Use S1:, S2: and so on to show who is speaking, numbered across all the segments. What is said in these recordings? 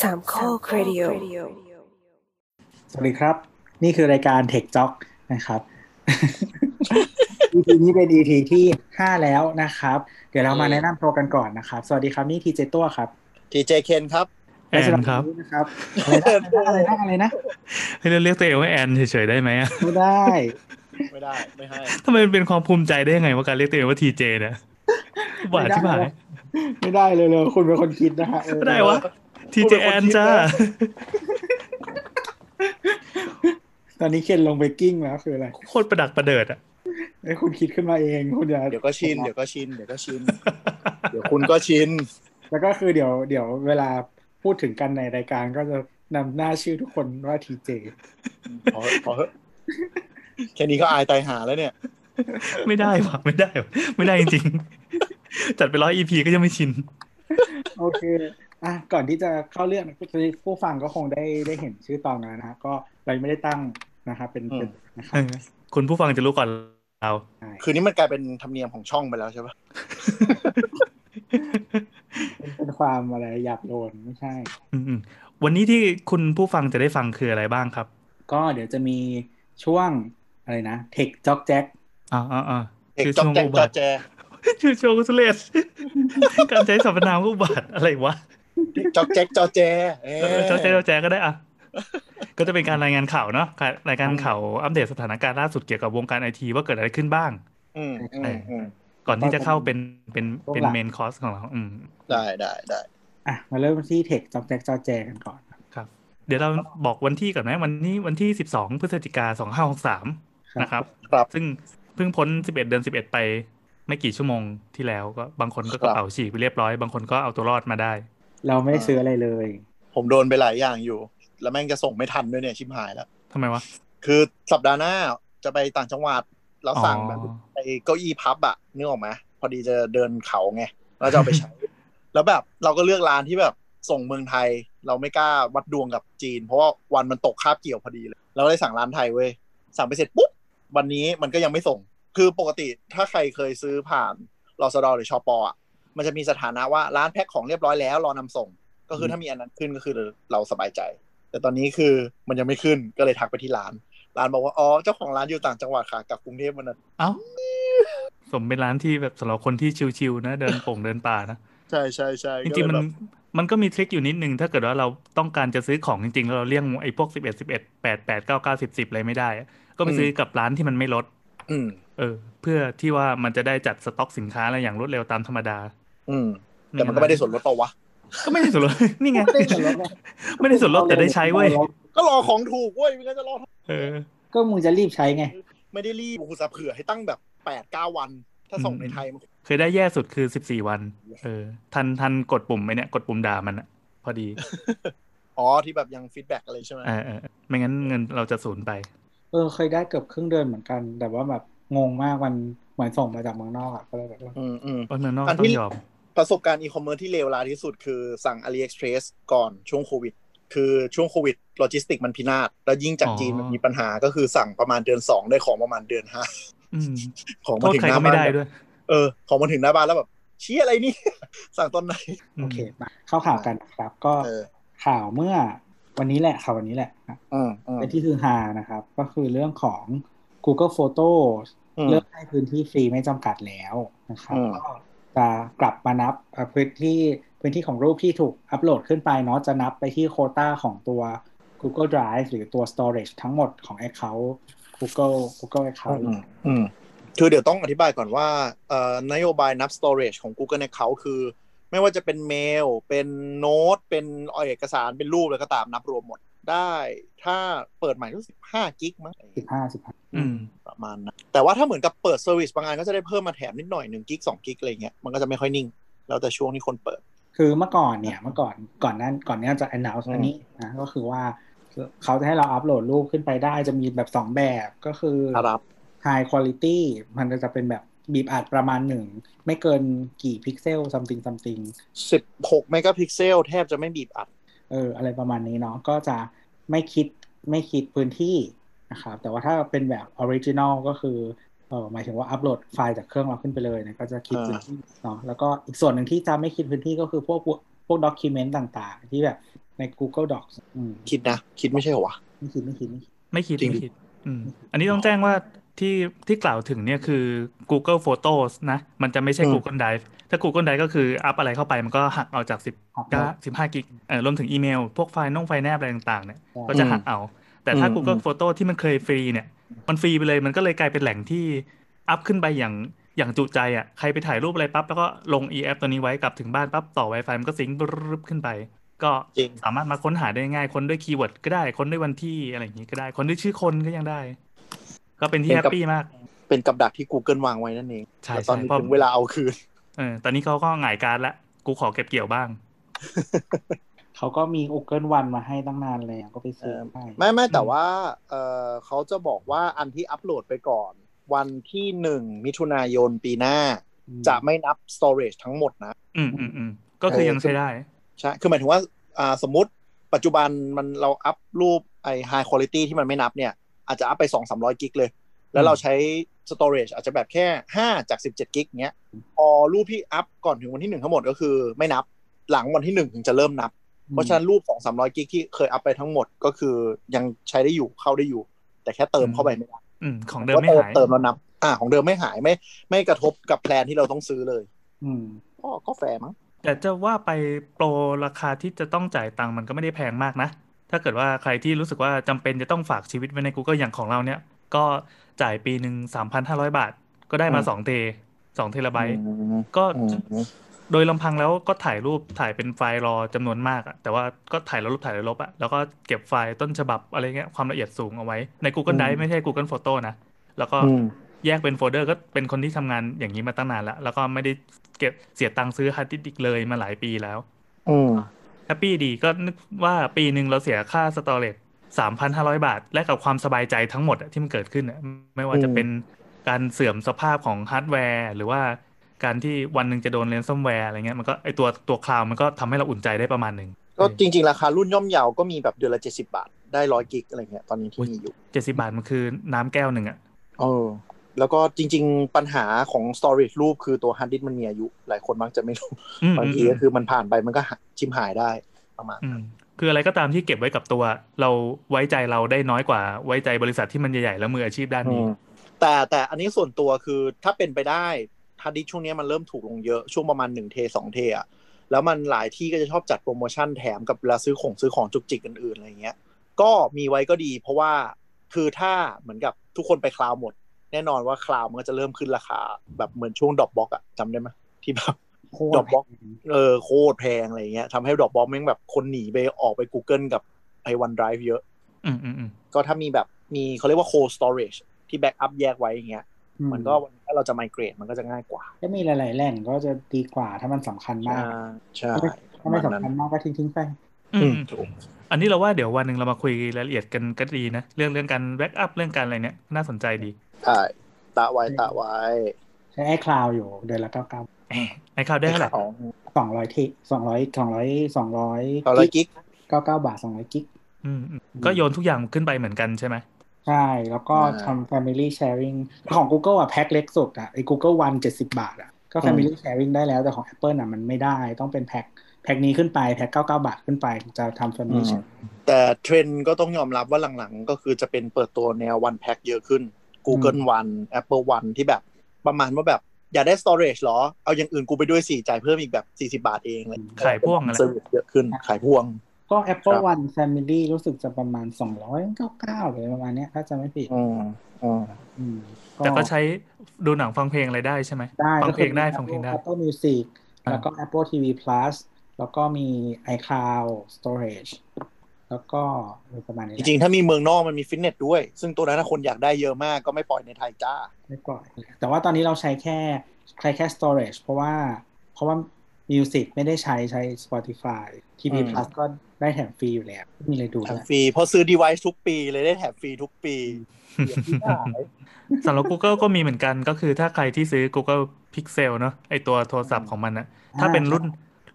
S1: สามข้อครดิโอ
S2: สวัสดีครับ นี่คือรายการ Tech j o อกนะครับ EP นี้เป็น EP ที่ห้าแล้วนะครับ เดี๋ยวเรามาแนะนำตัวกันก่อนนะครับ สวัสดีครับนี่ทีเจตัวครับ
S3: ทีเจเคนครับ
S4: แอนครับ
S2: และสำหวันนี้นะครับอะไรนะอะไรนะอะไรนะ
S4: ให้เราเรียกตัวเองว่าแอนเฉยๆได้ไหมอะ
S2: ไม่ได้
S3: ไม่ได้ ไม่ให้
S4: ทำไมมันเป็นความภูมิใจได้ยังไงว่าการเรียกตัวเองว่าทีเจนะหวานที่หาย
S2: ไม่ได้เลยเลยคุณเป็นคนคิดนะฮะเออ
S4: ไม่ได้วะทีเจแอนจ้า
S2: ตอนนี้เคนลงไปกิ้งแล้วคืออะไร
S4: โคตรประดักประเดิดอ่ะ
S2: ไอ้ยคุณคิดขึ้นมาเองคุณอย่า
S3: เดี๋ยวก็ ชิน เดี๋ยวก็ชิน เดี๋ยวก็ชิน เดี๋ยวคุณก็ชิน
S2: แล้วก็คือเดี๋ยวเดี๋ยวเวลาพูดถึงกันในรายการก็จะนำหน้าชื่อทุกคนว่าทีเจ
S3: พอพอเถอะแค่นี้ก็อายตายหาแล้วเนี่ย
S4: ไม่ได้ว่ะไม่ได้ว่ะไม่ได้จริงๆจัดไปร้อยอีพีก็ยังไม่ชิน
S2: โอเคอ่ะก่อนที่จะเข้าเรื่องผู้ฟังก็คงได้ได้เห็นชื่อตอนแล้วนะฮะก็เรายังไม่ได้ตั้งนะครับเป็น
S3: อืม
S2: เป็นนะครับ
S4: คุณผู้ฟังจะรู้ก่อนเรา
S2: ใช่
S3: คืนนี้มันกลายเป็นธรรมเนียมของช่องไปแล้วใช่ปะ
S2: เป็นเป็นความอะไรหยาบโลนไม่ใช่
S4: อืมๆวันนี้ที่คุณผู้ฟังจะได้ฟังคืออะไรบ้างครับ
S2: ก็เดี๋ยวจะมีช่วงอะไรนะเทคจ็อกแจ็ค
S4: อ่าอ่าอ่า
S3: เอกจอกแจกจอแจ
S4: ชื่อโชว์กุสเลสการใช้สรรพนามอุบัติอะไรวะ
S3: จอกแจกจอแจเอ
S4: เออเจ้าแจ๊เจ้าแจ๊ก็ได้อะ ก็จะเป็นการรายงานข่าวเนาะรายการข่าวอัปเดตสถานการณ์ล่าสุดเกี่ยวกับวงการไอทีว่าเกิดอะไรขึ้นบ้าง
S3: อืมอืมอืม
S4: ก่อนที่จะเข้าเป็นเป็นเป็นเมนคอร์สของเราอืม
S3: ได้ได้ได้
S2: อ่ะมาเริ่มที่เทคจ็อกแจ็คจอแจกันก่อน
S4: เดี๋ยวเราบอกวันที่ก่อนไหมวันนี้วันที่ 12 พฤศจิกา
S2: ครับ
S4: 2563 นะครับ
S3: ครับ
S4: ซึ่งเพิ่งพ้น 11 เดือน 11 ไปไม่กี่ชั่วโมงที่แล้วก็บางคนก็กระเป๋าฉีกไปเรียบร้อย บางคนก็เอาตัวรอดมาได้
S2: เราไม่ได้
S3: อ่า
S2: ซื้ออะไรเลย
S3: ผมโดนไปหลายอย่างอยู่ แล้วแม่งจะส่งไม่ทันด้วยเนี่ยชิบหายแล้ว
S4: ทำไมวะ
S3: คือสัปดาห์หน้าจะไปต่างจังหวัดแล้วสั่งแบบ
S4: อ๋อ
S3: ไอ้เก้าอี้พับอะนึกออกไหมพอดีจะเดินเขาไงเราจะเอาไปใช้ แล้วแบบเราก็เลือกร้านที่แบบส่งเมืองไทย เราไม่กล้าวัดดวงกับจีน เพราะว่าวันมันตกคาบเกี่ยวพอดีเลยเราเลยสั่งร้านไทยเว้ยสั่งไปเสร็จปุ๊บวันนี้มันก็ยังไม่ส่ง คือปกติถ้าใครเคยซื้อผ่านรอสดอหรือชอปอ่ะมันจะมีสถานะว่าร้านแพ็คของเรียบร้อยแล้วรอนำส่ง ก็คือถ้ามีอันนั้นขึ้นก็คือเราสบายใจ แต่ตอนนี้คือมันยังไม่ขึ้นก็เลยทักไปที่ร้าน ร้านบอกว่าอ๋อเจ้าของร้านอยู่ต่างจังหวัดค่ะกลับกรุงเทพวันนั้น
S4: เอ้าสมเป็นร้านที่แบบสำหรับคนที่ชิวๆนะ เดินป่งเดินป่านะ
S3: ใช่ใช่ใช่
S4: จริงๆ
S3: ก็
S4: มัน
S3: เลยแบบ
S4: มันก็มีทริคอยู่นิดนึง ถ้าเกิดว่าเราต้องการจะซื้อของจริงๆแล้วเราเลี่ยงไอ้พวกสิบเอ็ดสิบเอ็ดแปดแปดเก้าเก้าสิบสิบอะไรไม่ได้อะก็ไปซื้อกับร้านที่มันไม่ลด
S3: อืม
S4: เออ เพื่อที่ว่ามันจะได้จัดสต็อกสินค้าอะไรอย่างรวดเร็วตามธรรมดา
S3: อืม แต่มันก็ไม่ได้ส่วนลดเปล่าวะ
S4: ก็ไม่ได้ส่วนลด นี่ไง
S2: ไม่ได้ส่วนลดนะ
S4: ไม่ได้ส่วนลดแต่ได้ใช้เว้ย
S3: ก็รอของถูกเว้ยไม่งั้นจะรอทำไม
S4: เออ
S2: ก็มึงจะรีบใช้ไง
S3: ไม่ได้รีบกูจะเผื่อให้ตั้งแบบแปดเก้าวัน ถ้าส่งในไทยมัน
S4: เคยได้แย่สุดคือสิบสี่วัน เออ ทันทันกดปุ่มไหมเนี่ยกดปุ่มด่ามันอะพอดี
S3: อ๋อที่แบบยังฟีดแบ็กอะไรใช่ไหม
S4: เออเออไม่งั้นเงินเราจะสูญไป
S2: เออเคยได้เกือบครึ่งเดือนเหมือนกัน แต่ว่าแบบงงมากมันเหมือนส่งมาจากเมืองนอกอะก็เลยแบบว่า
S3: อืมอืม
S4: เพราะเมืองนอก
S3: อัน
S4: ต้
S3: ที่
S4: องยอม
S3: ประสบการณ์อีคอมเมิร์ซที่เลวร้ายที่สุดคือสั่ง AliExpress ก่อนช่วงโควิด คือช่วงโควิดโลจิสติกมันพินาศแล้วยิ่งจาก
S4: อ๋อ
S3: จีนมันมีปัญหาก็คือสั่งประมาณเดือนสองได้ของประมาณเดือนห้า
S4: อืม
S3: ของ
S4: โท
S3: มา
S4: ษ
S3: ถึง
S4: ใคร
S3: ห
S4: ก็
S3: น้า
S4: ไม่
S3: บ้าน
S4: ได้
S3: แบบ
S4: ด้วย
S3: เออของมาถึงหน้าบ้านแล้วแบบเชี้อะไรนี่ สั่งตอนไหน
S4: อื
S2: โอ
S4: ม
S2: เคมาเข้าข่าวกันนะครับ ก็
S3: เออ
S2: ข่าวเมื่อวันนี้แหละข่าววันนี้แหละนะ
S3: อืมอืม
S2: เป็นที่ฮือฮานะครับ ก็คือเรื่องของ Google Photo
S3: อืม
S2: เริ่มให้พื้นที่ฟรีไม่จำกัดแล้วนะครับ
S3: อืม
S2: ก็จะกลับมานับเอ่อพื้นที่พื้นที่ของรูปที่ถูกอัปโหลดขึ้นไปเนาะจะนับไปที่โควต้าของตัว Google Drive หรือตัว Storage ทั้งหมดของ Account Google Google Account
S3: อืมคือเดี๋ยวต้องอธิบายก่อนว่าเอ่อนโยบายนับ storage ของ Google Account คือ ไม่ว่าจะเป็นเมล เป็นโน้ต เป็นเอกสาร เป็นรูปแล้วก็ตามนับรวมหมดได้ ถ้าเปิดใหม่รู้สึก5กิกมั้ง
S2: สิบห้าสิบห้า
S4: อืม
S3: ประมาณนะแต่ว่าถ้าเหมือนกับเปิดเซอร์วิสบางงานก็จะได้เพิ่มมาแถมนิดหน่อย1กิก2กิกอะไรเงี้ย มันก็จะไม่ค่อยนิ่ง แล้วแต่ช่วงที่คนเปิด
S2: คือเมื่อก่อนเนี่ยเมื่อก่อนก่อนนั้นก่อนเนี้ยจะ announce
S3: อืม
S2: อันนี้นะก็คือว่าเขาจะให้เราอัปโหลดรูปขึ้นไปได้จะมีแบบสองแบบก็คือ
S3: ครับ
S2: high quality มันจะเป็นแบบบีบอัดประมาณหนึ่ง ไม่เกินกี่พิกเซล something something
S3: 16เมกะพิกเซลแทบจะไม่บีบอัด
S2: เอออะไรประมาณนี้เนาะก็จะไม่คิดไม่คิดพื้นที่นะครับแต่ว่าถ้าเป็นแบบออริจินอลก็คือเออหมายถึงว่าอัปโหลดไฟล์จากเครื่องเราขึ้นไปเลยนะก็จะคิด
S3: อ่า
S2: พื้นที่เนาะแล้วก็อีกส่วนหนึ่งที่จะไม่คิดพื้นที่ก็คือพวกพวกพวกด็อกิเมนต์ต่างๆ ที่แบบ ใน Google Docs อืม
S3: คิดนะ คิดไม่ใช่เหรอวะ
S2: ไม่คิดไม่คิดไม่คิด
S4: ไม่คิด
S3: จริง
S4: ไม่
S3: ดิ
S4: คิดอืมอันนี้ต้องแจ้งว่าที่ที่กล่าวถึงเนี่ยคือ Google Photos นะ มันจะไม่ใช่
S3: อืม
S4: Google Drive ถ้า Google Drive ก็คืออัพอะไรเข้าไปมันก็หักเอาจาก
S2: หักหม
S4: ก็
S2: ด
S4: สิบห้ากิกเอ่อรวมถึงอีเมล พวกไฟล์น่องไฟล์แนบอะไรต่างๆเนี่ยก็จะ
S3: อืม
S4: หักเอา แต่ถ้า
S3: อืม
S4: Google Photo ที่มันเคยฟรีเนี่ย มันฟรีไปเลยมันก็เลยกลายเป็นแหล่งที่อัพขึ้นไปอย่างอย่างจุใจอ่ะใครไปถ่ายรูปอะไรปั๊บ แล้วก็ลง e app ตัวนี้ไว้กลับถึงบ้านปั๊บ ต่อ Wi-Fi มันก็ซิงค์บรึบขึ้นไป ก็
S3: จริง
S4: สามารถมาค้นหาได้ง่ายค้นด้วยคีย์เวิร์ดก็ได้ค้นด้วยวันที่อะไรอย่างนี้ก็ได้ค้นด้วยชื่อคนก็ยังได้ ก็เป็นที่
S3: เป็น
S4: แฮป
S3: กับ
S4: ปี้มาก
S3: เป็นกับดักที่ Google วางไว้นั่นเอง
S4: ใช่
S3: แต่ตอนนี้
S4: ใช่เพราะ
S3: ถึงเวลาเอาคืน
S4: เออตอนนี้เขาก็หงายการดละกูขอเก็บเกี่ยวบ้าง
S2: เขาก็มี Google One มาให้ตั้งนานเลยอะก็ไปซื้อ
S3: เออ
S2: ได้
S3: ไม่ไม่แต่ว่าเออเขาจะบอกว่าอันที่อัปโหลดไปก่อน วันที่หนึ่งมิถุนายนปีหน้า
S2: อืม
S3: จะไม่นับ storage ทั้งหมดนะ
S4: อืมอืมอืมก็คือยังใช้ได้
S3: ใช่ คือหมายถึงว่าอ่าสมมติปัจจุบันมันเราอัพรูปไอ้ high quality ที่มันไม่นับเนี่ย อาจจะอัพไป 2 3 0 0 กิกเลย แล้วเราใช้ storage อาจจะแบบแค่ 5 จาก 17 กิกเนี้ย พอรูปที่อัพก่อนถึงวันที่ 1 ทั้งหมดก็คือไม่นับ หลังวันที่ 1 ถึงจะเริ่มนับ เพราะฉะนั้นรูป 2 3 0 0 กิกที่เคยอัพไปทั้งหมดก็คือยังใช้ได้อยู่เข้าได้อยู่ แต่แค่เติมเข้าไปไม่ได้
S4: อืมของเดิม
S3: ว่า
S4: ไม่
S3: เติม
S4: หาย
S3: เติมแล้วนับ อ่าของเดิมไม่หายไม่ไม่กระทบกับแพลนที่เราต้องซื้อเลย
S2: อืม
S3: ก็ก็แฟร์มั้ง
S4: แต่จะว่าไปโปรราคาที่จะต้องจ่ายตังค์มันก็ไม่ได้แพงมากนะ ถ้าเกิดว่าใครที่รู้สึกว่าจำเป็นจะต้องฝากชีวิตไว้ใน Google อย่างของเราเนี่ย ก็จ่ายปีหนึ่ง3,500 บาท ก็ได้มา
S3: อืม
S4: 2เท2เทราไบต์
S3: อืม
S4: ก็
S3: อืม
S4: โดยลำพังแล้วก็ถ่ายรูปถ่ายเป็นไฟล์รอจำนวนมากอะแต่ว่าก็ถ่ายแล้วรูปถ่ายแล้วลบอะแล้วก็เก็บไฟล์ต้นฉบับอะไรเงี้ยความละเอียดสูงเอาไว้ใน
S3: อื
S4: Google
S3: ม
S4: Drive ไม่ใช่ Google Photo นะ แล้วก็
S3: อืม
S4: แยกเป็นโฟลเดอร์ก็เป็นคนที่ทำงานอย่างนี้มาตั้งนานแล้ว แล้วก็ไม่ได้เก็บเสียตังค์ซื้อฮาร์ดดิสก์อีกเลยมาหลายปีแล้ว
S3: อืม
S4: แฮปปี้ดีก็นึกว่าปีหนึ่งเราเสียค่าสตอเรจสามพันห้าร้อยบาท และกับความสบายใจทั้งหมดอะที่มันเกิดขึ้นอะไม่ว่าจะ
S3: อืม
S4: เป็นการเสื่อมสภาพของฮาร์ดแวร์ หรือว่าการที่วันหนึ่งจะโดนเลนซัมแวร์อะไรเงี้ยมันก็ไอตัวตัวคลาวมันก็ทำให้เราอุ่นใจได้ประมาณหนึ่ง
S3: ก็จริงๆ ราคารุ่นย่อมเยาวก็มีแบบเดือนละเจ็ดสิบาท ได้ร้อยกิกอะไรเงี้ยตอนนี้ที่มีอยู่
S4: เจ็ดสิบาทมันคือน้ำแก้วหนึ่งอะ
S3: เออแล้วก็จริงๆ ปัญหาของ storage รูปคือตัว hard disk มันมีอายุ หลายคนมักจะไม่รู้
S4: อืม
S3: บางทีก็คือมันผ่านไปมันก็หายชิมหายได้ประมาณ
S4: มคืออะไรก็ตามที่เก็บไว้กับตัว เราไว้ใจเราได้น้อยกว่าไว้ใจบริษัทที่มันใหญ่ๆแล้วมืออาชีพด้านนี้
S3: แต่แต่อันนี้ส่วนตัวคือถ้าเป็นไปได้ฮาร์ดดิสก์ช่วงนี้มันเริ่มถูกลงเยอะช่วงประมาณ1เท2เทอะแล้วมันหลายที่ก็จะชอบจัดโปรโมชั่นแถมกับเวลาซื้อของซื้อของจุกจิกอื่นๆอะไรเงี้ยก็มีไว้ก็ดีเพราะว่าคือถ้าเหมือนกับทุกคนไปคลาวด์หมด แน่นอนว่าคลาวด์มันก็จะเริ่มขึ้นราคา แบบเหมือนช่วงดรอปบ็อกอะจำได้ไหมที่แบบ
S2: โค
S3: ด
S2: ต
S3: อก
S2: ร
S3: บล็อก เออโคตรแพงอะไรเงี้ยทำให้ดรอปบ็อกแม่งแบบคนหนีไปออกไป Google กับไอวันไดรฟ์เยอะ
S4: อืมอืมอืม
S3: ก็ถ้ามีแบบมีเขาเรียกว่า cold storage ที่แบ็กอัพแยกไว้อย่างเงี้ย มันก็วันถ้าเราจะไมเกรดมันก็จะง่ายกว่า
S2: ก็มีหลาย ๆ แหล่งก็จะดีกว่าถ้ามันสำคัญมาก
S3: ใช่
S2: ถ้าไม่
S3: ประาณ
S2: สำคัญมากก็ทิ้งทิ้งๆไป
S4: อื
S3: อืม
S4: มอืม
S3: ถูก
S4: อันนี้เราว่าเดี๋ยววันหนึ่งเรามาคุยรายละเอียดกันก็ดีนะ เรื่องเรื่องการแบ็กอัพเรื่องการอะไรเนี่ยน่าสนใจดี
S3: ใช่ตะไว้ตะไว้
S2: ใช้ไอ้คลาวอยู่เดือนละเก้าเก้า
S4: ไอ้ข่าวได้เท่าไหร่
S3: ของ
S2: สองร้อยเทสองร้อยสองร้อยสองร้อย
S3: เขาเลยกิ๊ก
S2: เก้าเก้าบาทสองร้อยกิก
S4: อืมอืมก็โยนทุกอย่างขึ้นไปเหมือนกันใช่ไหม
S2: ใช่ แล้วก็ทำ Family Sharing ของ Google อ่ะ แพ็คเล็กสุดอ่ะไอ้ Google One 70 บาทอ่ะ ก็ Family Sharing ได้แล้ว แต่ของ Apple อ่ะ มันไม่ได้ ต้องเป็นแพ็คแพ็คนี้ขึ้นไป แพ็ค 99 บาทขึ้นไปถึงจะทำ Family Sharing
S3: แต่เทรนด์ก็ต้องยอมรับว่าหลังๆ ก็คือจะเป็นเปิดตัวแนว one pack เยอะขึ้น Google One Apple One ที่แบบประมาณว่าแบบอยากได้ storage เหรอ เอาอย่างอื่นกูไปด้วยสี่จ่ายเพิ่มอีกแบบ 40 บาทเองอะไรอย่างเงี้
S4: ขายพ่วงอะไร
S3: เซอร์วิสเยอะขึ้นขายพ่วง
S2: ก็ Apple
S3: ครับ
S2: One Family รู้สึกจะประมาณ 299หรือประมาณเนี้ยถ้าจะไม่ผิด
S3: อืมอืม
S2: อืม
S4: แต่ก็ใช้ดูหนังฟังเพลงอะไรได้ใช่ไหม
S2: ได้
S4: ฟังเพลงได้
S2: ก็คือมี
S4: ฟังเพลงได้
S2: Apple Music
S4: อ่า
S2: แล้วก็ Apple TV Plus แล้วก็มี iCloud Storage แล้วก็ประมาณนี้
S3: จ
S2: แหละ
S3: ริงๆ ถ้ามีเมืองนอกมันมีฟิตเนสด้วย ซึ่งตัวนั้นถ้าคนอยากได้เยอะมากก็ไม่ปล่อยในไทยจ้า
S2: ไม่ปล่อยแต่ว่าตอนนี้เราใช้แค่ใช้แค่ storage เพราะว่า เพราะว่า Music ไม่ได้ใช้ใช้ Spotify TV
S3: อืม
S2: Plus ก็ได้แถมฟรีอยู่แล้ว มีอะไรดู
S3: แถ
S2: ด้
S3: ม
S2: วย
S3: ฟรีเพราะซื้อ device ทุกปีเลยได้แถมฟรีทุกปีเดี๋ยวที่ได้
S4: สำหรับ Google ก็มีเหมือนกันก็คือถ้าใครที่ซื้อ Google Pixel เนอะไอตัวโทรศัพท์ของมันนะถ้าเป็นรุ่น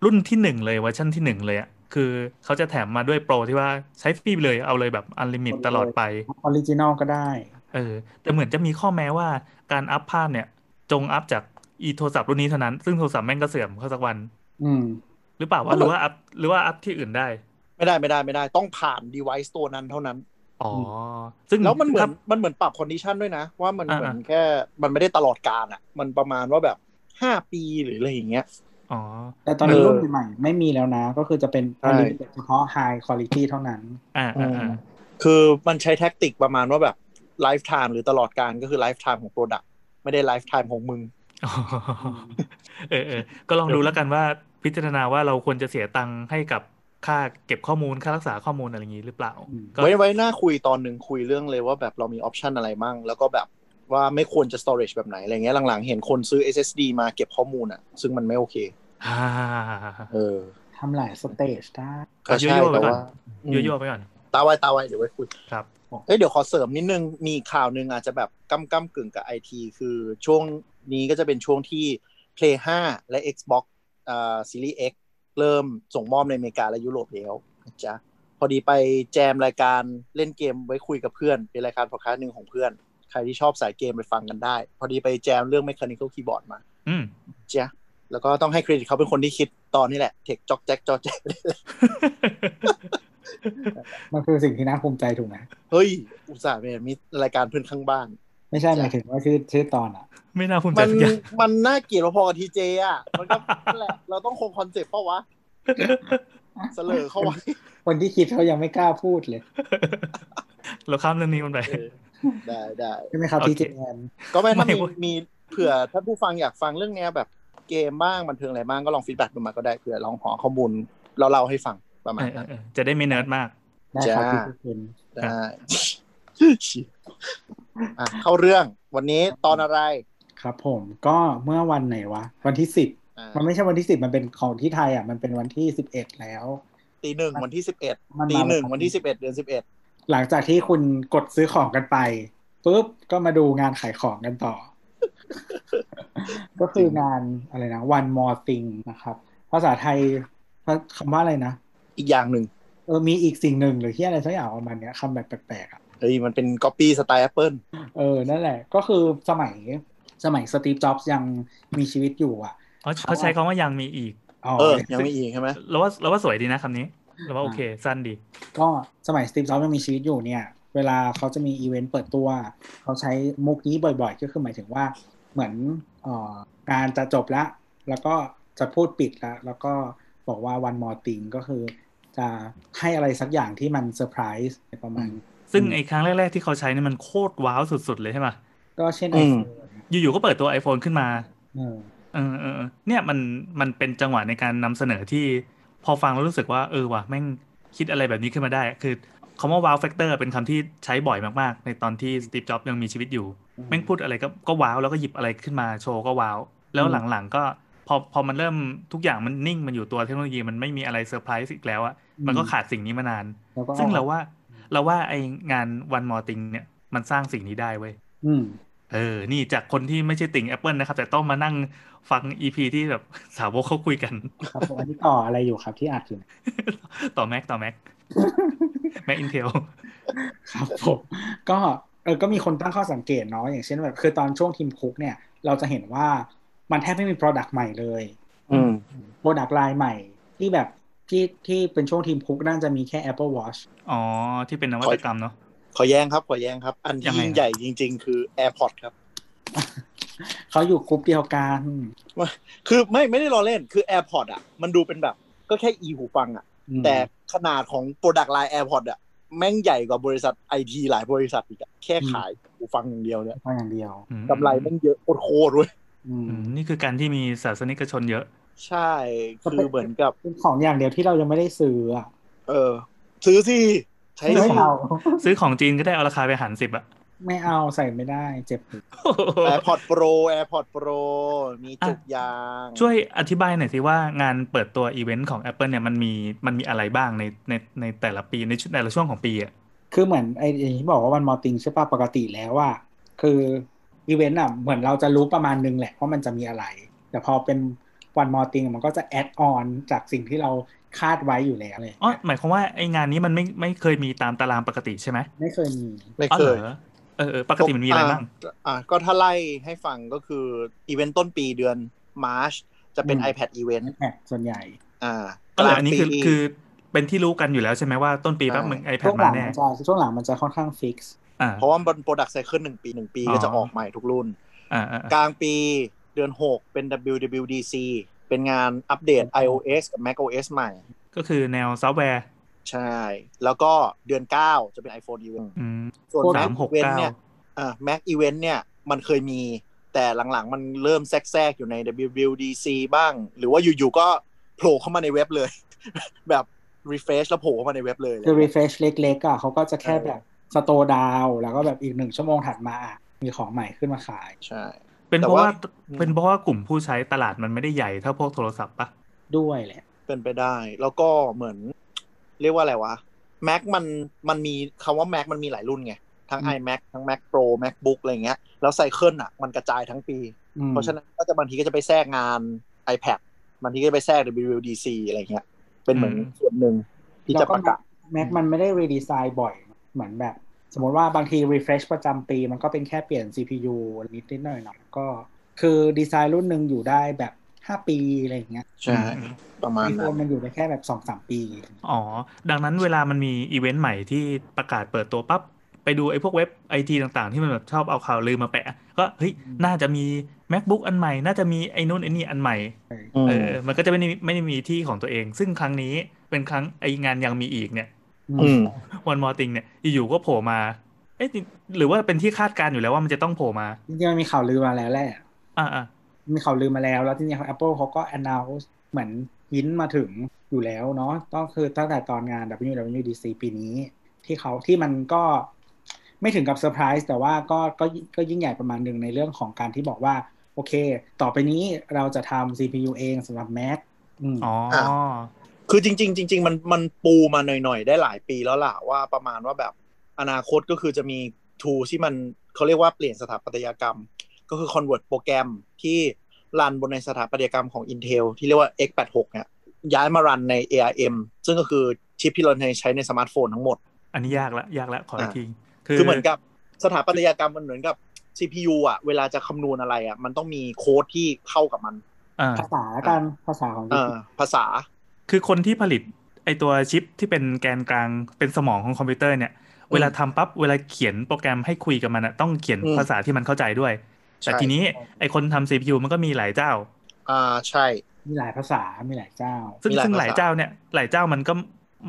S4: รุ่นที่หนึ่งเลยเวอร์ชันที่หนึ่งเลยอะคือเขาจะแถมมาด้วยโปรที่ว่าใช้ฟรีเลยเอาเลยแบบอันลิมิตตลอดไป
S2: ออริจินอลก็ได้
S4: เออแต่เหมือนจะมีข้อแม้ว่าการอัพภาพเนี่ย จงอัพจากอีโทรศัพท์รุ่นนี้เท่านั้น ซึ่งโทรศัพท์แม่งก็เสื่อมเข้าสักวัน
S2: อืม
S4: หรือเปล่าวะ
S3: ก็แบบ
S4: หรือว่าอัพหรือว่าอัพที่อื่นได้
S3: ไม่ได้ไม่ได้ไม่ได้ต้องผ่าน device ตัวนั้นเท่านั้น
S4: อ๋อ ซึ่ง
S3: แล้วมันเหมือน
S4: ถ้า
S3: มันเหมือนปรับ condition ด้วยนะ ว่ามัน
S4: อ่า
S3: เหมือนแค่มันไม่ได้ตลอดการอ่ะ มันประมาณว่าแบบห้าปีหรืออะไรอย่างเงี้ย
S4: อ๋อ
S2: แต่ตอนนี้
S3: เออ
S2: รุ่นใหม่ๆไม่มีแล้วนะ ก็คือจะเป็น
S3: ใช่
S2: ผลิตเฉพาะ high quality เท่านั้น
S4: อ่าอ่าอ่า
S3: คือมันใช้แท็กติกประมาณว่าแบบ lifetime หรือตลอดการก็คือ lifetime ของ product ไม่ได้ lifetime ของมึง
S4: อ๋อ เออเออก็ลองดูแล้วกันว่าพิจารณาว่าเราควรจะเสียตังค์ให้กับค่าเก็บข้อมูลค่ารักษาข้อมูลอะไรอย่างนี้หรือเปล่า
S2: อืม
S4: ก็
S3: ไว้ไว้หน้าคุยตอนหนึ่งคุยเรื่องเลยว่าแบบเรามีออปชันอะไรมั่ง แล้วก็แบบว่าไม่ควรจะ storage แบบไหนอะไรเงี้ยหลังๆ เห็นคนซื้อ SSD มาเก็บข้อมูลอ่ะ ซึ่งมันไม่โอเค
S4: อ่า
S3: เออ
S2: ทำหลายสเตจได้
S3: ก็ใช่แต่ว่าอืม
S4: โยโย่ไปก่อน
S3: ตาไวตาไวเดี๋ยวไว้คุย
S4: ครับ
S3: เอ้ยเดี๋ยวขอเสริมนิดนึง มีข่าวหนึ่งอาจจะแบบก้ำก้ำกึ่งกับไอทีคือช่วงนี้ก็จะเป็นช่วงที่ Play 5 และ Xbox อ่า Series X เริ่มส่งมอบในอเมริกาและยุโรปแล้วนะจ๊ะพอดีไปแจมรายการเล่นเกมไว้คุยกับเพื่อน เป็นรายการพอดคาสต์หนึ่งของเพื่อน ใครที่ชอบสายเกมไปฟังกันได้ พอดีไปแจมเรื่อง Mechanical Keyboard มา
S4: อืม
S3: จ๊ะแล้วก็ต้องให้เครดิตเขาเป็นคนที่คิดตอนนี้แหละเทคจ็อกแจ็คจอกแจ็ค
S2: มันคือสิ่งที่น่าภูมิใจถูกไหม
S3: เฮ้ยอุตส่าห์เป็นมีรายการเพื่อนข้างบ้าน
S2: ไม่ใช่หมายถึงว่าชื่อชื่อตอนอ่ะ
S4: ไม่น่าภูมิใจ
S3: มัน
S4: สักอย่าง
S3: มันน่าเกลียดพอๆกับทีเจอ่ะ มันก็นั่นแหละ เราต้องคงคอนเซ็ปต์เปล่าวะเสลอเข้าไว้
S2: คนที่คิดเขายังไม่กล้าพูดเลย
S4: เราข้ามเรื่องนี้ มันไป
S3: เออได้ได้
S2: ใช่ไหมครับ
S4: โอเค
S2: พี่เจแอน
S3: ก็ไม่ถ้า
S4: ไม่
S3: มี
S4: เว้ย
S3: มีเผื่อถ้าผู้ฟังอยากฟังเรื่องแนวแบบเกมบ้างบันเทิงอะไรบ้างก็ลองฟีดแบ็กดูมาก็ได้เผื่อลองหอข้อมูลเราเล่าให้ฟังประมา
S4: เอ
S3: ณ
S4: อเอ
S3: นั้
S4: อน เออจะได้ไม่เนิร์ดมาก
S2: ได้ครับ
S3: จ้า
S2: พี่เจน
S3: ได้อ่ะเข้าเรื่องวันนี้ตอนอะไร
S2: ครับผมก็เมื่อวันไหนวะ วันที่สิบ
S3: อ่า
S2: มันไม่ใช่วันที่สิบมันเป็นของที่ไทยอ่ะมันเป็นวันที่สิบเอ็ดแล้ว
S3: ตีหนึ่งวันที่สิบเอ็ด
S2: มันมา
S3: ตีหนึ่งวันที่สิบเอ็ดเดือนสิบเอ็ด
S2: หลังจากที่คุณกดซื้อของกันไปปุ๊บก็มาดูงานขายของกัน ต่อ ก็คืองานอะไรนะ one more thing นะครับ ภาษาไทยคำว่าอะไรนะ
S3: อีกอย่างหนึ่ง
S2: เออมีอีกสิ่งหนึ่งหรือที่อะไรสักอย่างประมาณเนี้ยคำแบบแปลกๆอ่ะ
S3: เฮ้ยมันเป็นก๊อปปี้สไตล์แอปเปิล
S2: เออ นั่นแหละ ก็คือสมัยสมัยสตีฟ จ็อบส์ยังมีชีวิตอยู่อ่ะ
S4: อ๋อเขาใช้คำว่ายังมีอีก
S2: อ๋อ
S3: เออ ยังไม่อีกใช่ไหม
S4: เราว่าเราว่าสวยดีนะคำนี้เราว่าโอเค สั้นดี
S2: ก็สมัยสตีฟ จ็อบส์ยังมีชีวิตอยู่เนี่ย เวลาเขาจะมีอีเวนต์เปิดตัว เขาใช้มุกนี้บ่อยๆ ก็คือหมายถึงว่า เหมือนเอ่องานจะจบละ แล้วก็จะพูดปิดละแล้วก็บอกว่า one more thing ก็คือ จะให้อะไรสักอย่างที่มันเซอร์ไพรส์ประมาณนี้
S4: ซึ่งไอ้ครั้งแรก ๆ ที่เขาใช้เนี่ยมันโคตรว้าวสุด ๆ เลยใช่ไหม
S2: ก็เช่น
S3: อื
S2: ไอ
S3: ม
S2: โฟน
S4: อยู่ๆก็เปิดตัว iPhone ขึ้นมา
S2: เออ
S4: เออเออเออเนี่ยมันมันเป็นจังหวะในการนำเสนอที่พอฟังแล้วรู้สึกว่าเออว่ะแม่งคิดอะไรแบบนี้ขึ้นมาได้ คือคำว่าว้าวแฟกเตอร์เป็นคำที่ใช้บ่อยมากๆ ในตอนที่สตีฟจ็อบส์ยังมีชีวิตอยู่ แม่งพูดอะไรก็ก็ว้าวแล้วก็หยิบอะไรขึ้นมาโชว์ก็ว้าว แล้ว
S2: อืม
S4: หลังๆก็พอพอมันเริ่มทุกอย่างมันนิ่งมันอยู่ตัวเทคโนโลยีมันไม่มีอะไรเซอร์ไพรส์อีกแล้วอะมันก็ขาดสิ่งนี้มานาน
S2: แล้วก็
S4: ซึ่งเราว่าเราว่าไองานวันมอติงเนี่ยมันสร้างสิ่งนี้ได้เว้ย
S2: อืม
S4: เออ นี่จากคนที่ไม่ใช่ติ่ง Apple นะครับ แต่ต้องมานั่งฟัง EP ที่แบบ สาวกเขาคุยกัน
S2: ครับผมอันนี้ต่ออะไรอยู่ครับที่อัดอยู่
S4: ต่อแม็กต่อ แม็กแม็กอินเทล
S2: ครับผมก็เออก็มีคนตั้งข้อสังเกตเนาะอย่างเช่นแบบคือตอนช่วงทีมคุกเนี่ย เราจะเห็นว่ามันแทบไม่มี Product ใหม่เลย
S3: อืม
S2: Product ไลน์ใหม่ ที่แบบที่ที่เป็นช่วงทีมคุกน่าจะมีแค่ Apple Watch
S4: อ๋อ ที่เป็นนวัตกรรมเนาะ
S3: ขอแย้งครับ ขอแย้งครับ อัน
S4: ยั
S3: ที่
S4: ง
S3: ยิ่ง
S4: ไงครับ
S3: ใหญ่จริง ๆ คือ AirPods ครับ
S2: เขาอยู่กลุ่มเดียวกัน
S3: คือไม่ไม่ได้ล้อเล่นคือ AirPods อ่ะ มันดูเป็นแบบก็แค่อีหูฟังอ่ะ แต่ขนาดของโปรดักต์ไลน์ AirPods อ่ะ แม่งใหญ่กว่าบริษัทไอทีหลายบริษัทอีกอะแค่
S2: อืม
S3: ขายหูฟังอย่างเดียวเนี่ย
S2: ก็อย่างเดียว
S4: อืม
S3: กำไรแม่งเยอะโคตรๆเว้ย
S2: อืม
S4: อืมนี่คือการที่มีศาสนิกชนเยอะ
S3: ใช่คือเหมือนกับ
S2: เป็นของอย่างเดียวที่เรายังไม่ได้ซื้ออะ
S3: เออ ซื้อสิใช้
S2: ไม่
S3: สิ
S2: เอา
S4: ซื้อของจีนก็ได้เอาราคาไปหันสิบอะ
S2: ไม่เอาใส่ไม่ได้เจ็บหู
S3: แอร์พอร์ตโปรแอร์พอร์ตโปรมีจุกยาง
S4: ช่วยอธิบายหน่อยสิว่างานเปิดตัวอีเวนต์ของ Apple เนี่ยมันมีมันมีอะไรบ้างในในในแต่ละปีในชุดแต่ละช่วงของปีอ่ะ
S2: คือเหมือนไอ้อย่างที่บอกว่าวันมอติงใช่ป่ะปกติแล้วอะคืออีเวนต์อะเหมือนเราจะรู้ประมาณนึงแหละว่ามันจะมีอะไร แต่พอเป็นวันมอติงมันก็จะแอดออนจากสิ่งที่เราคาดไว้อยู่แล้วเลย
S4: อ๋อหมายความว่าไองานนี้มันไม่ไม่เคยมีตามตารางปกติใช่ไหม
S2: ไม่เคยมี
S3: ไม่
S4: อ๋อ
S3: เค
S4: เหร
S3: ย
S4: อเออเออปกติมันมีอะไรบ้าง
S3: อ่อ่ะก็ถ้าไล่ให้ฟังก็คืออีเวนต์ต้นปีเดือนมาร์ชจะเป็น iPad อีเวนต์
S2: แอดส่วนใหญ่
S3: อ่า
S4: ก็เลยอันนี้คือคือ เป็นที่รู้กันอยู่แล้วใช่ไหมว่าต้นปีปั๊บ
S3: ใช่
S4: มึง
S2: ช่
S4: iPad
S2: วงห
S4: มา
S2: ลัง
S4: แน่
S2: มันจะช่วงหลังมันจะค่อนข้างฟิกซ์
S4: อ่า
S3: เพราะว่ามันโปรดักต์ไซเคิลหนึ่งปีหนึ่งปี
S4: อ๋อ
S3: ก็จะออกใหม่ทุกรุ่น
S4: อ่าอ่าก
S3: ลางปีเดือน 6 เป็น WWDC เป็นงานอัปเดต iOS กับ macOS ใหม่
S4: ก็คือแนวซอฟต์แวร์
S3: ใช่ แล้วก็เดือน 9 จะเป็น iPhone Event
S4: อืม
S3: ส่วน
S4: สา
S3: Mac
S4: มหก
S3: Event
S4: เก้า
S3: เนี่ยอ่า Mac Event เนี่ย มันเคยมีแต่หลังๆ มันเริ่มแทรกๆ อยู่ใน WWDC บ้าง หรือว่าอยู่ๆ ก็โผล่เข้ามาในเว็บเลย แบบ refresh แล้วโผล่เข้ามาในเว็บเลยอะไร
S2: คือ
S3: เงี้ย
S2: refresh เล็กๆอ่ะเขาก็จะแค่
S3: เออ
S2: แบบสโตดาวแล้วก็แบบอีกหนึ่งชั่วโมงถัดมาอ่ะมีของใหม่ขึ้นมาขาย
S3: ใช่
S4: เป็น
S3: แต่
S4: เพราะว่า
S3: ว่า
S4: เป็นเพราะว่ากลุ่มผู้ใช้ตลาดมันไม่ได้ใหญ่เท่าพวกโทรศัพท์ปะ
S2: ด้วยแหละ
S3: เป็นไปได้ แล้วก็เหมือน เรียกว่าอะไรวะ Mac มันมันมีคำว่า Mac มันมีหลายรุ่นไง ทั้ง
S2: อืม
S3: iMac ทั้ง Mac Pro MacBook อะไรเงี้ย แล้วไซเคิลอ่ะ มันกระจายทั้งปี
S2: อืม
S3: เพราะฉะนั้นก็จะบางทีก็จะไปแทรกงาน iPad บางทีก็ไปแทรก WWDC อะไรเงี้ย เป็นเหมือนส่วนหนึ่งที่จะประกาศ
S2: แม็กมันไม่ได้ redesign บ่อยเหมือนแบบ สมมติว่าบางที refresh ประจำปีมันก็เป็นแค่เปลี่ยน CPU นิดนิดๆหน่อยหน่อยๆก็ คือดีไซน์รุ่นหนึ่งอยู่ได้แบบ 5 ปีอะไรอย่างเงี้ย
S3: ใช่
S4: อืม
S3: ประมาณ
S2: ไอโฟ
S3: นั้น
S2: นมันอยู่ได้แค่แบบ 2-3 ปี
S4: อ๋อ ดังนั้นเวลามันมีอีเวนต์ใหม่ที่ประกาศเปิดตัวปั๊บ ไปดูไอ้พวกเว็บไอทีต่างๆ ที่มันแบบชอบเอาข่าวลือมาแปะ ก็เฮ้ยน่าจะมี macbook อันใหม่ น่าจะมีไอ้นู่นไอ้นี่อันใหม่ เออ มันก็จะไม่ได้ไม่ได้มีที่ของตัวเอง ซึ่งครั้งนี้เป็นครั้งไองานยังมีอีกเนี่ย
S3: อืม
S4: วันมอติงเนี่ยอยู่ๆก็โผล่มา เอ๊ะหรือว่าเป็นที่คาดการณ์อยู่แล้วว่ามันจะต้องโผล่มา
S2: จริงๆมันมีข่าวลือมาแล้วแหละ
S4: อ่าอ่า
S2: มีข่าวลือมาแล้ว แล้วทีนี้ Apple เขาก็ announce เหมือนยินมาถึงอยู่แล้วเนาะก็คือตั้งแต่ตอนงาน WWDC ปีนี้ ที่เขาที่มันก็ไม่ถึงกับเซอร์ไพรส์แต่ว่าก็ก็ก็ยิ่งใหญ่ประมาณหนึ่งในเรื่องของการที่บอกว่า โอเค ต่อไปนี้เราจะทำ CPU เองสำหรับ Mac อืม
S4: อ๋อ
S3: อ่ะ คือจริง ๆ จริง ๆ มันมันปูมาหน่อย ๆ ได้หลายปีแล้วล่ะว่าประมาณว่าแบบอนาคตก็คือจะมีทูที่มันเขาเรียกว่าเปลี่ยนสถาปัตยกรรม ก็คือ convert โปรแกรมที่รันบนในสถาปัตยกรรมของ Intel ที่เรียกว่า x86 เนี่ยย้ายมารันใน ARM ซึ่งก็คือชิปที่เราใช้ในสมาร์ทโฟนทั้งหมด
S4: อันนี้ยากละยากละขออีก
S3: อ่ะ
S4: ที
S3: คือเหมือนกับสถาปัตยกรรมมันเหมือนกับ CPU อ่ะเวลาจะคำนวณอะไรอ่ะมันต้องมีโค้ดที่เข้ากับมัน
S4: อ่า
S2: ภาษาการภาษาของ
S3: อ่าภาษา
S4: คือคนที่ผลิตไอตัวชิปที่เป็นแกนกลางเป็นสมองของคอมพิวเตอร์เนี่ย เวลาทำปั๊บเวลาเขียนโปรแกรมให้คุยกับมันอะต้องเขียน
S3: อืม
S4: ภาษาที่มันเข้าใจด้วย แต่ทีนี้ไอคนทำ CPU มันก็มีหลายเจ้า
S3: อ่าใช่
S2: มีหลายภาษา มีหลายเจ้า
S4: ซึ่ง
S3: มีหลาย
S4: ซึ่งหลาย
S3: ภาษา
S4: เจ้าเนี่ยหลายเจ้ามันก็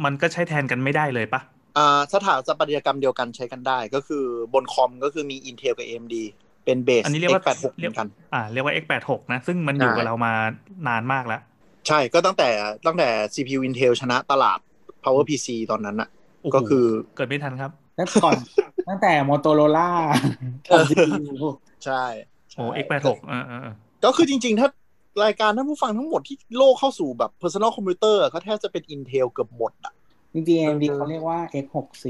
S4: มันก็ใช้แทนกันไม่ได้เลยปะ
S3: อ่าสถาปัตยกรรมเดียวกันใช้กันได้ ก็คือบนคอมก็คือมี Intel กับ AMD เป็นเบส
S4: อันนี้เรียกว่า
S3: X86 เห
S4: เรีย
S3: มื
S4: ก
S3: อนกัน
S4: อ่าเรียกว่า X86 นะ ซึ่งมันอยู่
S3: ใช่
S4: กับเรามานานมากแล้ว
S3: ใช่ก็ตั้งแต่ตั้งแต่ CPU Intel ชนะตลาด Power PC ตอนนั้นน่ะ
S4: โโห
S3: ก็คือ
S4: เกิดไม่ทันครับ
S2: ตั้งแต่ก่อน ตั้งแต่ Motorola
S3: เออ
S2: CPU
S3: ใช่
S4: โอ้
S3: ใช่
S4: X86 เออเออเออ
S3: ก็คือจริงๆ ถ้ารายการท่านผู้ฟังทั้งหมดที่โลกเข้าสู่แบบ Personal Computer อะก็แทบจะเป็น Intel เกือบหมดอ่ะ
S2: จริงๆ AMD เขาเรียกว่า X64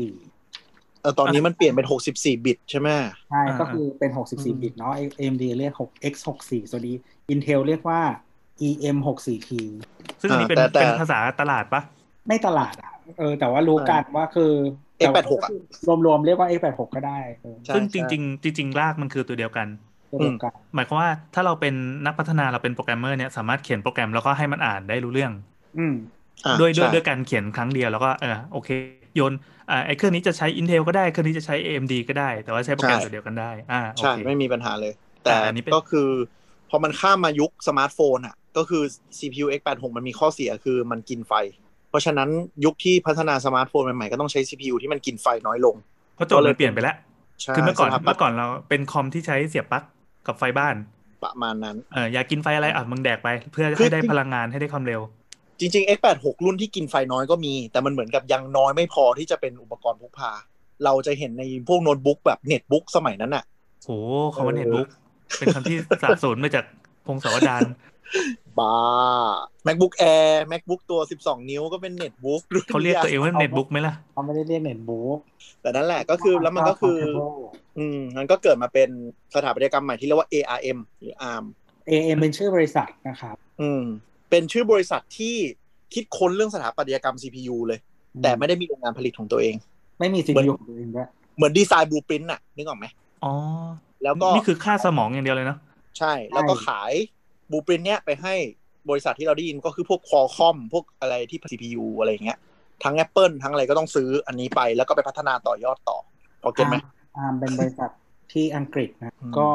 S3: เออตอนนี้มันเปลี่ยนเป็น 64 บิตใช่ไหม
S2: ใช่ ก็คือเป็น 64 บิตเนาะ AMD เรียก6 X64 ส่วนนี้ Intel เรียกว่า EM64T
S4: ซึ่งอันนี้เป็น
S3: แต่แต่
S4: เป็นภาษาตลาดปะ
S2: ไม่ตลาดอ่ะ เออ แต่ว่ารู้กันว่าคือ
S3: X86 อะ
S2: รวมๆ เรียกว่า X86 ก็ได้เออ
S3: ใช่
S4: ซึ่งจ
S3: ใช่
S4: ริงๆจริงๆรากมันคือตัวเดียวกัน
S2: เดียวกัน
S4: หมายความว่าถ้าเราเป็นนักพัฒนาเราเป็นโปรแกรมเมอร์เนี่ยสามารถเขียนโปรแกรมแล้วก็ให้มันอ่านได้รู้เรื่อง
S2: อืม
S3: อ่ะ
S4: ด้วยด้วย
S3: ใช่
S4: ด้วยการเขียนครั้งเดียวแล้วก็เออโอเคโยนอ่าไอเครื่องนี้จะใช้ Intel ก็ได้เครื่องนี้จะใช้ AMD ก็ได้ แต่ว่าใช้โปรแกรมตัวเดียวกันได้อ่าโอ
S3: ใช่
S4: เค
S3: ไม่มีปัญหาเลย แต่
S4: อ่าอันนี้เป็น
S3: ก็คือพอมันข้ามมายุคสมาร์ทโฟนอ่ะ ก็คือ CPU X86 มันมีข้อเสียคือมันกินไฟ เพราะฉะนั้นยุคที่พัฒนาสมาร์ทโฟนใหม่ๆ ก็ต้องใช้ CPU ที่มันกินไฟน้อยลง
S4: เพราะโจทย์มันเปลี่ยนไปแล้ว
S3: ใช่
S4: คือเมื่อก่อน
S3: สถาปั
S4: เมื่อก่อนเราเป็นคอมที่ใช้เสียบปลั๊กกับไฟบ้าน
S3: ประมาณนั้น
S4: เอออยากกินไฟอะไรอ่ะมึงแดกไป เพื่อ
S3: คื
S4: ให้
S3: อ
S4: ได้พลังงานให้ได้ความเร็ว
S3: จริง ๆ X86 รุ่นที่กินไฟน้อยก็มี แต่มันเหมือนกับยังน้อยไม่พอที่จะเป็นอุปกรณ์พกพา เราจะเห็นในพวกโน้ตบุ๊กแบบเน็ตบุ๊กสมัยนั้นอ่ะ
S4: โหคำ
S3: เออ
S4: ว่าเน็ตบุ๊กเป็นคำที่สาบสูญมาจากพงศาวด าร
S3: บ้า MacBook Air MacBook ตัว 12 นิ้วก็เป็นเน็ตบุ๊ก
S4: เขาเรียกตัวเองว่าเน็ตบุ๊กไหมล่ะ
S2: เขาไม่ได้เรียกเน็ตบุ๊ก
S3: แต่นั่นแหละก็คือแล้วมันก็คือ อืมมันก็เกิดมาเป็นสถาปัตยกรรมใหม่ที่เรียกว่า ARM หรือ ARM
S2: AM เป็นชื่อบริษัทนะครับ
S3: อืมเป็นชื่อบริษัทที่คิดค้นเรื่องสถาปัตยกรรม CPU เลย แต่ไม่ได้มีโรงงานผลิตของตัวเอง
S2: ไม่มี CPU ของตัวเองด้วย
S3: เหมือนดีไซน์บลูปรินต์น่ะนึกออกไหม
S4: อ๋อ
S3: แล้วก็
S4: นี่คือค่าสมองอย่างเดียวเลยเนาะ
S3: ใช่แล้วก็ขายบลูปรินต์เนี้ยไปให้บริษัทที่เราได้ยินก็คือพวกคอคอมพวกอะไรที่ CPU อะไรอย่างเงี้ย ทั้ง Apple ทั้งอะไรก็ต้องซื้ออันนี้ไปแล้วก็ไปพัฒนาต่อยอดต่อพอเก็ตไหม
S2: อามเป็นบริษัทที่อังกฤษนะ
S3: อืม
S2: ก็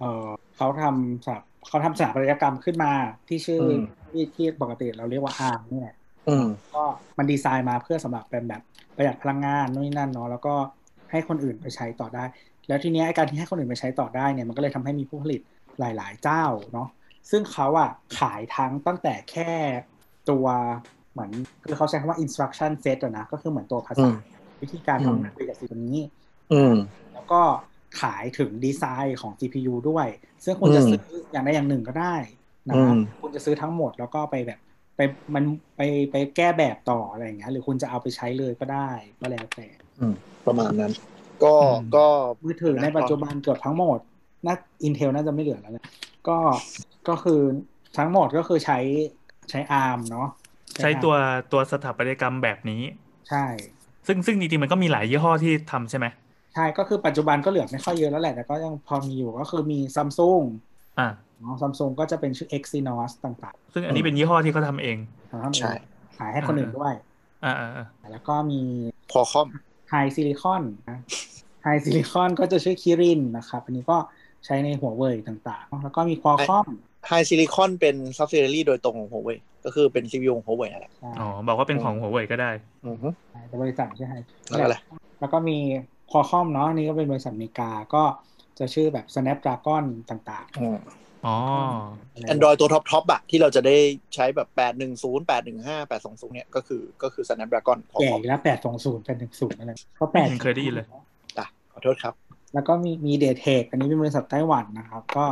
S2: เออเขาทำสถาเขาทำสถาปัตยกรรมขึ้นมาที่ชื่ออ
S3: ม
S2: ที่ที่ปกติเราเรียกว่าอาร์มนี่แหละ
S3: อืม
S2: ก็มันดีไซน์มาเพื่อสำหรับเป็นแบบประหยัดพลังงานนู่นนี่นั่นเนาะแล้วก็ให้คนอื่นไปใช้ต่อได้ แล้วทีเนี้ยไอ้การที่ให้คนอื่นไปใช้ต่อได้เนี่ยมันก็เลยทำให้มีผู้ผลิตหลาย ๆ เจ้าเนาะซึ่งเขาอะขายทั้งตั้งแต่แค่ตัวเหมือนคือเขาใช้คำว่า instruction set อะนะก็คือเหมือนตัวภาษา
S3: อืม
S2: วิธีการ
S3: อืม
S2: ทำงานคุยกับสิ่งตัวนี้
S3: อืม
S2: แล้วก็ขายถึงดีไซน์ของ GPU ด้วย ซึ่งคุณจะ
S3: อืม
S2: ซื้ออย่างใดอย่างหนึ่งก็ได้นะ
S3: อืม
S2: คุณจะซื้อทั้งหมดแล้วก็ไปแบบไปมันไปไปแก้แบบต่ออะไรอย่างเงี้ยหรือคุณจะเอาไปใช้เลยก็ได้ก็แล้วแต่
S3: ประมาณนั้น ก็
S4: อืม
S3: ก็
S2: มือถือในปัจจุบันเกือบทั้งหมดน่า Intel น่าจะไม่เหลือแล้วนะก็ก็คือทั้งหมดก็คือใช้ใช้ ARM เนาะ
S4: ใช้ตัวตัวสถาปัตยกรรมแบบนี้
S2: ใช่
S4: ซึ่งซึ่งจริงๆมันก็มีหลายยี่ห้อที่ทำใช่ไหม
S2: ใช่ก็คือปัจจุบันก็เหลือไม่ค่อยเยอะแล้วแหละ แต่ก็ยังพอมีอยู่ก็คือมี Samsung
S4: อ่า
S2: เนาะ Samsung ก็จะเป็นชื่อ Exynos ต่าง ๆ
S4: ซึ่งอันนี้เป็นยี่ห้อที่เขาทำเอง
S2: ทำทำเอ
S3: ใช่
S2: งขายให้คนอื่นด้วย
S4: อ่าอ่าอ่า
S2: แล้วก็มี
S3: พอคอม
S2: ไฮซิลิคอนนะไฮซิลิคอนก็จะชื่อคิรินนะครับ อันนี้ก็ใช้ในหัวเว่ยต่างๆ แล้วก็มีควอคอม
S3: ไฮซิลิคอนเป็นซับซิเดรีโดยตรงของ Huawei ก็คือเป็น CPU ของ Huawei นั่นแหละ
S4: อ๋อบอกว่าเป็นของหัวเว่ยก็ได้
S3: อือฮึ
S2: แต่บริษัทไม่ใช่ไฮ
S3: แล้วอะไร
S2: แล้วก็มีควอคอมเนาะอันนี่ก็เป็นบริษัทอเมริกาก็จะชื่อแบบ Snapdragon ต่าง
S4: อ๋อ
S2: ๆ
S3: Android ตัวท็อปท็อปอะที่เราจะได้ใช้แบบ 810 815 820 เนี่ย ก็คือก็คือ Snapdragon ของ
S2: แก่
S3: ผม
S2: อีกแล้วแปดสองศูนย์เป็นหนึ่งศูนย์อะไรก็แปด
S4: ไม่เคยได้ยินเลย
S3: ขอโทษครับ
S2: แล้วก็มีมีเดทเทคอันนี้เป็นบริษัทไต้หวันนะครับ ก็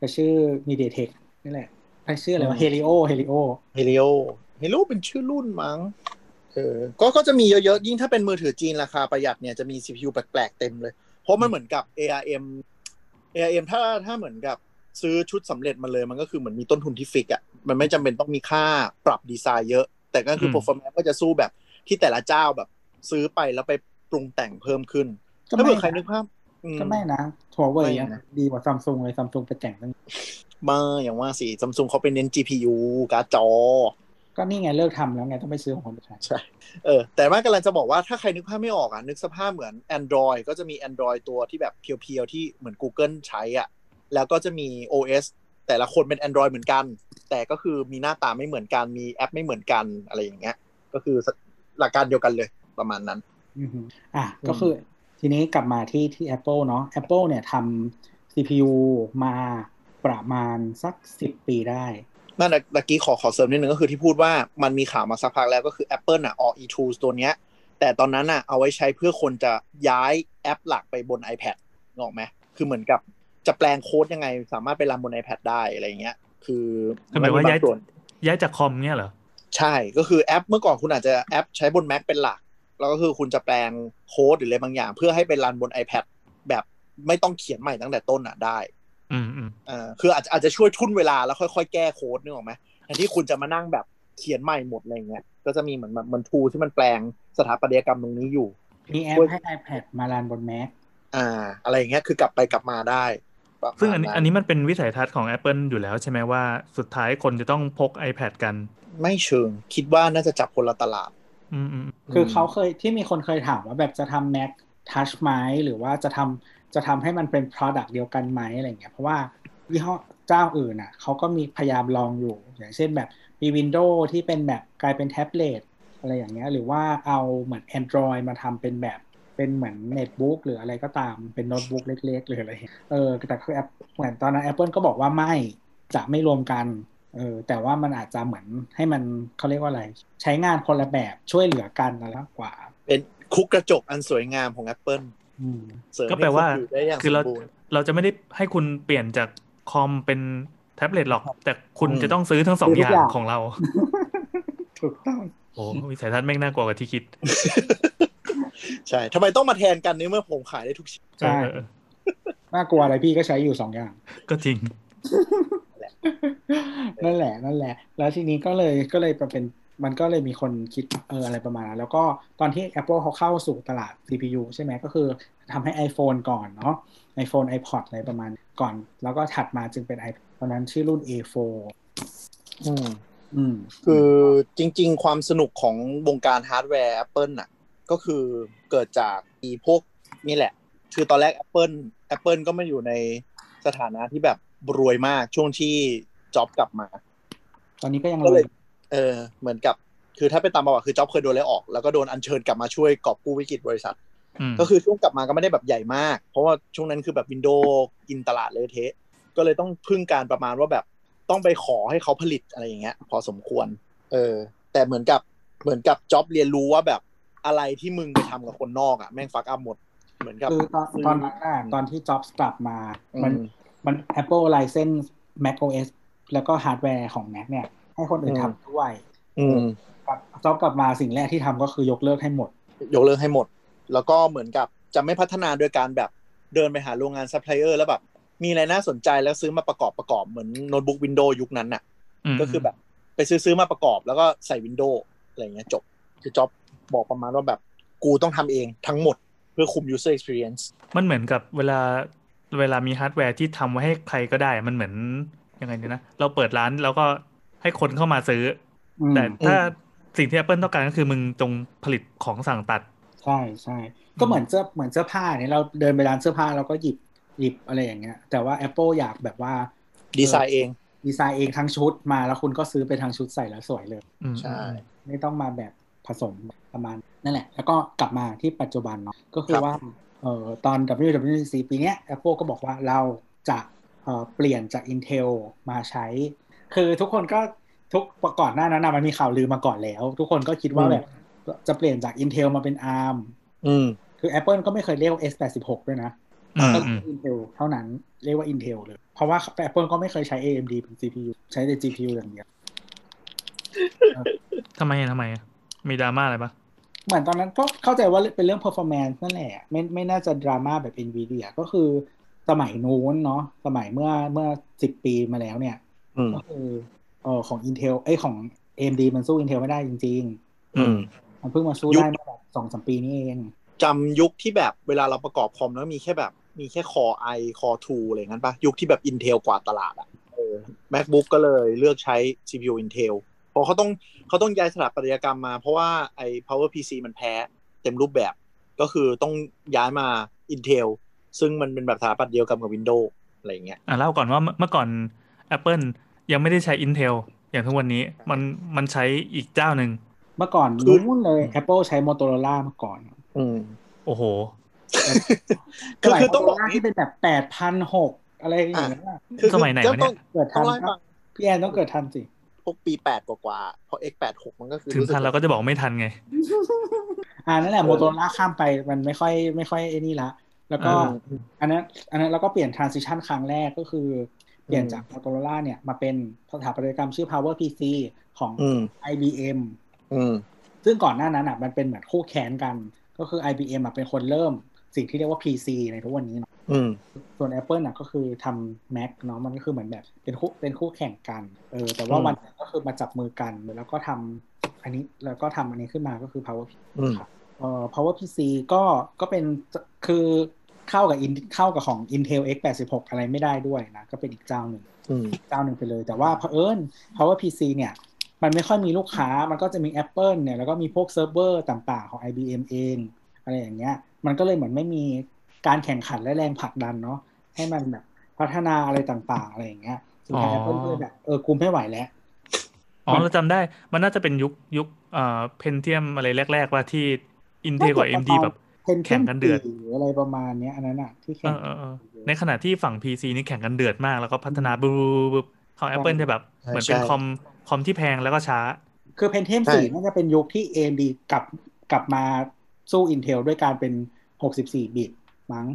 S2: จะชื่อมีเดทเทคนี่แหละไอชื่ออะไร
S3: อื
S2: วะ
S3: ม
S2: เฮลิโอเฮลิโอ
S3: Helio Helio เป็นชื่อรุ่นมั้งเออก็ก็จะมีเยอะๆ ยิ่งถ้าเป็นมือถือจีนราคาประหยัดเนี่ยจะมี CPU แปลกๆ เต็มเลย เพราะมันเหมือนกับ ARM ARM ถ้าถ้าเหมือนกับซื้อชุดสำเร็จมาเลยมันก็คือเหมือนมีต้นทุนที่ฟิกอะมันไม่จำเป็นต้องมีค่าปรับดีไซน์เยอะ แต่ก็คือ
S4: อืม
S3: performance ก็จะสู้แบบที่แต่ละเจ้าแบบซื้อไปแล้วไปปรุงแต่งเพิ่มขึ้น
S2: ก็
S3: ถ้า
S2: ไม่
S3: เผื่อใครนึกภาพอืม
S2: ก็ไม่นะหัวเว่ย
S3: ไม่
S2: ยัง
S3: นะ
S2: ดีกว่าซัมซุงเลยซัมซุงไปแต่งตั้ง
S3: มาอย่างว่าสิซัมซุงเขาเป็นเน้น GPU การ์ดจอ
S2: ก็นี่ไงเลิกทำแล้วไงต้องไปซื้อของคนอื่นใช้
S3: เออแต่ว่ากำลังจะบอกว่าถ้าใครนึกภาพไม่ออกอ่ะนึกสภาพเหมือน Android ก็จะมี Android ตัวที่แบบเพียวๆ ที่เหมือน Google ใช้อ่ะแล้วก็จะมี OS แต่ละคนเป็น Android เหมือนกัน แต่ก็คือมีหน้าตาไม่เหมือนกัน มีแอปไม่เหมือนกันอะไรอย่างเงี้ย ก็คือหลักการเดียวกันเลยประมาณนั้น
S2: อือฮึอ่ะ
S3: อืม
S2: ก็คือ ทีนี้กลับมาที่ที่ Apple เนาะ Apple เนี่ยทำ CPU มาประมาณสักสิบปีได้
S3: นั่นน่ะตะกี้ขอขอเสริมนิดนึงก็คือที่พูดว่ามันมีข่าวมาสักพักแล้วก็คือ Apple อ่ะ All e tools ตัวเนี้ย แต่ตอนนั้นอ่ะเอาไว้ใช้เพื่อคนจะย้ายแอปหลักไปบน iPad งอกไหมคือเหมือนกับจะแปลงโค้ดยังไง สามารถไปรันบน iPad ได้อะไรอย่างเงี้ย คือ
S4: คือหมายว่าย้าย
S3: บงส่วน
S4: ย้ายจากคอมเนี่ยเหรอ
S3: ใช่ ก็คือแอปเมื่อก่อนคุณอาจจะแอปใช้บน Mac เป็นหลัก แล้วก็คือคุณจะแปลงโค้ดหรืออะไรบางอย่าง เพื่อให้ไปรันบน iPad แบบไม่ต้องเขียนใหม่ตั้งแต่ต้นอ่ะได้
S4: อืมอืม
S3: เอ่อคืออาจจะอาจจะช่วยทุ่นเวลาแล้วค่อย ๆ แก้โค้ดนึกออกไหมแทนที่คุณจะมานั่งแบบเขียนใหม่หมดอะไรเงี้ย ก็จะมีเหมือนเหมือนทูที่มันแปลงสถาปัตยกรรมตรงนี้อยู่
S2: มีแอป
S3: โอ้ย
S2: ให้ iPad มารันบน Mac
S3: อ่า อะไรอย่างเงี้ยคือกลับไปกลับมาได้ประมาณ
S4: ซึ่งอันนี้อัน
S3: นี้
S4: นี้มันเป็นวิสัยทัศน์ของ Apple อยู่แล้วใช่ไหมว่าสุดท้ายคนจะต้องพก iPad กัน
S3: ไม่เชิง คิดว่าน่าจะจับคนละตลาด
S4: อืมอืม
S2: คือเขาเคยที่มีคนเคยถามว่าแบบจะทำ Mac Touch ไหมหรือว่าจะทำจะทำให้มันเป็น Product เดียวกันไหมอะไรอย่างเงี้ยเพราะว่ายี่ห้อเจ้าอื่นอ่ะเขาก็มีพยายามลองอยู่ อย่างเช่นแบบมี Windows ที่เป็นแบบกลายเป็นแท็บเล็ตอะไรอย่างเงี้ยหรือว่าเอาเหมือน Android มาทำเป็นแบบเป็นเหมือนเน็ตบุ๊กหรืออะไรก็ตามเป็นโน้ตบุ๊กเล็กๆหรืออะไรอย่างเงี้ยเออแต่คือแอปเหมือนตอนนั้น Apple ก็บอกว่าไม่จะไม่รวมกันเออแต่ว่ามันอาจจะเหมือนให้มันเขาเรียกว่าอะไร ใช้งานคนละแบบช่วยเหลือกันอะไรมากกว่า
S3: เป็นคุกกระจกอันสวยงามของ Apple
S2: อืม
S3: เสริม
S4: ก็แปลว่า
S3: ให้คุณอยู่ได้อย่าง
S4: คือเรา
S3: สมบูรณ์
S4: เราจะไม่ได้ให้คุณเปลี่ยนจากคอมเป็นแท็บเล็ตหรอก แต่คุณ
S3: อืม
S4: จะต้องซื้อทั้งสองอย่างของเรา
S2: ถูกต้อง
S4: โอ้วิสัยทัศน์แม่งน่ากลัวกว่าที่คิด
S3: ใช่ทำไมต้องมาแทนกันในเมื่อผมขายได้ทุกชิ้น
S2: ใช่
S4: เออเออ
S2: น่ากลัวอะไรพี่ก็ใช้อยู่สอง อย่าง
S4: ก็จริง
S2: นั่นแหละนั่นแหละ แล้วทีนี้ก็เลยก็เลยเป็นมันก็เลยมีคนคิดเอออะไรประมาณนั้นแล้วก็ตอนที่ Apple เขาเข้าสู่ตลาด CPU ใช่ไหมก็คือทำให้ iPhone ก่อนเนาะ iPhone iPod อะไรประมาณก่อน แล้วก็ถัดมาจึงเป็น iPad ตอนนั้นชื่อรุ่น A4
S3: อืม
S2: อืม
S3: คือจริง ๆ ความสนุกของวงการฮาร์ดแวร์ Apple น่ะก็คือเกิดจากอีพวกนี่แหละ คือตอนแรก Apple Apple ก็ไม่อยู่ในสถานะที่แบบรวยมากช่วงที่จ็อบกลับมา
S2: ตอนนี้ก็ยัง
S3: ก็
S2: เล
S3: เลย ย เออเหมือนกับคือถ้าเป็นตามประวัติคือจ็อบเคยโดนไล่ออก แล้วก็โดนอัญเชิญกลับมาช่วยกอบกู้วิกฤตบริษัท
S4: อืม
S3: ก็คือช่วงกลับมาก็ไม่ได้แบบใหญ่มาก เพราะว่าช่วงนั้นคือแบบวินโดว์กินตลาดเลยเทะ ก็เลยต้องพึ่งการประมาณว่าแบบต้องไปขอให้เขาผลิตอะไรอย่างเงี้ย พอสมควร เออ แต่เหมือนกับเหมือนกับจ็อบเรียนรู้ว่าแบบอะไรที่มึงไปทำกับคนนอกอ่ะแม่งฟักอัพหมด เหมือนกับ
S2: คือตอนตอนนั้นอะตอนที่จ็อบกลับมา
S3: อืม
S2: มันมัน Apple License Mac OS แล้วก็ฮาร์ดแวร์ของ Mac เนี่ย ให้คนอื่นทำด้วย
S3: อืม
S2: จ็อบกลับมาสิ่งแรกที่ทำก็คือยกเลิกให้หมด
S3: ยกเลิกให้หมด แล้วก็เหมือนกับจะไม่พัฒนาโดยการแบบเดินไปหาโรงงานซัพพลายเออร์แล้วแบบ มีอะไรน่าสนใจแล้วซื้อมาประกอบประกอบเหมือนโน้ตบุ๊กวินโดว์ยุคนั้นน่ะ
S4: ม
S3: ก็คือแบบไปซื้อซื้อมาประกอบแล้วก็ใส่วินโดว์อะไรเงี้ยจบ คือจ็อบบอกประมาณว่าแบบกูต้องทำเองทั้งหมดเพื่อคุม user experience
S4: มันเหมือนกับเวลาเวลามีฮาร์ดแวร์ที่ทำไว้ให้ใครก็ได้ มันเหมือนยังไงเนี่ยนะ เราเปิดร้านแล้วก็ให้คนเข้ามาซื้ออ
S2: อืม
S4: แต่ถ้าสิ่งที่ Apple ต้องการก็คือมึงจงผลิตของสั่งตัด
S2: ใช่ใช่ก็เหมือนเสื้อเหมือนเสื้อผ้าเนี่ยเราเดินไปร้านเสื้อผ้าเราก็หยิบหยิบอะไรอย่างเงี้ย แต่ว่า Apple อยากแบบว่า
S3: ดีไซน์เอง
S2: ดีไซน์เองทั้งชุดมาแล้วคุณก็ซื้อเป็นทั้งชุดใส่แล้วสวยเลย
S4: อืม
S3: ใช่
S2: ไม่ต้องมาแบบผสมประมาณนั่นแหละ แล้วก็กลับมาที่ปัจจุบันเนาะก็คือว่าเอ่อตอน WWDC ปีเนี้ย Apple ก็บอกว่าเราจะเอ่อเปลี่ยนจาก Intel มาใช้ คือทุกคนก็ทุกก่อนหน้านั้นนะมันมีข่าวลือมาก่อนแล้ว ทุกคนก็คิดว่าแบบจะเปลี่ยนจาก Intel มาเป็น ARM
S3: อืม
S2: คือ Apple ก็ไม่เคยเรียกว่า S86 ด้วยนะ
S4: อืม
S2: ก็
S4: อื
S2: คืออ
S4: ม
S2: Intel เท่านั้นเรียกว่า Intel เลย เพราะว่า Apple ก็ไม่เคยใช้ AMD เป็น CPU ใช้แต่ GPU อย่างเดียว
S4: ทำไมอะทำไมอะมีดราม่าอะไรปะ
S2: เหมือนตอนนั้นก็เข้าใจว่าเป็นเรื่อง performance นั่นแหละ ไม่ไม่น่าจะดราม่าแบบ NVIDIA ก็คือสมัยนู้นเนาะสมัยเมื่อเมื่อ 10 ปีมาแล้วเนี่ย
S3: อืม
S2: ก็คือเออของ Intel เอ้ยของ AMD มันสู้ Intel ไม่ได้จริง
S3: อืม
S2: ๆ มันเพิ่งมาสู้
S3: ยุค
S2: ได้เมื่อแบบสองสมปีนี้เอง
S3: จำยุคที่แบบเวลาเราประกอบคอมแล้วมีแค่แบบมีแค่คอ i คอ o อะไรอย่างนั้นปะยุคที่แบบ Intel กว่าดตลาดอะเออ MacBook ก็เลยเลือกใช้ CPU Intel เพราะเขาต้องเขาต้องย้ายสถาปัตยกรรมมา เพราะว่าไอ้ Power PC มันแพ้เต็มรูปแบบก็คือต้องย้ายมา Intel ซึ่งมันเป็นแบบสถาปัตย์เดียวกันกับ Windows อะไรอย่างเงี้ย
S4: อ่ะเล่าก่อนว่าเมื่อเมื่อก่อน Apple ยังไม่ได้ใช้ Intel อย่างทุกวันนี้มันมันใช้อีกเจ้าหนึ่ง
S2: เมื่อก่อน
S3: คือ
S2: นู้นเลย Apple ใช้ Motorola มาก่อน
S3: อืม
S4: โอ้โห
S3: คือ
S2: หลาย
S3: คือต้องบอก
S2: Motorola ที่เป็นแบบ8,006อะไรอย่างเงี้ย
S3: คือ
S4: สมัยไหนวะ
S3: ต้
S4: เนี่ย
S3: อง
S2: เกิดทั
S3: ต้อน งไล่
S2: ปะ
S3: ฟัง
S2: พี่แอนต้องเกิดทันสิ
S3: พวกปี 8 กว่าๆเพราะ X86 มันก็คือ
S4: ถึง
S3: รู้สึ
S4: ทันเราก็จะบอกไม่ทันไง
S2: อ่านั่นแหละโมโตล่าข้ามไปมันไม่ค่อยไม่ค่อยไอ้นี่ละ แล้วก็
S4: อ่า
S2: อันนั้นอันนั้นเราก็เปลี่ยน transition ครั้งแรกก็คือ เปลี่ยนจากโมโตล่าเนี่ยมาเป็นสถาปัตยกรรมชื่อ power pc ของ
S3: อืม
S2: ibm
S3: อืม
S2: ซึ่งก่อนหน้านั้นอ่ะมันเป็นเหมือนคู่แข่งกัน ก็คือ ibm อ่ะเป็นคนเริ่มสิ่งที่เรียกว่า pc ในทุกวันนี้เนาะ
S3: อืม
S2: ส่วน Apple อ่ะก็คือทำ Mac เนาะมันก็คือเหมือนแบบเป็นคู่เป็นคู่แข่งกันเออแต่ว่า
S3: อืม
S2: วันหนึ่งก็คือมาจับมือกันแล้วก็ทำอันนี้แล้วก็ทำอันนี้ขึ้นมาก็คือ power pc
S3: อืม
S2: เอ่อ Power PC ก็ก็เป็นคือเข้ากับ In- เข้ากับของ Intel X86 อะไรไม่ได้ด้วยนะ ก็เป็นอีกเจ้าหนึ่ง
S3: อืม
S2: เจ้าหนึ่งไปเลย แต่ว่าเผอิญ Power PC เนี่ย มันไม่ค่อยมีลูกค้ามันก็จะมี Apple เนี่ย แล้วก็มีพวกเซิร์ฟเวอร์ต่างๆ ของ IBM เอง อะไรอย่างเงี้ย มันก็เลยเหมือนไม่มีการแข่งขันและแรงผลักดันเนาะให้มันแบบพัฒนาอะไรต่างๆ อะไรอย่างเงี้ยสุดท้าย
S4: อ๋อ
S2: Apple ก็เลยแบบเออกูไม่ไหวแล้ว
S4: อ๋อเราจำได้มันน่าจะเป็นยุคยุคเอ่อเพนเทียมอะไรแรก ๆ ว่าที่ Intel กับ AMD แบบ
S2: Pentium
S4: แข่งกันเดือด
S2: 4หรืออะไรประมาณเนี้ยอันนั้นอะที่
S4: เอ
S2: แข่ง
S4: อเออเออในขณะที่ฝั่ง PC นี่แข่งกันเดือดมาก แล้วก็พัฒนาบูบของ Apple จะแบบเหมือนเป็น
S3: ใช่
S4: คอมคอมที่แพงแล้วก็ช้า
S2: คือเพนเทม
S3: ใช่
S2: สี่น่าจะเป็นยุคที่ AMD กลับกลับมาสู้ Intel ด้วยการเป็น 64 บิตมั้ง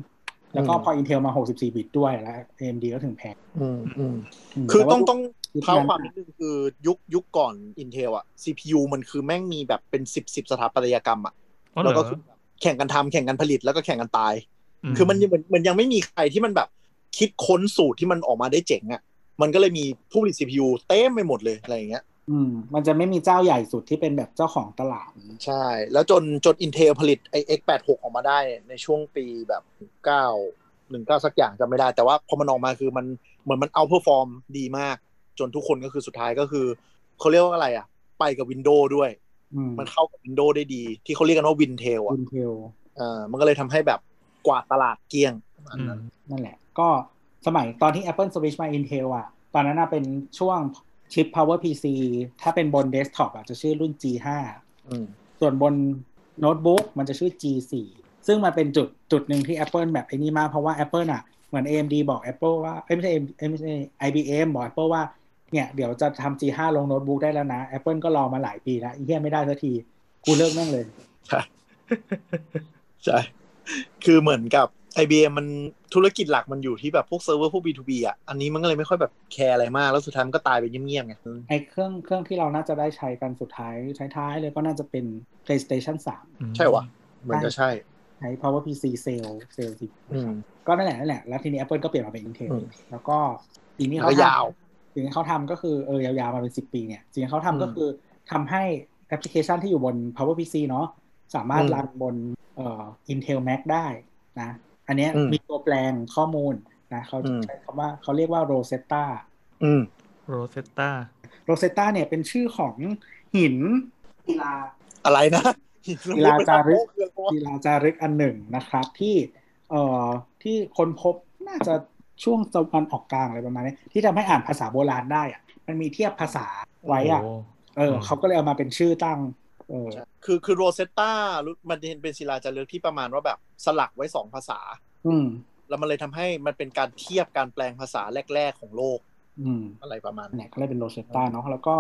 S2: แล้วก็พอ Intel มา 64 บิตด้วยแล้ว AMD ก็ถึงแพง
S3: อืมอืม
S2: ม
S3: คือต้อง
S2: แว่า
S3: ต้อง
S2: ยุค
S3: เท้า
S2: นั้น
S3: ความนิดนึงคือยุคยุคก่อน Intel อะ CPU มันคือแม่งมีแบบเป็นสิบสิบสถาปัตยกรรมอะ
S4: อ๋อเหร
S3: แล้ว
S4: อ
S3: ก็คือแบบแข่งกันทำแข่งกันผลิตแล้วก็แข่งกันตาย
S4: ม
S3: คือมันยังเหมือนเหมันยังไม่มีใครที่มันแบบคิดค้นสูตรที่มันออกมาได้เจ๋งอะมันก็เลยมีผู้ผลิต CPU เต็มไปหมดเลยอะไรอย่างเงี้ย
S2: อืมมันจะไม่มีเจ้าใหญ่สุดที่เป็นแบบเจ้าของตลาด
S3: ใช่ แล้วจนจน Intel ผลิตไอ้ X86 ออกมาได้ในช่วงปีแบบ9 19สักอย่างจำไม่ได้ แต่ว่าพอมันออกมาคือมันเหมือนมันเอาเพอร์ฟอร์มดีมาก จนทุกคนก็คือสุดท้ายก็คือ เขาเรียกว่าอะไรอ่ะ ไปกับ Windows ด้วย
S2: อืม
S3: มันเข้ากับ Windows ได้ดี ที่เขาเรียกกันว่า Wintel อ่ะ
S2: วินเทล
S3: เออมันก็เลยทำให้แบบกวาดตลาดเกลี้ยงประมาณ
S4: อื
S3: นั้น
S4: ม
S2: นั่นแหละ ก็สมัยตอนที่ Apple Switch มา Intel อ่ะ ตอนนั้นน่ะเป็นช่วงชิป Power PC ถ้าเป็นบนเดสก์ท็อปอ่ะจะชื่อรุ่น G5
S3: อืม
S2: ส่วนบนโน้ตบุ๊กมันจะชื่อ G4 ซึ่งมันเป็นจุดจุดหนึ่งที่ Apple แบบไอ้นี่มาก เพราะว่า Apple อ่ะ เหมือน AMD บอก Apple ว่าเอ้ยไม่ใช่ AMD ไม่ใช่ IBM บอก Apple ว่า เนี่ย เดี๋ยวจะทำ G5 ลงโน้ตบุ๊กได้แล้วนะ Apple ก็รอมาหลายปีแล้วไอ้เหี้ยไม่ได้สักที กูเลิกแม่งเลย
S3: ใช่ ใช่ คือเหมือนกับ IBM มันธุรกิจหลักมันอยู่ที่แบบพวกเซิร์ฟเวอร์พวก B2B อ่ะ อันนี้มันก็เลยไม่ค่อยแบบแคร์อะไรมาก แล้วสุดท้ายมันก็ตายไปเงียบๆไงอืม
S2: ไอ้เครื่องเครื่องที่เราน่าจะได้ใช้กันสุดท้ายท้ายๆเลยก็น่าจะเป็น PlayStation 3
S3: ใช่วะเหมือนจะใช่
S2: ใช้ Power PC Cell Cell สิ
S3: อืม
S2: ก็นั่นแหละนั่นแหละ แล้วทีนี้ Apple ก็เปลี่ยนมาเป็น Intel
S3: อืม
S2: แล้วก็สิ่งที่
S3: แล้
S2: เขา
S3: วก็
S2: ท
S3: ยาว
S2: ำสิ่งที่เขาทำก็คือเออยาวๆมาเป็นสิบปีเนี่ยสิ่งที่เขาทำก็
S3: อืม
S2: คือทำให้แอปพลิเคชันที่อยู่บน Power PC เนาะสามารถ
S3: อืม
S2: รันบนเอ่อ Intel Mac ได้นะ อันเนี้ย
S3: อืม
S2: มีตัวแปลงข้อมูลนะเขา
S3: อืม
S2: ใช้คำว่าเขาเรียกว่า Rosetta
S3: อืม
S4: โรเซตต้า
S2: Rosetta เนี่ยเป็นชื่อของหินศิลา
S3: อะไรนะ
S2: กีฬาจารึก
S3: เรื่องพว
S2: กีฬาจารึกอันหนึ่งนะครับ ที่เอ่อที่คนพบน่าจะช่วงตะวันออกกลางอะไรประมาณนี้ ที่ทำให้อ่านภาษาโบราณได้อะมันมีเทียบภาษาไว้อะ
S4: โอ้โห
S2: เออ
S4: อืม
S2: เขาก็เลยเอามาเป็นชื่อตั้ง เออ
S3: คือคือโรเซตตามันเป็นศิลาจารึกที่ประมาณว่าแบบสลักไว้สองภาษา
S2: อืม
S3: แล้วมันเลยทำให้มันเป็นการเทียบการแปลงภาษาแรก ๆ ของโลก
S2: อืม
S3: อะไรประมาณ
S2: นั่นแห
S3: นี้
S2: ละก็เลยเป็นโรเซตตาเนาะแล้วก็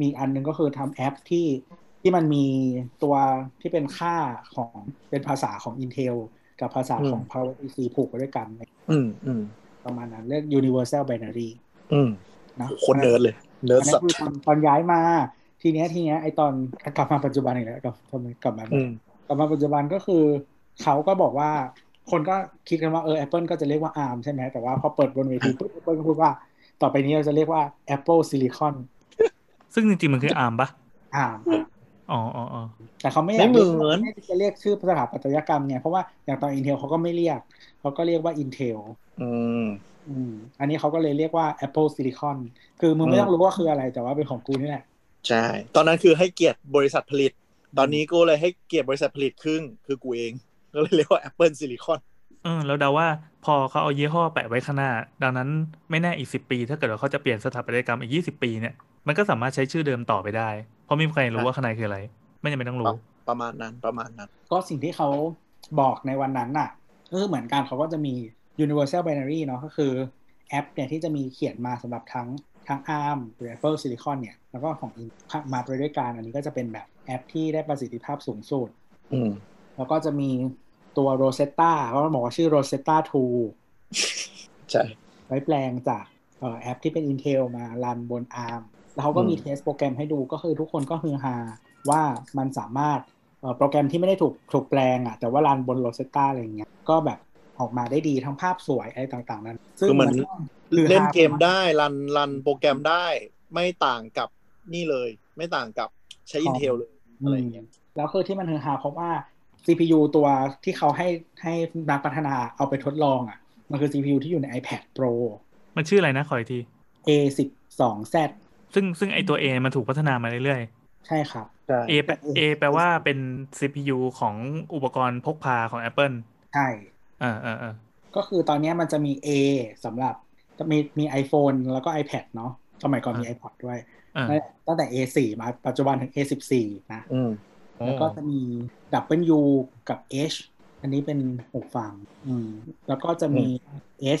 S2: มีอันหนึงก็คือทำแอปที่ที่มันมีตัวที่เป็นค่าของเป็นภาษาของ Intel กับภาษาของ Power PC ผูกไปด้วยกัน
S3: อืมอืม
S2: ประมาณนั้นเรียก Universal Binary
S3: อืม
S2: เนาะ
S3: คนเนิร์ดเลย เนิร์ด
S2: อันนั้
S3: สั
S2: น
S3: ต
S2: คือตอนตอนย้ายมาทีเนี้ยทีเนี้ยไอตอนกลับมาปัจจุบันอีกแล้วกลับทำไมกลับมา
S3: อืม
S2: กลับมาปัจจุบันก็คือ เขาก็บอกว่า คนก็คิดกันว่าเออ Apple ก็จะเรียกว่า ARM ใช่ไหมแต่ว่าพอเปิดบนเวทีปุ๊บ Apple ก็พูดว่า ต่อไปนี้เราจะเรียกว่า Apple Silicon
S4: ซึ่งจริงๆมันคืออาร์มปะ
S2: ARM
S4: อ๋ออ๋ออ๋อ
S2: แต่เขาไม่ยาก
S3: ไม่เหมือน
S2: ไม่ได้จะเรียกชื่อสถาปัตยกรรมเนี่ยเพราะว่าอย่างตอน Intel เขาก็ไม่เรียก เขาก็เรียกว่า Intel
S3: อืม
S2: อืมอันนี้เขาก็เลยเรียกว่า Apple Silicon คือมึงไม่ต้องรู้ว่าคืออะไรแต่ว่าเป็นของกูนี่แหละ
S3: ใช่ ตอนนั้นคือให้เกียรติบริษัทผลิต ตอนนี้กูเลยให้เกียรติบริษัทผลิตครึ่ง คือกูเองก็เลยเรียกว่า Apple Silicon
S4: เออแล้วเดาว่าพอเขาเอายี่ห้อแปะไว้ข้างหน้า ดังนั้นไม่แน่อีกสิปี ถ้าเกิดว่าเขาจะเปลี่ยนสถาปัตยกรรมอีกยี่สิบปีเนี่ยมันก็สามารถใช้ชื่อเดิมต่อไปได้ เพราะไม่มีใครรู้ว่าข้างในคืออะไร ไม่จำเป็นต้องรู้
S3: ประมาณนั้นประมาณนั้น
S2: ก็สิ่งที่เขาบอกในวันนั้นน่ะก็คือเหมือนกันเขาก็จะมี universal binary เนาะก็คือแอปเนี่ยที่จะมีเขียนมาสำหรับทั้งทั้ง ARM หรือ Apple Silicon เนี่ย แล้วก็ของ Intel มาไปด้วยกันอันนี้ก็จะเป็นแบบแอปที่ได้ประสิทธิภาพสูงสุด
S3: อืม
S2: แล้วก็จะมีตัว Rosetta เขาก็บอกว่าชื่อ Rosetta 2
S3: ใช่
S2: ไว้แปลงจากเอ่อแอปที่เป็น Intel มารันบน ARM แล้วเขาก็มี
S3: อืม
S2: เทสโปรแกรมให้ดูก็คือทุกคนก็ฮือฮาว่ามันสามารถเอ่อโปรแกรมที่ไม่ได้ถูกถูกแปลงอ่ะแต่ว่ารันบน Rosetta อะไรอย่างเงี้ยก็แบบออกมาได้ดีทั้งภาพสวยอะไรต่างๆ นั้น ซึ่ง
S3: คือเหมือน
S2: ก็ฮือฮา
S3: เล่นเกมได้รันรันโปรแกรมได้ไม่ต่างกับนี่เลย ไม่ต่างกับใช้ Intel เลย
S2: อื
S3: อะไรอ
S2: ม
S3: ย่างเงี้ย
S2: แล้วคือที่มันฮือฮาเพราะว่า CPU ตัวที่เขาให้ให้นักพัฒนาเอาไปทดลองอ่ะมันคือ CPU ที่อยู่ใน iPad Pro
S4: มันชื่ออะไรนะขออีกที
S2: A12Z
S4: ซึ่งซึ่งไอตัว A มันถูกพัฒนามาเรื่อย
S2: ใช่ครับ
S3: ใช่
S4: ๆ A แปล A แปลว่าเป็น CPU ของอุปกรณ์พกพาของ Apple
S2: ใช่
S4: อ่าอ่าอ่า
S2: ก็คือตอนเนี้ยมันจะมี A สำหรับมีมี iPhone แล้วก็ iPad เนาะสมัยก่อนมี iPod ด้วย
S4: อ่า
S2: นั่นแหละตั้งแต่ A4 มาปัจจุบันถึง A14 นะ
S3: อืม
S2: แล้วก็จะมี W กับ H อันนี้เป็นหูฟังอืมแล้วก็จะมี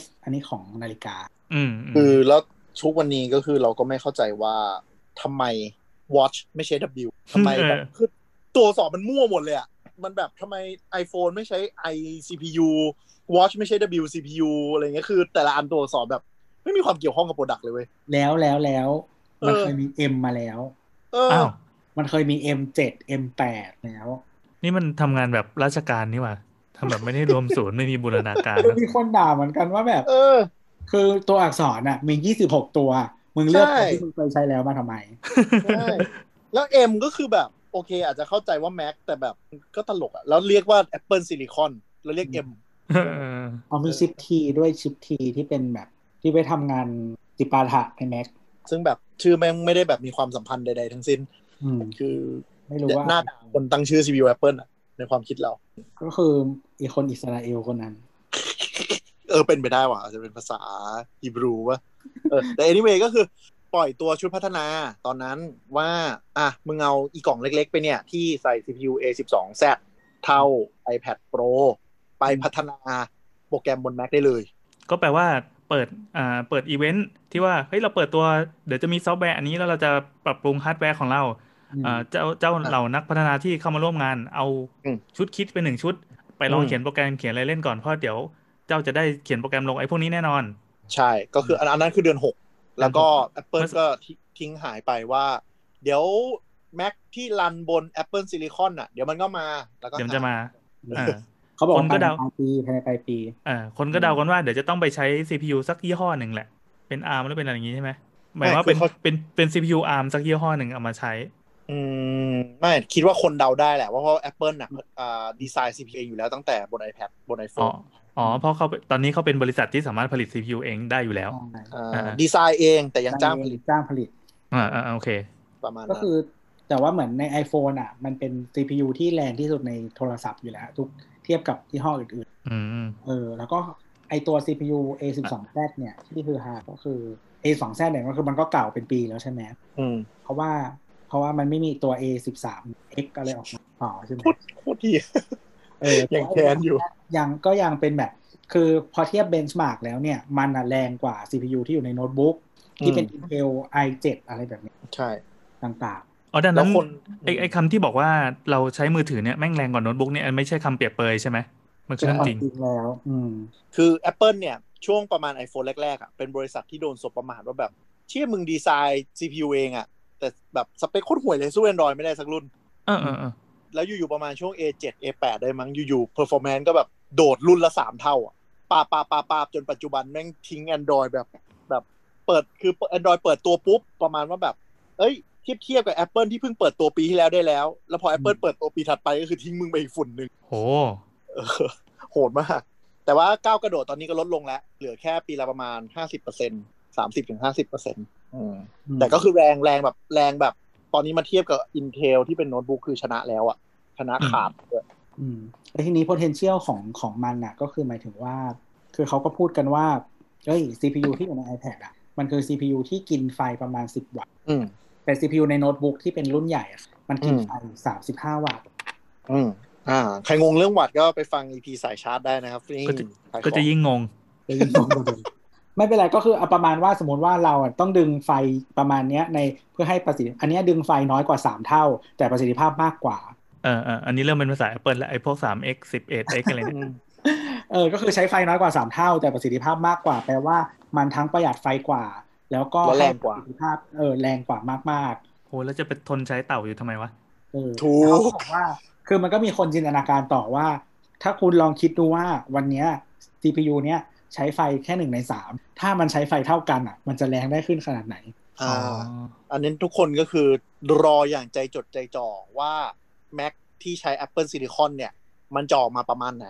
S2: S อันนี้ของนาฬิกา
S4: อืมอืม
S3: คือแล้วทุกวันนี้ก็คือเราก็ไม่เข้าใจว่าทำไม watch ไม่ใช้ W ทำไมแบบคือตัวสอบมันมั่วหมดเลยอ่ะ มันแบบทำไม iPhone ไม่ใช้ i CPU watch ไม่ใช้ W CPU อะไรเงี้ยคือ แต่ละอันตัวสอบแบบ ไม่มีความเกี่ยวข้องกับโปรดักต์เลยเว้ย
S2: แล้วแล้วแล้วมัน
S3: เออ
S2: เคยมี M มาแล้ว
S3: เออ
S4: อ้าว
S2: มันเคยมี M7 M8 แล้ว
S4: นี่มันทำงานแบบราชการนี่หว่าทำแบบไม่ได้รวมศูนย์ไม่มีบูรณาการนะ
S2: มีคนด่าเหมือนกันว่าแบบ
S3: เออ
S2: คือตัวอักษรอ่ะมี 26 ตัว มึงเลือก
S3: ใช่
S2: ตัวที่มึงเคยใช้แล้วมาทำไม
S3: ใช่แล้ว M ก็คือแบบโอเค อาจจะเข้าใจว่า Mac แต่แบบก็ตลกอ่ะ แล้วเรียกว่า Apple Silicon แล้วเรียก M
S4: เออ
S2: อ๋อมีชิปทีด้วยชิปทีที่เป็นแบบที่ไปทำงานจิปาถะในแม็ก
S3: ซึ่งแบบชื่อแม่งไม่ได้แบบมีความสัมพันธ์ใด ๆ ทั้งสิ้น
S2: อืม
S3: คือ
S2: ไม่รู้ว่า
S3: หน้าด่าคนตั้งชื่อ CPU Apple อะในความคิดเรา
S2: ก็คืออีกคนอิสราเอลคนนั้น
S3: เออเป็นไปได้ว่ะอาจจะเป็นภาษาฮีบรูวะเออแต่ anyway ก็คือปล่อยตัวชุดพัฒนาตอนนั้นว่า อ่ะ มึงเอาอีกล่องเล็กๆ ไปเนี่ย ที่ใส่ CPU A12Z เท่า iPad Pro ไปพัฒนาโปรแกรมบน Mac ได้เลย
S4: ก็แปลว่าเปิดอ่าเปิดอีเวนท์ที่ว่าเฮ้ยเราเปิดตัวเดี๋ยวจะมีซอฟต์แวร์อันนี้แล้วเราจะปรับปรุงฮาร์ดแวร์ของเราอ่าเจ้าเจ้าเหล่านักพัฒนาที่เข้ามาร่วมงานเอา
S3: อืม
S4: ชุดคิดเป็นหนึ่งชุด ไปลอง
S3: อืม
S4: เขียนโปรแกรมเขียนอะไรเล่นก่อนเพราะเดี๋ยวเจ้าจะได้เขียนโปรแกรมลงไอ้พวกนี้แน่นอน
S3: ใช่ ก็คืออันอันนั้นคือเดือน 6 แล้วก็ Apple
S4: มัน
S3: ก็ทิ้งทิ้งหายไปว่า เดี๋ยว Mac ที่รันบน Apple Silicon อ่ะ เดี๋ยวมันก็มา แล้วก็
S4: เดี๋ยวมันจะมาอ่า
S2: เขาบอก
S4: คน
S2: ว่าภายใน
S4: ก็เดา
S2: ปลายปีภายในปลายปี
S4: อ่าคนก็เดากันว่าเดี๋ยวจะต้องไปใช้ CPU สักยี่ห้อหนึ่งแหละ เป็น ARM หรือเป็นอะไรอย่างงี้ใช่ไหมหมายว่าเป็นเป็นเป็น CPU ARM สักยี่ห้อหนึ่งเอามาใช้
S3: อืมไม่คิดว่าคนเดาได้แหละว่าเพราะ Apple น่ะอ่าดีไซน์ CPU อยู่แล้วตั้งแต่บน iPad บน
S4: อ๋อ
S3: iPhone
S4: อ๋อ เพราะเขาเป็นตอนนี้เขาเป็นบริษัทที่สามารถผลิต CPU เองได้อยู่แล้ว
S3: อ่า
S4: อ่า
S3: ดีไซน์เองแต่ยังจ้างผลิต
S2: จ้างผลิต
S4: อ่าอ่าโอเค
S3: ประมาณ
S2: ก็
S3: นั้น
S2: คือแต่ว่าเหมือนใน iPhone อ่ะ มันเป็น CPU ที่แรงที่สุดในโทรศัพท์อยู่แล้ว ทุกเทียบกับยี่ห้ออื่น
S4: อืม
S2: ๆ เออ แล้วก็ไอตัว CPU A12Z เนี่ยที่คือฮาก็คือ A12Z เนี่ยก็คือมันก็เก่าเป็นปีแล้วใช่ไหม
S3: อืม
S2: เพราะว่าเพราะว่ามันไม่มีตัว A13X อะไรออกมาต่อใช่ไหม
S3: โคตรโคตรดี
S2: เออ
S3: ยังแค้นอยู่
S2: ยังก็ยังเป็นแบบ คือพอเทียบเบนช์มาร์กแล้วเนี่ย มันอะแรงกว่า CPU ที่อยู่ในโน้ตบุ๊กที่เป็น Intel i7 อะไรแบบเนี้ย
S3: ใช่
S2: ต่าง
S4: อ๋อดัง
S3: แล้
S4: นั้
S3: วน คน
S4: ไอไอคำที่บอกว่าเราใช้มือถือเนี่ยแม่งแรงกว่าโน้ตบุ๊กเนี่ยอันไม่ใช่คำเปรียบเปรยใช่ไหมมัน
S2: ๆ
S4: คือเรื่อง
S2: ความ
S4: จริง
S2: จริงแล้ว อืม
S3: คือ Apple เนี่ย ช่วงประมาณ iPhone แรกๆอ่ะเป็นบริษัทที่โดนสบประมาทว่าแบบ เชี่ยมึงดีไซน์ CPU เองอ่ะ แต่แบบสเปคโคตรห่วยเลยสู้ Android ไม่ได้สักรุ่น
S4: เออเออเออ
S3: แล้วอยู่ๆประมาณช่วง A7 A8 ได้มั้งอยู่ๆ performance ก็แบบโดดรุ่นละ 3 เท่าอะปาบปาบปาบปาบจนปัจจุบันแม่งทิ้ง Android แบบแบบเปิดคือ Android เปิดตัวปุ๊บ ประมาณว่าแบบ เอ้ยเทียบเทียบกับ Apple ที่เพิ่งเปิดตัวปีที่แล้วได้แล้ว แล้วพอ Apple
S2: อืม
S3: เปิดตัวปีถัดไปก็คือทิ้งมึงไปอีกฝุ่นหนึ่ง
S4: โห
S3: เออ โหดมาก แต่ว่าก้าวกระโดดตอนนี้ก็ลดลงแล้ว เหลือแค่ปีละประมาณ 50% 30ถึง50%อืมแต่ก็คือแรงแรงแบบแรงแบบ ตอนนี้มาเทียบกับ Intel ที่เป็นโน้ตบุ๊กคือชนะแล้วอะชนะขาดเลย
S2: อืมแล้วทีนี้ potential ของของมันน่ะ ก็คือหมายถึงว่า คือเขาก็พูดกันว่า เอ้ย CPU ที่อยู่ใน iPad อ่ะ มันคือ CPU ที่กินไฟประมาณ 10 วัตต์
S3: อืม
S2: แต่ CPU ในโน้ตบุ๊กที่เป็นรุ่นใหญ่อะมันกิน
S3: อืม
S2: ไฟ 35 วัตต์
S3: อืมอ่า ใครงงเรื่องวัดก็ไปฟัง EP สายชาร์จได้นะครับนี่
S4: ก็จะ
S3: ขายของ
S4: ก็จะยิ่งงง
S2: ได้ยินต รงประเด็นไม่เป็นไรก็คือเอาประมาณว่าสมมติว่าเราอ่ะต้องดึงไฟประมาณเนี้ยในเพื่อให้ประสิทธิอันเนี้ยดึงไฟน้อยกว่าสามเท่า แต่ประสิทธิภาพมากก ว่า
S4: เออเอออันนี้เริ่มเป็นภาษา Apple แล้วไอพวก 3x 11x อะไร
S3: อื
S4: เนี่ย
S3: ม
S2: เออก็คือใช้ไฟน้อยกว่าสามเท่า แต่ประสิทธิภาพมากกว่า แปลว่ามันทั้งประหยัดไฟกว่า แล้วก็
S3: และแรงกว่า
S2: ให้ประสิทธิภาพเออแรงกว่ามาก
S4: โหแล้วจะไปทนใช้เต่าอยู่ทำไมวะ
S2: ๆเออ
S3: ถูก
S2: แล้วเขาบอกว่า คือมันก็มีคนจินตนาการต่อว่า ถ้าคุณลองคิดดูว่าวันเนี้ย CPU เนี้ยใช้ไฟแค่หนึ่งในสามถ้ามันใช้ไฟเท่ากันอ่ะ มันจะแรงได้ขึ้นขนาดไหน
S3: อ่า อันนี้ทุกคนก็คือรออย่างใจจดใจจ่อว่า Mac ที่ใช้ Apple Silicon เนี่ย มันจะออกมาประมาณไหน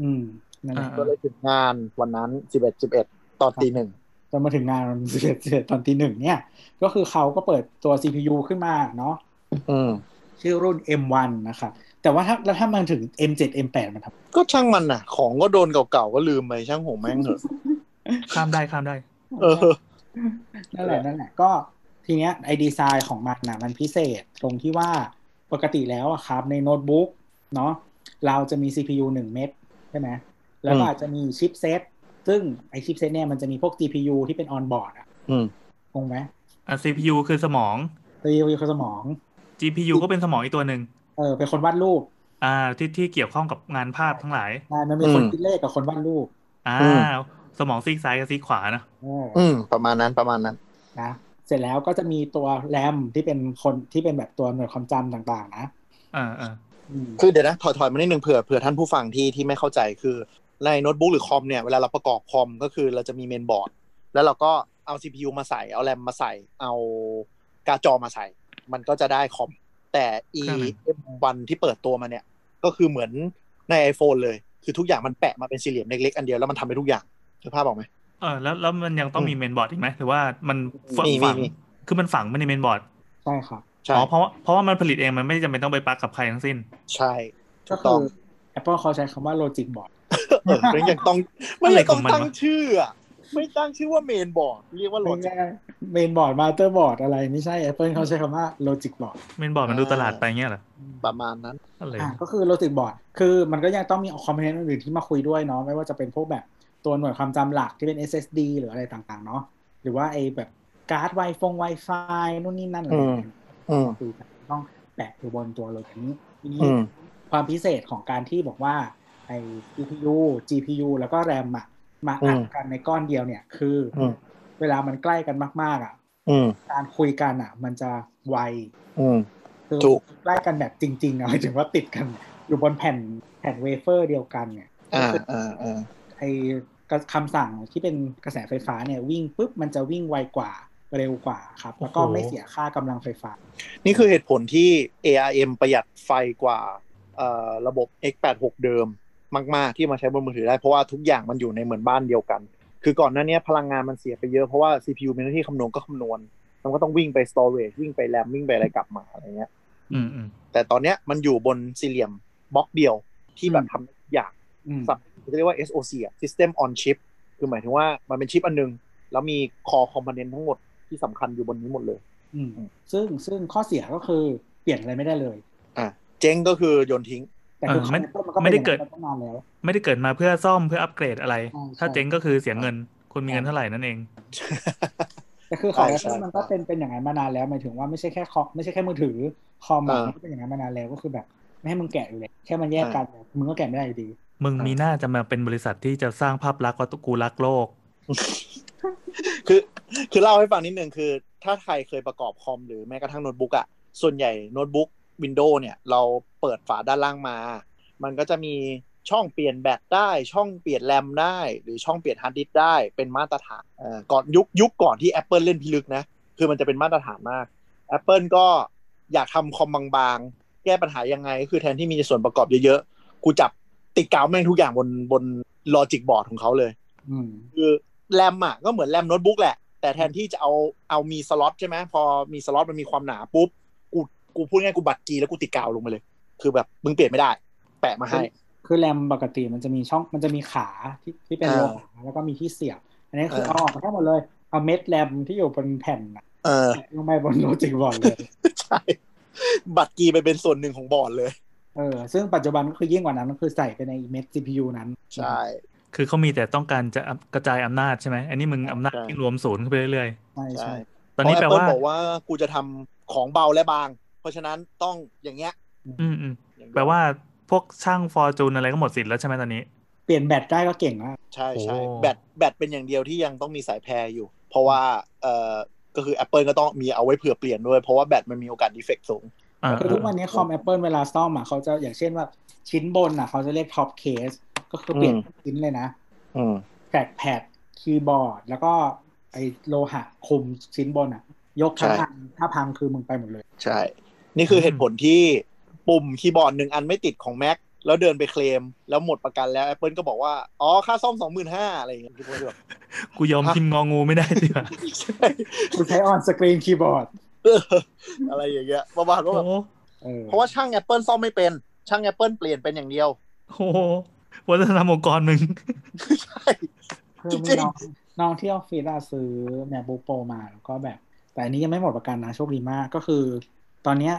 S2: อืมนั่นแหละ
S4: อ่า
S3: ก็เลยถึงงานวันนั้น 11 11 ตอนตีหนึ่ง
S2: จนมาถึงงาน วันเสร็จเสร็จตอนที่หนึ่งเนี่ย ก็คือเขาก็เปิดตัว CPU ขึ้นมาเนาะ
S3: อืม
S2: ชื่อรุ่น M1 นะครับแต่ว่าถ้าแล้วถ้ามันถึง M7 M8 มันทำ
S3: ก็ช่างมันน่ะ ของก็โดนเก่าๆ ก็ลืมไปช่างหัวแม่งเถ อะ
S4: ข้ามได้ข้ามได้
S3: เออ
S2: นั่นแหละนั่นแหละก็ทีเนี้ยไอดีไซน์ของมันนะมันพิเศษตรงที่ว่าปกติแล้วอะครับในโน้ตบุ๊กเนาะเราจะมี CPU 1 เม็ดใช่ไหมแล้วก็อาจจะมีชิปเซตซึ่งไอชิปเซตเนี่ยมันจะมีพวก GPU ที่เป็นออนบอร์ดอะ
S3: อืม
S2: งงไหม
S4: อ่ะ CPU คือสมอง
S2: CPU คือสมอง
S4: GPU ก็เป็นสมองอีกตัวหนึ่ง
S2: เออเป็นคนวาดรูป
S4: อ่าที่ที่เกี่ยวข้องกับงานภาพทั้งหลาย
S2: อ่ามันมีคน
S3: อืม
S2: คิดเลขกับคนวาดรูป
S4: อ่า
S3: อืม
S4: สมองซีกซ้ายกับซีกขวานะ
S2: เออ
S3: อืม ประมาณนั้นประมาณนั้น
S2: นะเสร็จแล้วก็จะมีตัวแรมที่เป็นคนที่เป็นแบบตัวหน่วยความจำต่างๆ นะ
S4: อ่าอ่า
S2: อืม
S3: คือเดี๋ยวนะถอยถอยมานิดนึงเผื่อเผื่อท่านผู้ฟังที่ที่ไม่เข้าใจคือในโน้ตบุ๊กหรือคอมเนี่ยเวลาเราประกอบคอมก็คือเราจะมีเมนบอร์ด แล้วเราก็เอา CPU มาใส่เอาแรมมาใส่ เอาการ์ดจอมาใส่ มันก็จะได้คอม แต่ e m 1ที่เปิดตัวมาเนี่ย ก็คือเหมือนใน iPhone เลย คือทุกอย่างมันแปะมาเป็นสี่เหลี่ยมเล็กๆ อันเดียวแล้วมันทำได้ทุกอย่างคือภาพบอกไหม
S4: เออแล้วแล้วมันยังต้องมีเมนบอร์ดอีกไหมหรือว่ามันฝัง
S3: มีมี
S4: ฝัง
S3: มี
S4: คือมันฝังไม่ในเมนบอร์ด
S2: ใช่ครับ
S3: ใช่
S4: อ๋อเพราะว่าเพราะว่ามันผลิตเองมันไม่จำเป็นต้องไปปลั๊กกับใครทั้งสิ้น
S3: ใช่
S2: ก็คื
S3: ถูกต้อ
S2: อ
S3: ง
S2: Apple เขาใช้คำว่า Logic Board
S3: เออมันยังต้องมันเลยต้อง
S4: อะไรของมันวะ
S3: ตั้งชื่ออะไม่ตั้งชื่อว่าเมนบอร์ดเรียกว่าโหล
S2: ไม่
S3: ด
S2: ใช่เมนบอร์ดมาสเตอร์บอร์ดอะไรไม่ใช่ Apple เขาใช้คำว่า Logic Board
S4: เมนบอร์ดมัน
S3: อ่า
S4: ดูตลาดไปเงี้ยเหรอ
S3: ประมาณนั้น
S4: อะไร
S2: อ่ะก็คือ Logic Board คือมันก็ยังต้องมีคอมโพเนนต์อื่นๆที่มาคุยด้วยเนาะไม่ว่าจะเป็นพวกแบบตัวหน่วยความจำหลักที่เป็น SSD หรืออะไรต่างๆเนาะหรือว่าไอ้แบบการ์ด Wi-Fi Wi-Fi นู่นนี่นั่นอะไรอย่างเงี้ย
S3: อืม
S2: คือแบบต้องแปะอยู่บนตัวโลจิกนี้ทีนี้
S3: อืม
S2: ความพิเศษของการที่บอกว่าไอ้ CPU GPU แล้วก็ RAM อะมา
S3: อืม
S2: อัดกันในก้อนเดียวเนี่ยคืออ
S3: ม
S2: เวลามันใกล้กันมาก ๆอ่ะ
S3: อืม
S2: การคุยกันอ่ะ มันจะไว
S3: อืม
S2: คื
S3: ถูก
S2: ใกล้กันแบบจริงๆอะหมายถึงว่าติดกัน อยู่บนแผ่นแผ่นเวเฟอร์เดียวกันเนี่ย
S3: อ่าอ่าอ่า
S2: ไอ้คำสั่งที่เป็นกระแสไฟฟ้าเนี่ย วิ่งปุ๊บมันจะวิ่งไวกว่าเร็วกว่าครับ แล้วก็ไม่เสียค่ากำลังไฟฟ้า
S3: นี่คือเหตุผลที่ ARM ประหยัดไฟกว่าเอ่อระบบ X86 เดิมมาก ๆ ที่มาใช้บนมือถือได้ เพราะว่าทุกอย่างมันอยู่ในเหมือนบ้านเดียวกัน คือก่อนหน้าเนี้ยพลังงานมันเสียไปเยอะ เพราะว่า CPU มีหน้าที่คำนวณก็คำนวณ มันก็ต้องวิ่งไป storage วิ่งไปแรมวิ่งไปอะไรกลับมาอะไรเงี้ย
S4: อืมอืม
S3: แต่ตอนเนี้ยมันอยู่บนสี่เหลี่ยมบล็อกเดียวที่แบบทำทุกอย่าง
S2: อืม
S3: สับเรียกว่า SOC อะ System on Chip คือหมายถึงว่ามันเป็นชิปอันหนึง แล้วมีคอคอมโพเนนต์ทั้งหมดที่สำคัญอยู่บนนี้หมดเลย
S2: อืมซึ่งซึ่งข้อเสียก็คือเปลี่ยนอะไรไม่ได้เลย
S3: อ่ะ เจ๊งก็คือโยนทิ้ง
S2: แต่
S4: เอ
S2: คือ อ
S4: ไม่
S2: คอมพิวตอร์นก็ป็
S4: ไม่
S2: นอ
S4: ได้
S2: ย่าง
S4: เกิด
S2: นั้นมาตั้งนานแล้ว
S4: ไม่ได้เกิดมาเพื่อซ่อมเพื่ออัปเกรดอะไร
S2: ใช่
S4: ถ้า
S2: ใช่
S4: เจ๊งก็คือเสียเงินคุณมีเงินเท่าไหร่นั่นเอง
S2: แต่คือของ
S3: ใช่
S2: Apple
S3: ใช่
S2: มันก็เป็นเป็นอย่างนั้นมานานแล้วหมายถึงว่าไม่ใช่แค่คอมไม่ใช่แค่มือถือคอมอะ
S3: อ่ามั
S2: มันก็เป็นอย่างนั้นมานานแล้วก็คือแบบ ไม่ให้มึงแกะอยู่เลยแค่มันแยกกันเนี่ยมึงก็แกะไม่ได้อยู่ดี
S4: มึงมีหน้าจะมาเป็นบริษัทที่จะสร้างภาพลักษณ์ว่ากูรักโลก
S3: คือคือเล่าให้ฟังนิดนึงคือ ถ้าใครเคยประกอบคอมหรือแม้กระทั่งโน้ตบุ๊กอะส่วนใหญ่โน้ตบุ๊กวินโดว์เนี่ย เราเปิดฝาด้านล่างมา มันก็จะมีช่องเปลี่ยนแบตได้ ช่องเปลี่ยนแรมได้ หรือช่องเปลี่ยนฮาร์ดดิสก์ได้เป็นมาตรฐานเอ่อก่อนยุคยุคก่อนที่ Apple เล่นพิลึกนะ คือมันจะเป็นมาตรฐานมาก Apple ก็อยากทำคอมบางๆ แก้ปัญหายังไงก็คือแทนที่มีส่วนประกอบเยอะๆกูจับติดกาวแม่งทุกอย่างบนบนลอจิกบอร์ดของเขาเลย
S2: อืม
S3: คือแรมอ่ะก็เหมือนแรมโน้ตบุ๊กแหละ แต่แทนที่จะเอาเอามีสล็อตใช่ไหมพอมีสล็อตมันมีความหนาปุ๊บกูกูพูดง่ายๆกูบัตรจีแล้วกูติดกาวลงไปเลย คือแบบมึงเปลี่ยนไม่ได้ แปะมาให้
S2: คือแรมปกติมันจะมีช่องมันจะมีขาที่ที่เป็น
S3: อ่า
S2: โลหะแล้วก็มีที่เสียบ อันนี้คือ
S3: เออ
S2: เอาออกมาทั้งหมดเลยเอาเม็ดแรมที่อยู่บนแผ่นน่ะ
S3: เออ
S2: แปะลงไปบนโลจิกบอร์ดเลย
S3: ใช่บัตรจีไปเป็นส่วนหนึ่งของบอร์ดเลย
S2: เออซึ่งปัจจุบันก็คือยิ่งกว่านั้นก็คือใส่ไปในเม็ด CPU นั้น
S3: ใช่
S4: คือเขามีแต่ต้องการจะกระจายอำนาจใช่ไหมอันนี้มึงอำนาจ
S3: ใช่
S4: ที่รวมศูนย์ขึ้นไปเรื่อย
S2: ใช่
S3: ใช่
S2: ใช่
S4: ๆ ตอนนี้แปล
S3: เพระ
S4: ว่า
S3: Apple บอกว่ากูจะทำของเบาและบาง เพราะฉะนั้นต้องอย่างเงี้ย
S4: อืมอืม
S3: อย่างเดีย
S4: แปลว่าพวกช่างฟอร์จูนอะไรก็หมดสิทธิ์แล้วใช่ไหมตอนนี้
S2: เปลี่ยนแบตได้ก็เก่งแล้ว
S3: ใช่ใช่
S4: โอ้
S3: แบตแบตเป็นอย่างเดียวที่ยังต้องมีสายแพรอยู่ เพราะว่าเออก็คือ Apple ก็ต้องมีเอาไว้เผื่อเปลี่ยนด้วย เพราะว่าแบตมันมีโอกาสดีเฟกต์สูง
S4: อ่า
S2: คือทุกวันนี้คอม Apple เวลาซ่อมอ่ะเขาจะอย่างเช่นว่าชิ้นบนอ่ะเขาจะเรียกท็อปเคสก็คือเปลี่ยน
S3: อืม
S2: ชิ้นเลยนะ
S3: อืม
S2: แทร็กแพดคีย์บอร์ด แล้วก็ไอ้โลหะคมชิ้นบนอ่ะ ยกทั้ง
S3: ใช่
S2: อันถ้าพังคือมึงไปหมดเลย
S3: ใช่ นี่คือเหตุผลที่ปุ่มคีย์บอร์ดหนึ่งอันไม่ติดของ Mac แล้วเดินไปเคลม แล้วหมดประกันแล้ว Apple ก็บอกว่า อ๋อ ค่าซ่อม 25,000อะไรอย่างเงี้ยคือพวกแบบ
S4: กูยอมพิมพ์งองูไม่ได้ดีกว่า
S3: ใช่
S2: คุณใช้ออนสกรีนคีย์บอร์ด
S3: เอออะไรอย่างเงี้ยประมาณว่าแบบ
S4: โอ้
S2: เออ
S3: เพราะว่าช่าง Apple ซ่อมไม่เป็น ช่าง Apple เปลี่ยนเป็นอย่างเดียว
S4: โหวัฒนธรรมองค์ก รมึง
S2: คือมี
S3: จริง
S2: น้องน้องที่ออฟฟิศอะซื้อ MacBook Pro มาแล้วก็แบบ แต่อันนี้ยังไม่หมดประกันนะโชคดีมากก็คือ ตอนเนี้ย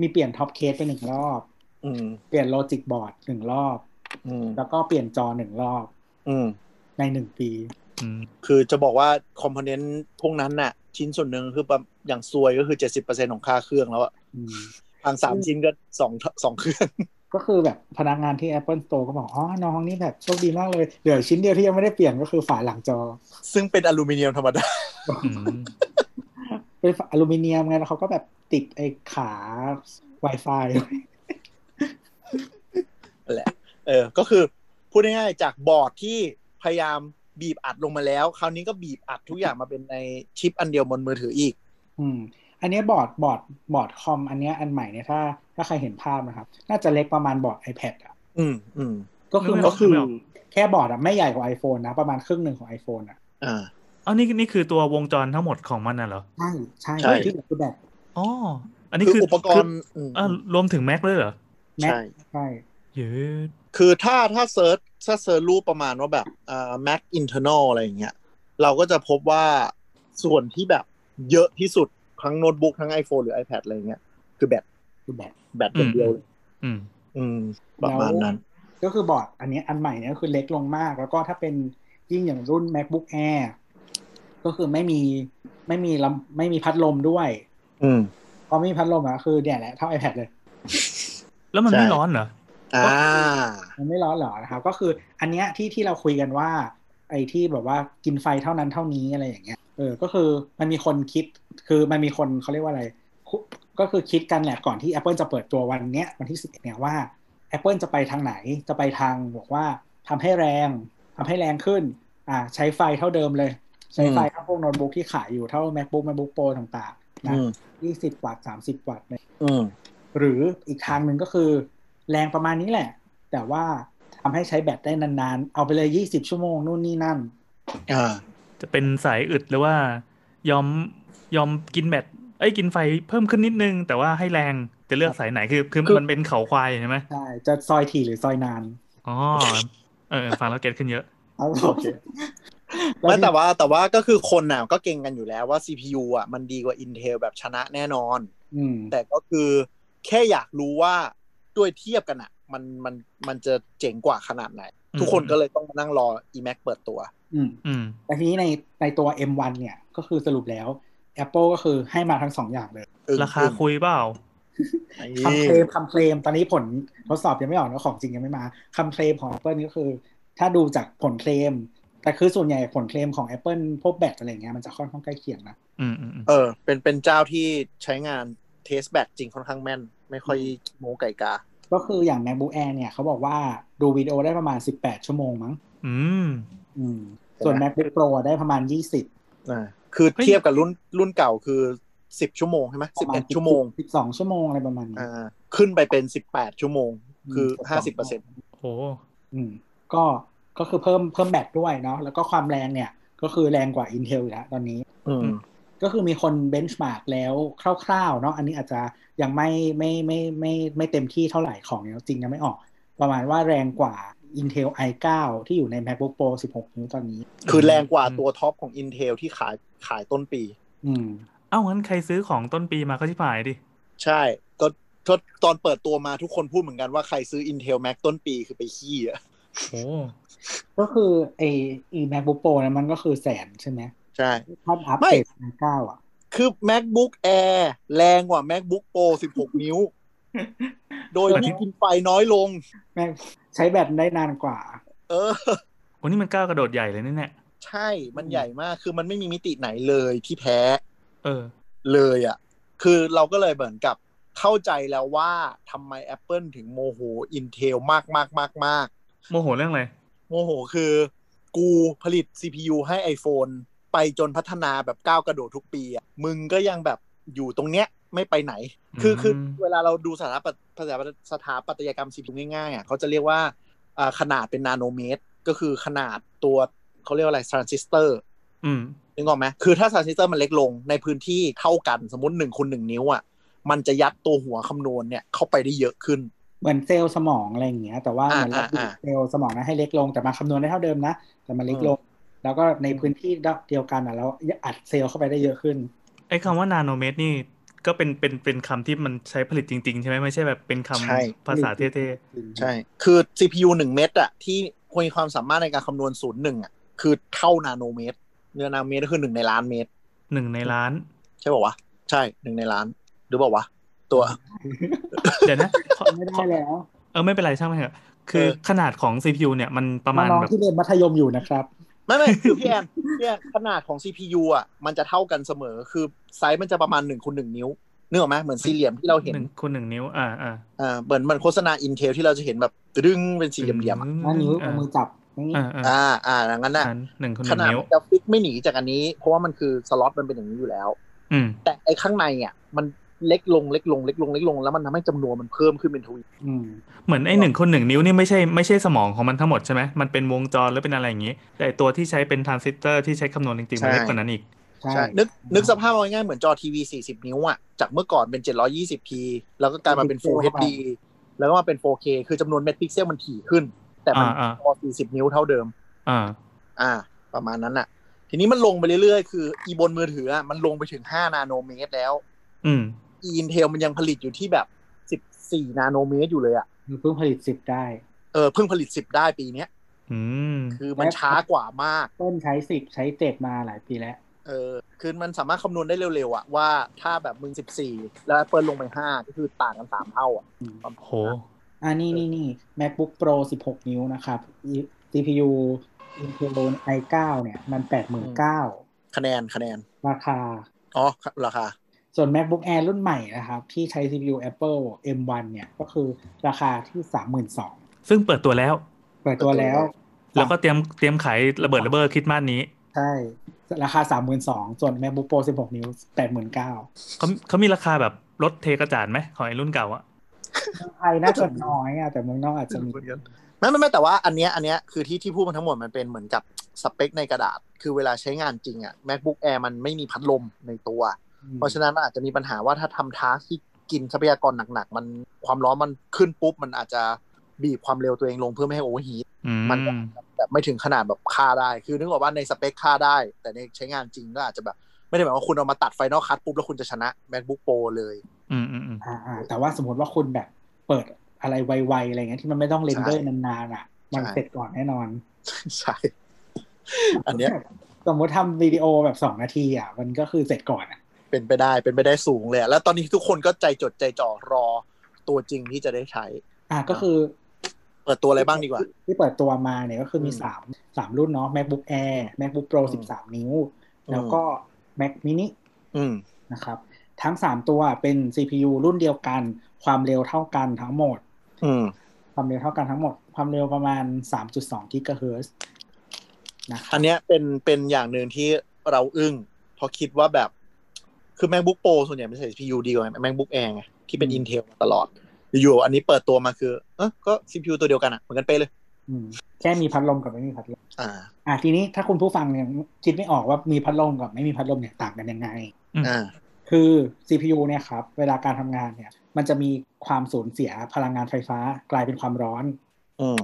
S2: มีเปลี่ยนท็อปเคสไปหนึ่งรอบ
S3: อืม
S2: เปลี่ยนโลจิกบอร์ดหนึ่งรอบ
S3: อืม
S2: แล้วก็เปลี่ยนจอหนึ่งรอบ
S3: อืม
S2: ในหนึ่งปี
S4: อืม
S3: คือจะบอกว่าคอมโพเนนต์พวกนั้นน่ะ ชิ้นส่วนหนึ่งคือประอย่างซวยก็คือ 70%ของค่าเครื่องแล้วอะ
S2: อืม
S3: ทางสามชิ้นก็สองสองเครื่อง
S2: ก็คือแบบพนักงานที่ Apple Store ก็บอก อ๋อ น้องนี่แบบโชคดีมากเลย เดี๋ยวชิ้นเดียวที่ยังไม่ได้เปลี่ยนก็คือฝาหลังจอ
S3: ซึ่งเป็นอลูมิเนียมธรรมดา
S4: อืม
S2: เป็นฝาอลูมิเนียมไงแล้วเขาก็แบบติดไอ้ขา Wi-Fi
S3: แหละเออ ก็คือพูดง่ายๆ จากบอร์ดที่พยายามบีบอัดลงมาแล้ว คราวนี้ก็บีบอัดทุกอย่างมาเป็นในชิปอันเดียวบนมือถืออีก
S2: อืม อันเนี้ยบอร์ดบอร์ดบอร์ดคอมอันเนี้ยอันใหม่เนี่ยถ้าถ้าใครเห็นภาพนะครับ น่าจะเล็กประมาณบอร์ด iPad อ่ะ
S3: อืมอืม
S2: ก็คือ
S4: นึ
S2: ก็
S4: ไม่
S2: คือ
S4: นึไม่ก
S2: แค่บอร์ดอ่ะไม่ใหญ่กว่า iPhone นะ ประมาณครึ่งหนึ่งของ iPhone อ่ะ
S3: อ่า
S4: เอานี่นี่คือตัววงจรทั้งหมดของมันน่ะเหรอ
S2: ใช่ใช่
S3: ใช่
S2: ที่เหลือคือแบต
S4: อ๋ออันนี้
S3: คือ
S4: คือ
S3: อุปกรณ์อืม
S4: อ่ารวมถึงแม็กด้วยเหรอ
S2: แม็ก
S3: ใช่
S2: ใช่
S4: เยอะ
S3: คือถ้าถ้าเซิร์ชถ้าเซิร์ชรูปประมาณว่าแบบเอ่อ Mac internal อะไรอย่างเงี้ยเราก็จะพบว่าส่วนที่แบบเยอะที่สุดทั้งโน้ตบุ๊กทั้ง iPhone หรือ iPad อะไรอย่างเงี้ยคือแบต
S2: คือแบต
S3: แบตอย่างเดียวเลย
S4: อืม
S3: อืม ประมาณนั้น
S2: ก็คือบอร์ดอันเนี้ยอันใหม่เนี่ยก็คือเล็กลงมาก แล้วก็ถ้าเป็นยิ่งอย่างรุ่น macbook air ก็คือไม่มีไม่มีลำไม่มีพัดลมด้วย
S3: อืม
S2: พอไม่มีพัดลมอะคือเนี่ยแหละเท่า iPad เลย
S4: แล้วมัน
S3: ใช่
S4: ไม่ร้อนเหรอ
S3: อ่า
S2: มันไม่ร้อนเหรอนะครับก็คืออันเนี้ยที่ที่เราคุยกันว่า ไอ้ที่แบบว่ากินไฟเท่านั้นเท่านี้อะไรอย่างเงี้ยเออก็คือมันมีคนคิดคือมันมีคนเขาเรียกว่าอะไรคุก็คือคิดกันแหละก่อนที่ Apple จะเปิดตัววันเนี้ยวันที่สิบเนี่ยว่า Apple จะไปทางไหนจะไปทางบอกว่าทำให้แรงทำให้แรงขึ้นอ่าใช้ไฟเท่าเดิมเลย ใช้ไฟเท่าพวกโน้ตบุ๊กที่ขายอยู่เท่า MacBook MacBook Pro ต่างๆนะ
S3: อืม
S2: ยี่สิบวัตต์สามสิบวัตต์
S3: อืม
S2: หรืออีกทางหนึ่งก็คือ แรงประมาณนี้แหละ แต่ว่าทำให้ใช้แบตได้นานๆ เอาไปเลย 20 ชั่วโมงนู่นนี่นั่น
S3: อ่า
S4: จะเป็นสายอึดหรือว่ายอมยอมกินแบตเอ้ยกินไฟเพิ่มขึ้นนิดนึง แต่ว่าให้แรงจะเลือกสายไหนคือคือ
S3: คือ
S4: มันเป็นเขาควายใช่ไหม
S2: ใช่ จะซอยถี่หรือซอยนาน
S4: อ๋อเออฟังแล้วเก็ตขึ้นเยอะ
S2: เอา
S3: โอ เค ไม่แต่ว่าแต่ว่าก็คือคนน่ะก็เก่งกันอยู่แล้วว่า CPU อ่ะมันดีกว่า Intel แบบชนะแน่นอน
S2: อืม
S3: แต่ก็คือแค่อยากรู้ว่าด้วยเทียบกันอ่ะ มันมันมันจะเจ๋งกว่าขนาดไหน
S4: อืม
S3: ทุกคนก็เลยต้องมานั่งรอ eMac เปิดตัว
S2: อืม
S4: อืม
S2: แต่ทีนี้ในในตัว M1 เนี่ยก็คือสรุปแล้ว Apple ก็คือให้มาทั้งสองอย่างเลย
S3: อึ้ง
S4: ราคา
S3: อึ้ง
S4: คุยเปล่า
S3: ไอ้
S2: คำเคลมคำเคลมตอนนี้ผลทดสอบยังไม่ออกนะของจริงยังไม่มาคำเคลมของ Apple นี่ก็คือ ถ้าดูจากผลเคลม แต่คือส่วนใหญ่ผลเคลมของ Apple พวกแบตอะไรเงี้ยมันจะค่อนข้างใกล้เคียงนะ
S4: อืมอืมอืม
S3: เออ เป็นเป็นเจ้าที่ใช้งานเทสแบตจริงค่อนข้างแม่น ไม่ค่อยโมไก่กา
S2: ก็คืออย่าง MacBook Air เนี่ยเขาบอกว่าดูวิดีโอได้ประมาณ 18 ชั่วโมงมั้ง
S4: อืม
S2: อืมส่วน
S3: ใช่ไหม
S2: MacBook Pro ได้ประมาณ 20
S3: อ่าคือ
S4: เฮ้ย
S3: เทียบกับรุ่นรุ่นเก่าคือสิบชั่วโมงใช่ไหมสิบเอ็ดชั่วโมง
S2: 12 ชั่วโมงอะไรประมาณนี้
S3: อ่า ขึ้นไปเป็นสิบแปดชั่วโมง คือ
S2: อืม
S3: ห้าสิบเปอร์เซ็นต์
S4: โอ้
S2: อืมก็ก็คือเพิ่มเพิ่มแบตด้วยเนาะแล้วก็ความแรงเนี่ย ก็คือแรงกว่า Intel อยู่แล้วตอนนี้
S3: อืม
S2: ก็คือมีคนเบนช์มาร์กแล้วคร่าวๆเนาะอันนี้อาจจะยังไม่ไม่ไม่ไม่ไม่ไม่เต็มที่เท่าไหร่ของเนี่ยจริงยังไม่ออก ประมาณว่าแรงกว่า Intel i9 ที่อยู่ใน MacBook Pro 16 นิ้วตอนนี้
S3: คือแรงกว่าตัวท็อปของ Intel ที่ขายขายต้นปี
S2: อืม
S4: เอ้างั้นใครซื้อของต้นปีมาก็ที่ผายดิ
S3: ใช่ก็ก็ตอนเปิดตัวมาทุกคนพูดเหมือนกันว่าใครซื้อ Intel Mac ต้นปีคือไปขี้อ่ะ
S4: โอ้
S2: ก็คือไอ้อี MacBook Pro นะมันก็คือแสนใช่ไหม
S3: ใช่
S2: ถ้าอัป
S3: ไม่
S2: เดตเก้าอ่ะ
S3: คือ MacBook Air แรงกว่า MacBook Pro 16 นิ้ว โดยที่กินไฟน้อยลง
S2: แม่งใช้แบตได้นานกว่า
S3: เออ
S4: โหนี่มันก้าวกระโดดใหญ่เลยนี่เนี่ย
S3: ใช่มันใหญ่มาก คือมันไม่มีมิติไหนเลยที่แพ้
S4: เออ
S3: เลยอ่ะ คือเราก็เลยเหมือนกับเข้าใจแล้วว่าทำไม Apple ถึงโมโห Intel มากมากมากมากๆๆๆ
S4: โมโหเรื่องอะไร
S3: โมโหคือ กูผลิต CPU ให้ iPhone ไปจนพัฒนาแบบก้าวกระโดดทุกปีอ่ะมึงก็ยังแบบอยู่ตรงเนี้ยไม่ไปไหน คือ
S4: อืม
S3: คือเวลาเราดูสถาปัตสถาปัตสถาปัตยกรรม CPU ง่ายๆอ่ะเขาจะเรียกว่าอ่าขนาดเป็นนาโนเมตร ก็คือขนาดตัวเขาเรียกว่าอะไรทรานซิสเตอร์
S4: อืม
S3: นึกออกไหมคือถ้าทรานซิสเตอร์มันเล็กลงในพื้นที่เท่ากันสมมติหนึ่งคูณหนึ่งนิ้วอ่ะมันจะยัดตัวหัวคำนวณเนี่ยเข้าไปได้เยอะขึ้น
S2: เหมือนเซลล์สมองอะไรอย่างเงี้ย แต่ว่าเห
S3: อ่า
S2: มือนเรา
S3: อ่าอ่า
S2: เซลล์สมองนะให้เล็กลงแต่มาคำนวณได้เท่าเดิมนะ แต่มันเล็กลง แล้วก็ในพื้นที่เดียวกันอ่ะเราอัดเซลล์เข้าไปได้เยอะขึ้น
S4: ไอ้คำว่านาโนเมตรนี่ก็เป็นเป็นเป็นคำที่มันใช้ผลิตจริง ๆ ใช่ไหมไม่ใช่แบบเป็นค
S3: ใช่
S4: ำภาษาเท่
S3: ใช่ คือ CPU 1 เม็ดอะที่มีความสามารถในการคำนวณศูนย์หนึ่งอะคือเท่านาโนเมตร เนื้อนาโนเมตรก็คือหนึ่งในล้านเมตร
S4: ๆหนึ่งในล้าน
S3: ใช่ป่าวะ ใช่หนึ่งในล้าน หรือเปล่าวะ ตัว
S4: เดี๋ยวนะขอ
S2: ไม่
S4: ขอ
S2: ได้แล้ว
S4: เออไม่เป็นไรช่างมันเถอะคือ
S3: เออ
S4: ขนาดของ CPU เนี่ยมันประมาณ
S2: น้อง
S4: แบบ
S2: ๆที่เรียนมัธยมอยู่นะครับ
S3: ไม่ ไม่คือพี่แอนพี่แอนขนาดของ CPU อะมันจะเท่ากันเสมอ คือไซส์มันจะประมาณ1นคูณหนิ้วนึกออกไหมเหมือนสี่เหลี่ยมที่เราเห็น
S4: หนึ่งคูณหนึ่งนิ้ว อ่าอ่า
S3: อ่าเหมือนเหมันโฆษณา Intel ที่เราจะเห็นแบบตะดึงเป็นสี่เหลี่ยมๆอะ
S2: อันนี้เอามือจับอย่างนี้
S4: อ่าอ่า
S3: อ่าอ่าอย่างนั้นน่ะ
S4: อ่าหนึ่งคูณห
S3: ข
S4: นึ่ง
S3: นาด
S4: นิ้ว
S3: มันจะฟิกไม่หนีจากอันนี้ เพราะว่ามันคือสล็อตมันเป็นอย่างนี้อยู่แล้ว
S4: อืม
S3: แต่ไอ้ข้างในอ่ะมัน เล็กลงเล็กลงเล็กลงเล็กลง แล้วมันทำให้จำนวนมันเพิ่มขึ้นเป็นทวี
S2: อืม
S4: เหมือนไอหนึ่งคนหนึ่งนิ้วนี่ไม่ใช่ไม่ใช่สมองของมันทั้งหมดใช่ไหมมันเป็นวงจรหรือเป็นอะไรอย่างนี้ แต่ไอ้ตัวที่ใช้เป็นทรานซิสเตอร์ที่ใช้คำนวณจริงๆมันเล็กกว่านั้นอีก
S2: ใช่
S3: ใช่นึกนึกสภาพเอาง่ายๆเหมือนจอทีวี 40 นิ้วอ่ะจากเมื่อก่อนเป็น 720p แล้วก็กลายมาเป็น Full
S2: เข้าไป
S3: HD แล้วก็มาเป็น 4K คือจำนวนเม็ดพิกเซลมันถี่ขึ้น แต่มัน
S4: อ่าๆ
S3: พอ40 นิ้วเท่าเดิม
S4: อ่า
S3: อ่า ประมาณนั้นน่ะ ทีนี้มันลงไปเรื่อยๆ คืออีบนมือถืออ่ะมันลงไปถึง 5 นาโนเมตรแล้ว
S4: อืม
S3: อีอินเทลมันยังผลิตอยู่ที่แบบ 14 นาโนเมตรอยู่เลยอ่ะ
S2: มันเพิ่งผลิตสิบได้
S3: เออเพิ่งผลิต 10 ได้ปีเนี้ย
S4: อืม
S3: คือมันช้ากว่ามาก
S2: ต้นใช้สิบใช้เจ็ดมาหลายปีแล้ว
S3: เออคือมันสามารถคำนวณได้เร็วๆอะว่าถ้าแบบมึง 14 แล้ว Apple ลงไป 5 ก็คือต่างกัน 3 เท่าอะ
S2: อืม
S4: โห
S2: อ่านี่นี่นี่ macbook pro 16 นิ้วนะครับ E- cpu intel i9 เนี่ย มัน 89,000
S3: คะแนนคะแนน
S2: ราคา
S3: อ๋อ ราคา
S2: ส่วน macbook air รุ่นใหม่นะครับ ที่ใช้ cpu apple m1 เนี่ย ก็คือราคาที่ 32,000
S4: ซึ่งเปิดตัวแล้ว
S2: เปิดตัวแล้ว
S4: แล้วก็เตรียมเตรียมขายระเบิดระเบ้อคริดมาสนี้
S2: ใช่ ราคา 32,000ส่วน macbook pro 16 นิ้ว 89,000
S4: เขาเขามีราคาแบบลดเทกระจาดไหมของไอ้รุ่นเก่าอะ
S2: ไทยน่าจะน้อยอ่ะแต่เมืองนอกอาจจะมี
S3: ไม่ไม่ไม่แต่ว่าอันเนี้ยอันเนี้ยคือที่ที่พูดมาทั้งหมดมันเป็นเหมือนกับสเปคในกระดาษ คือเวลาใช้งานจริงอะ MacBook Air มันไม่มีพัดลมในตัว เพราะฉะนั้นมันอาจจะมีปัญหาว่าถ้าทำทาสที่กินทรัพยากรหนักๆ มันความร้อนมันขึ้นปุ๊บ มันอาจจะบีบความเร็วตัวเองลงเพื่อไม่ให้โอเวอร์ฮี
S4: อืม
S3: มันก็ แบบไม่ถึงขนาดแบบฆ่าได้ คือนึกออกว่าในสเปคฆ่าได้ แต่ในใช้งานจริงก็อาจจะแบบ ไม่ได้หมายว่าคุณเอามาตัดไฟนอลคั t ปุ๊บ แล้วคุณจะชนะ MacBook Pro เลย
S4: อืมอืมอืม
S2: อ่าอ่าแต่ว่าสมมติว่าคุณแบบเปิดอะไรไวๆอะไรเงี้ยที่มันไม่ต้องเรนเดอร์นานๆอ่ะ มัน
S3: ใช่
S2: เสร็จก่อนแน่นอน
S3: ใช่ อันเนี้ย
S2: สมมติทำวิดีโอแบบสองนาทีอ่ะมันก็คือเสร็จก่อนอ่ะ
S3: เป็นไปได้เป็นไปได้สูงเลยอะแล้วตอนนี้ทุกคนก็ใจจดใจจ่อรอตัวจริงที่จะได้ใช้
S2: อ่าก็คือ
S3: เปิดตัวอะไรบ้างดีกว่า
S2: ที่เปิดตัวมาเนี่ยก็คือมี
S3: อืม
S2: สามสามรุ่นเนาะ macbook air macbook pro
S3: อืม
S2: สิบสามนิ้ว
S3: อืม
S2: แล้วก็ mac mini
S3: อืม
S2: นะครับ ทั้งสามตัวเป็น cpu รุ่นเดียวกัน ความเร็วเท่ากันทั้งหมด
S3: อืม
S2: ความเร็วเท่ากันทั้งหมด ความเร็วประมาณสามจุดสองกิกะเฮิรตซ์นะครับ
S3: อันเนี้ยเป็นเป็นอย่างหนึ่งที่เราอึ้งเพราะคิดว่าแบบคือ MacBook Pro ส่วนใหญ่มันใช้ CPU ดีกว่า MacBook Air ไงที่เป็น
S2: อืม
S3: Intel มาตลอด อยู่ๆอันนี้เปิดตัวมาคือเออก็ CPU ตัวเดียวกันอะเหมือนกันเป๊ะเลย
S2: อืมแค่มีพัดลมกับไม่มีพัดลม
S3: อ่า
S2: อ่ะทีนี้ถ้าคุณผู้ฟังเนี่ยคิดไม่ออกว่ามีพัดลมกับไม่มีพัดลมเนี่ยต่างกันยังไง
S3: อ่า
S2: คือ CPU เนี่ยครับ เวลาการทำงานเนี่ย มันจะมีความสูญเสียพลังงานไฟฟ้ากลายเป็นความร้อน
S3: อืม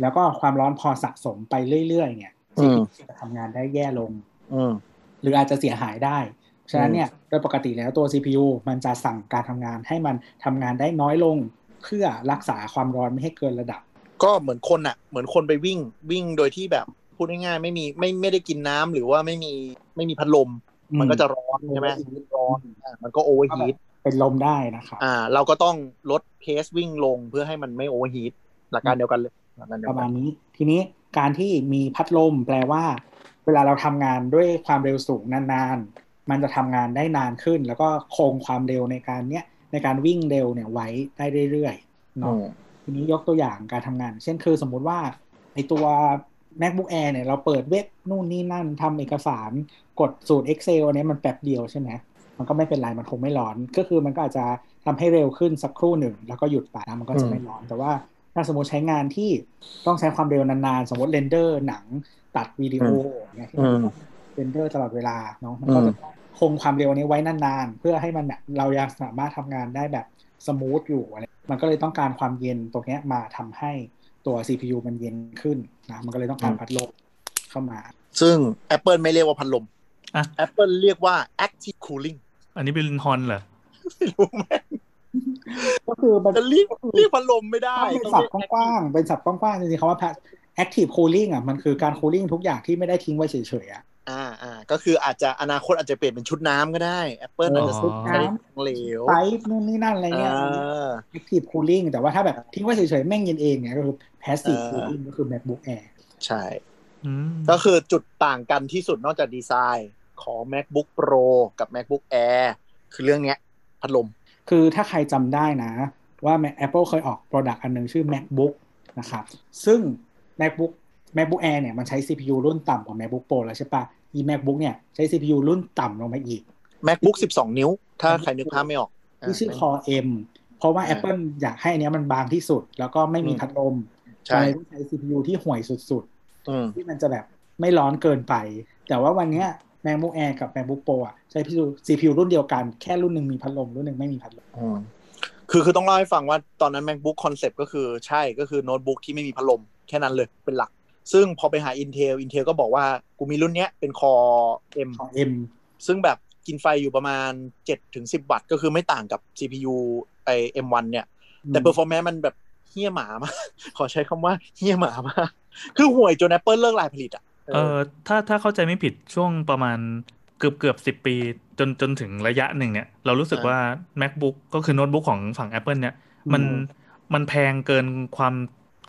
S2: แล้วก็ความร้อนพอสะสมไปเรื่อยๆ เนี่ย
S3: อืม
S2: CPU จะทำงานได้แย่ลง
S3: อืม
S2: หรืออาจจะเสียหายได้ ฉะนั้นเนี่ยโดยปกติแล้วตัว CPU มันจะสั่งการทำงานให้มันทำงานได้น้อยลง เพื่อรักษาความร้อนไม่ให้เกินระดับ
S3: ก็เหมือนคนอะเหมือนคนไปวิ่งวิ่งโดยที่แบบพูดง่ายๆไม่มีไม่ไม่ได้กินน้ำหรือว่าไม่มีไม่มีพัดลม มันก็จะร้อนใช่ไหม
S2: ร้อน
S3: อ่ามันก็โอเวอร์ฮีท
S2: เป็นลมได้นะครับ
S3: อ่า เราก็ต้องลดเพสวิ่งลงเพื่อให้มันไม่โอเวอร์ฮีทหลักการเดียวกันเลยหลักการเดี
S2: ป
S3: ยว
S2: ระ
S3: กั
S2: มาณ
S3: น
S2: นี้ทีนี้การที่มีพัดลมแปลว่า เวลาเราทำงานด้วยความเร็วสูงนานๆ มันจะทำงานได้นานขึ้น แล้วก็คงความเร็วในการเนี้ยในการวิ่งเร็วเนี่ยไว้ได้เรื่อยๆ
S3: อื
S2: เนาะ
S3: ม
S2: ทีนี้ยกตัวอย่างการทำงาน เช่นคือสมมุติว่าในตัว macbook air เนี่ยเราเปิดเว็บนู่นนี่นั่นทำเอกสารกดสูตร excel อันเนี้ยมันแป๊บเดียวใช่ไหมมันก็ไม่เป็นไรมันคงไม่ร้อน ก็คือมันก็อาจจะทำให้เร็วขึ้นสักครู่หนึ่ง แล้วก็หยุดไปนะมันก็จะไม่ร้อนแต่ว่า ถ้าสมมติใช้งานที่ต้องใช้ความเร็วนานๆ สมมติเรนเดอร์หนังตัดวิดีโออย่างเนี่ยที่มันต้องเรนเดอร์ตลอดเวลาเนาะมันก็
S3: อืม
S2: จะต้องคงความเร็วนี้ไว้นานๆ เพื่อให้มันแบบเรายังสามารถทำงานได้แบบสมูทอยู่อะไรมันก็เลยต้องการความเย็นตรงเนี้ยมาทำให้ตัว CPU มันเย็นขึ้นนะมันก็เลยต้องการพัดลมเข้ามา
S3: ซึ่ง Apple ไม่เรียกว่าพัดลม
S4: อ่ะ
S3: Apple เรียกว่า active cooling
S4: อันนี้เป็นฮอนเหรอ
S3: ไม่รู้ไหม
S2: ก็คือมัน
S3: จะเรียกเรียกพัดลมไม่ได้
S2: ถ้าเป็น
S3: ต้อง
S2: ศัพ
S3: เรีย
S2: ท์กว้างๆเป็นศัพท์กว้างๆจริงๆคำว่า active cooling อ่ะมันคือการ cooling ทุกอย่างที่ไม่ได้ทิ้งไว้เฉยๆอ่ะ
S3: อ่าอ่าก็คืออาจจะอนาคตอาจจะเปลี่ยนเป็นชุดน้ำก็ได้ Apple
S2: เออ
S3: อาจจะ
S2: ชุดน้ำ
S3: ใช้ของเหลว
S2: ไซส์นู่นนี่นั่นอะไร
S3: อ่
S2: เงี้ย
S3: า
S2: active cooling แต่ว่าถ้าแบบทิ้งไว้เฉยๆ แม่งเย็นเองเนี่ยก็คือ passive
S3: เออ
S2: cooling ก็คือ macbook air
S3: ใช่
S4: อืม
S3: ก็คือจุดต่างกันที่สุดนอกจากดีไซน์ของ MacBook Pro กับ MacBook Air คือเรื่องเนี้ย พัดลม
S2: คือถ้าใครจำได้นะ ว่า Mac- Apple เคยออก product อันหนึงชื่อ macbook นะครับ ซึ่ง macbook macbook air เนี่ยมันใช้ cpu รุ่นต่ำกว่า macbook pro แล้วใช่ปะอี macbook เนี่ยใช้ cpu รุ่นต่ำลงมาอีก
S3: MacBook 12 นิ้ว ถ้าใครนึกภาพไม่ออก
S2: ที่ชื่อ Core M เพราะว่า Apple อยากให้อันเนี้ยมันบางที่สุด แล้วก็ไม่มีพัดลม
S3: ใช่
S2: เลยต้องใช้ CPU ที่ห่วยสุด
S3: อืม
S2: ๆ ที่มันจะแบบไม่ร้อนเกินไป แต่ว่าวันเนี้ย MacBook Air กับ MacBook Pro อ่ะใช้ CPU CPU รุ่นเดียวกันแค่รุ่นหนึ่งมีพัดลมรุ่นหนึ่งไม่มีพัดลม
S3: อืมคือคือต้องเล่าให้ฟังว่าตอนนั้น MacBook concept ก็คือใช่ก็คือโน้ตบุ๊กที่ไม่มีพัดลมแค่นั้นเลยเป็นหลัก ซึ่งพอไปหา Intel Intel ก็บอกว่ากูมีรุ่นเนี้ยเป็น Core M
S2: ของ M
S3: ซึ่งแบบกินไฟอยู่ประมาณ 7-10 วัตต์ก็คือไม่ต่างกับ CPU ไอ M1 เนี่ย แต่ performance มันแบบเฮี้ยหมามาก ขอใช้คำว่าเฮี้ยหมามาก คือห่วยจน Apple เลิกรายผลิตอ่ะ
S4: เออถ้าถ้าเข้าใจไม่ผิดช่วงประมาณเกือบเกือบสิบปีจนจนถึงระยะหนึ่งเนี่ย เรารู้สึกว่า macbook ก็คือโน้ตบุ๊กของฝั่ง Apple เนี่ย มัน
S2: อืม
S4: มันแพงเกินความ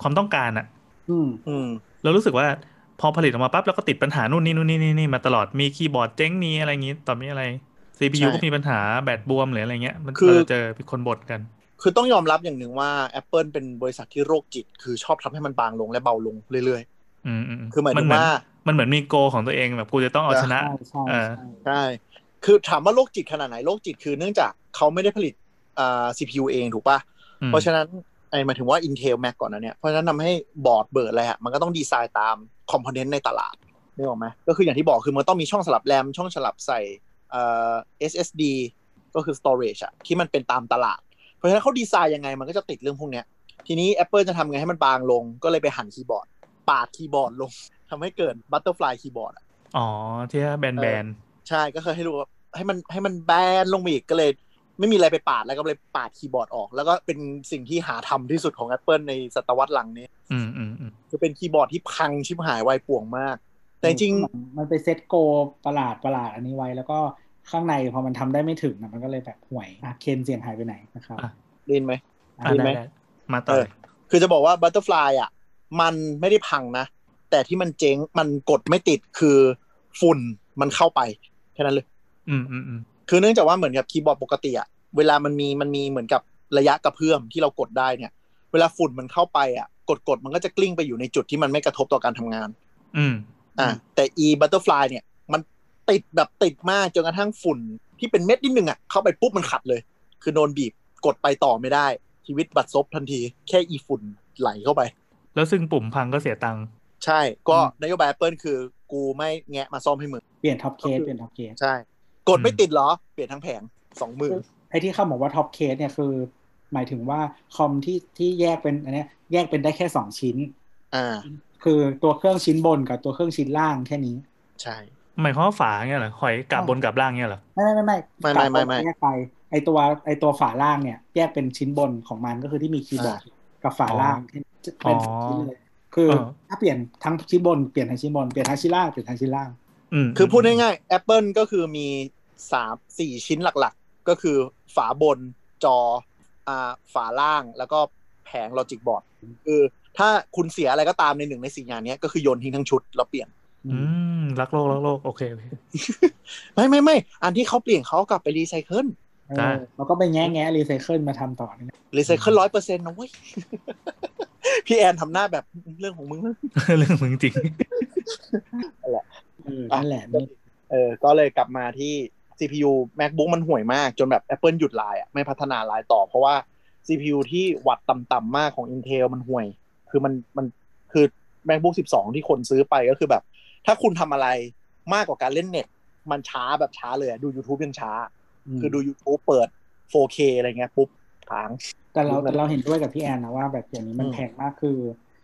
S4: ความต้องการอะ
S2: อืม
S3: อืม
S4: เรารู้สึกว่าพอผลิตออกมาปั๊บแล้วก็ติดปัญหานู่นนี่นู่นนี่นี่นี่มาตลอดมีคีย์บอร์ดเจ๊งมีอะไรอย่างงี้ต่อมีอะไร CPU
S3: ใช่
S4: ก็มีปัญหาแบตบวมหรืออะไรเงี้ย มัน
S3: คือ
S4: เราจะเจอเป็นคนบ่นกัน
S3: คือต้องยอมรับอย่างหนึ่งว่า Apple เป็นบริษัทที่โรคจิต คือชอบทำให้มันบางลงและเบาลงเรื่อย
S4: อืมอืม
S3: ๆ คือหมายถึง
S4: เหมือน
S3: ว่า
S4: มันเหมือนมีโกของตัวเองแบบกูจะต้องเอาชนะ
S2: ใช่ใช่
S4: เออ
S2: ใช่
S3: ใช่ คือถามว่าโรคจิตขนาดไหน โรคจิตคือเนื่องจากเขาไม่ได้ผลิตอ่า CPU เองถูกปะ
S4: อืม
S3: เพราะฉะนั้นไอ้หมายถึงว่า Intel Mac ก่อนนะเนี่ย เพราะฉะนั้นทำให้บอร์ดเบิร์ดอะไรฮะมันก็ต้องดีไซน์ตามคอมโพเนนต์ในตลาดนึกออกไหมก็คืออย่างที่บอกคือมันต้องมีช่องสลับแรมช่องสลับใส่เอ่อ SSD ก็คือ storage อะที่มันเป็นตามตลาด เพราะฉะนั้นเขาดีไซน์ยังไงมันก็จะติดเรื่องพวกเนี้ย ทีนี้ Apple จะทำไงให้มันบางลง ก็เลยไปหั่นคีย์บอร์ด ปาดคีย์บอร์ดลง ทำให้เกิด butterfly keyboard อะ
S4: อ๋อที่แบน
S3: เออ
S4: แบน
S3: ใช่ก็เคยให้ดูว่าให้มันให้มันแบนลงมาอีกก็เลย ไม่มีอะไรไปปาดแล้วก็เลยปาดคีย์บอร์ดออก แล้วก็เป็นสิ่งที่หาทำที่สุดของ Apple ในศตวรรษหลังนี้
S4: อืมอืมอืม
S3: คือเป็นคีย์บอร์ดที่พังชิบหายวายป่วงมาก แต่จริง
S2: มันไปเซตโกประหลาดประหลาดอันนี้ไว้ แล้วก็ข้างในพอมันทำได้ไม่ถึงน่ะมันก็เลยแบบห่วยอ่ะเคนเสียงหายไปไหนนะครับ
S3: ๆได้ยินไหม
S4: อ่ะ
S3: ดี
S4: ได้
S3: ไหม
S4: ได้มาต่อเลย
S3: คือจะบอกว่าบัตเตอร์ฟลายอ่ะมันไม่ได้พังนะ แต่ที่มันเจ๊งมันกดไม่ติดคือฝุ่นมันเข้าไปแค่นั้นเลย
S4: อืมอืมอืม
S3: คือเนื่องจากว่าเหมือนกับคีย์บอร์ดปกติอะเวลามันมีมันมีเหมือนกับระยะกระเพื่อมที่เรากดได้เนี่ย เวลาฝุ่นมันเข้าไปอะกดกดมันก็จะกลิ้งไปอยู่ในจุดที่มันไม่กระทบต่อการทำงาน
S4: อืม
S3: อ่าแต่ e butterfly เนี่ยมันติดแบบติดมากจนกระทั่งฝุ่นที่เป็นเม็ดนิดนึงอะเข้าไปปุ๊บมันขัดเลย คือโดนบีบกดไปต่อไม่ได้ ชีวิตบัดซบทันทีแค่อีฝุ่นไหลเข้าไป
S4: แล้วซึ่งปุ่มพังก็เสียตังค์
S3: ใช่ก็นโยบาย Apple คือกูไม่แงะมาซ่อมให้มึง
S2: เปลี่ยนท็อปเคสเปลี่ยนท็อปเคส
S3: ใช่ กดไม่ติดเหรอเปลี่ยนทั้งแผงสองหมื่น
S2: ไอ้ที่เขาบอกว่าท็อปเคสเนี่ยคือ หมายถึงว่าคอมที่ที่แยกเป็นอันเนี้ยแยกเป็นได้แค่สองชิ้น
S3: อ่า
S2: คือตัวเครื่องชิ้นบนกับตัวเครื่องชิ้นล่างแค่นี้
S3: ใช่
S4: หมายความว่าฝาเงี้ยเหรอหอยกลับบนกลับล่างเงี้ยเหรอ
S2: ไม่ไม่ไม่
S3: ไม่ไม่ไม่ไม่
S2: แยกไปไอตัวไอตัวฝาล่างเนี่ยแยกเป็นชิ้นบนของมันก็คือที่มีคีย์บอร์ดกับฝาล่างแค่นี้เป็นสองชิ้นเลย คือถ้าเปลี่ยนทั้งชิ้นบนเปลี่ยนทั้งชิ้นบนเปลี่ยนทั้งชิ้นล่างเปลี่ยนทั้งชิ้นล่าง
S4: อืมม
S3: คือพูดง่ายๆ Apple ก็คือมีสามสี่ชิ้นหลักๆ ก็คือฝาบนจออ่าฝาล่างแล้วก็แผง Logic Board คือถ้าคุณเสียอะไรก็ตามในหนึ่งในสี่อย่างเนี้ยก็คือโยนทิ้งทั้งชุดแล้วเปลี่ยน
S4: อืมรักโลกรักโลกโอเค โอเค
S3: ไม่ไม่ไม่อันที่เขาเปลี่ยนเขาเอากลับไปรีไซเคิล
S2: เออแล้วก็ไปแง่แง่รีไซเคิลมาทำต่อนี่นะ
S3: รีไซเคิลร้อยเปอร์เซ็นต์นะเว้ย พี่แอนทำหน้าแบบเรื่องของมึงนะ
S4: เรื่องมึง จริง
S2: เออนั่นแหละนี่
S3: เออ ก็เลยกลับมาที่ CPU MacBook มันห่วยมาก จนแบบ Apple หยุดลายอ่ะไม่พัฒนาลายต่อ เพราะว่า CPU ที่วัดต่ำๆมากของ Intel มันห่วย คือมันมันคือ MacBook 12 ที่คนซื้อไปก็คือแบบ ถ้าคุณทำอะไรมากกว่าการเล่นเน็ต มันช้าแบบช้าเลยอะดู YouTube ยังช้า คือดู YouTube เปิด 4K อะไรเงี้ยปุ๊บค้าง
S2: แต่เราแต่เราเห็นด้วยกับพี่แอนนะว่าแบบอย่างนี้มัน
S3: อืม
S2: แพงมากคือ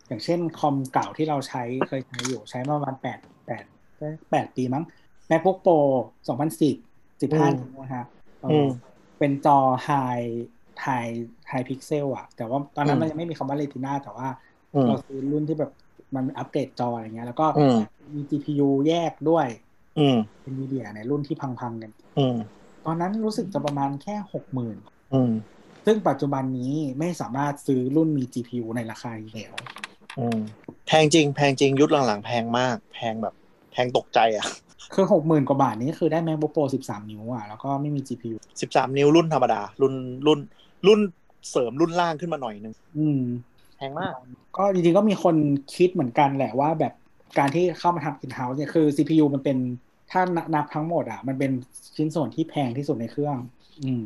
S2: อย่างเช่นคอมเก่าที่เราใช้เคยใช้อยู่ใช้มาประมาณแปดแปดแปดปีมั้ง MacBook Pro สองพันสิบสิบห้านิ้วนะฮะเอออ
S3: ม
S2: เป็นจอ High High High Pixel อะแต่ว่าตอนนั้
S3: อื
S2: น
S3: ม
S2: มันยังไม่มีคำว่า Retina แต่ว่า
S3: อืม
S2: เราซื้อรุ่นที่แบบมันอัปเกรดจออะไรเงี้ย แล้วก็
S3: อืม
S2: มี GPU แยกด้วย
S3: อืม
S2: เป็นมีเดียในรุ่นที่พังๆกัน
S3: อืม
S2: ตอนนั้นรู้สึกจะประมาณแค่หกหมื่น
S3: อืม
S2: ซึ่งปัจจุบันนี้ไม่สามารถซื้อรุ่นมี GPU ในราคาอีกแล้ว
S3: อืมแพงจริง แพงจริงยุคหลังๆแพงมาก แพงแบบแพงตกใจอ่ะ
S2: คือหกหมื่นกว่าบาทนี้คือได้ MacBook Pro 13 นิ้วอ่ะ แล้วก็ไม่มี GPU
S3: สิบสามนิ้วรุ่นธรรมดา รุ่นรุ่นรุ่นเสริมรุ่นล่างขึ้นมาหน่อยหนึง
S2: อืม
S3: แพงมาก
S2: ก็จริงๆก็มีคนคิดเหมือนกันแหละว่าแบบการที่เข้ามาทำ in-house เนี่ยคือ CPU มันเป็นถ้านับทั้งหมดอ่ะ มันเป็นชิ้นส่วนที่แพงที่สุดในเครื่อง อืม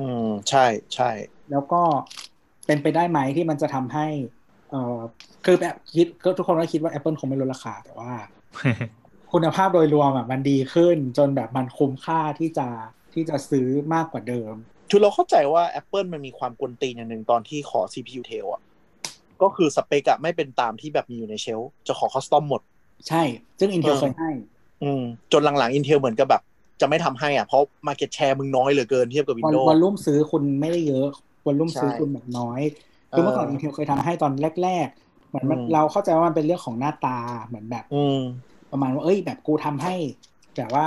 S3: อืม ใช่ใช่
S2: แล้วก็เป็นไปได้ไหมที่มันจะทำให้ เออคือแบบคิดก็ทุกคนก็คิดว่า Apple คงไม่ลดราคา แต่ว่า คุณภาพโดยรวมอ่ะมันดีขึ้น จนแบบมันคุ้มค่าที่จะที่จะซื้อมากกว่าเดิม
S3: คือเราเข้าใจว่า Apple มันมีความกวนตีนอย่างหนึ่งตอนที่ขอ CPU tail อ่ะ ก็คือสเปกอะไม่เป็นตามที่แบบมีอยู่ในเชลฟ์จะขอคัสตอมหมด
S2: ใช่ ซึ่ง Intel
S3: เออ
S2: เคยให้
S3: อืมจนหลังๆ Intel เหมือนกับแบบ จะไม่ทำให้อ่ะ เพราะ Market Share มึงน้อยเหลือเกินเทียบกับ
S2: วอล
S3: Windows
S2: วอลลุ่มซื้อคุณไม่ได้เยอะ วอลลุ่ม
S3: ใช่
S2: ซื้อคุณแบบน้อย คือเมื่อก่อน
S3: เ
S2: Intel เคยทำให้ตอนแรก ๆ เหมือนมัน
S3: อืม
S2: เราเข้าใจว่ามันเป็นเรื่องของหน้าตาเหมือนแบบ
S3: อืม
S2: ประมาณว่า เอ้ย แบบกูทำให้แบบว่า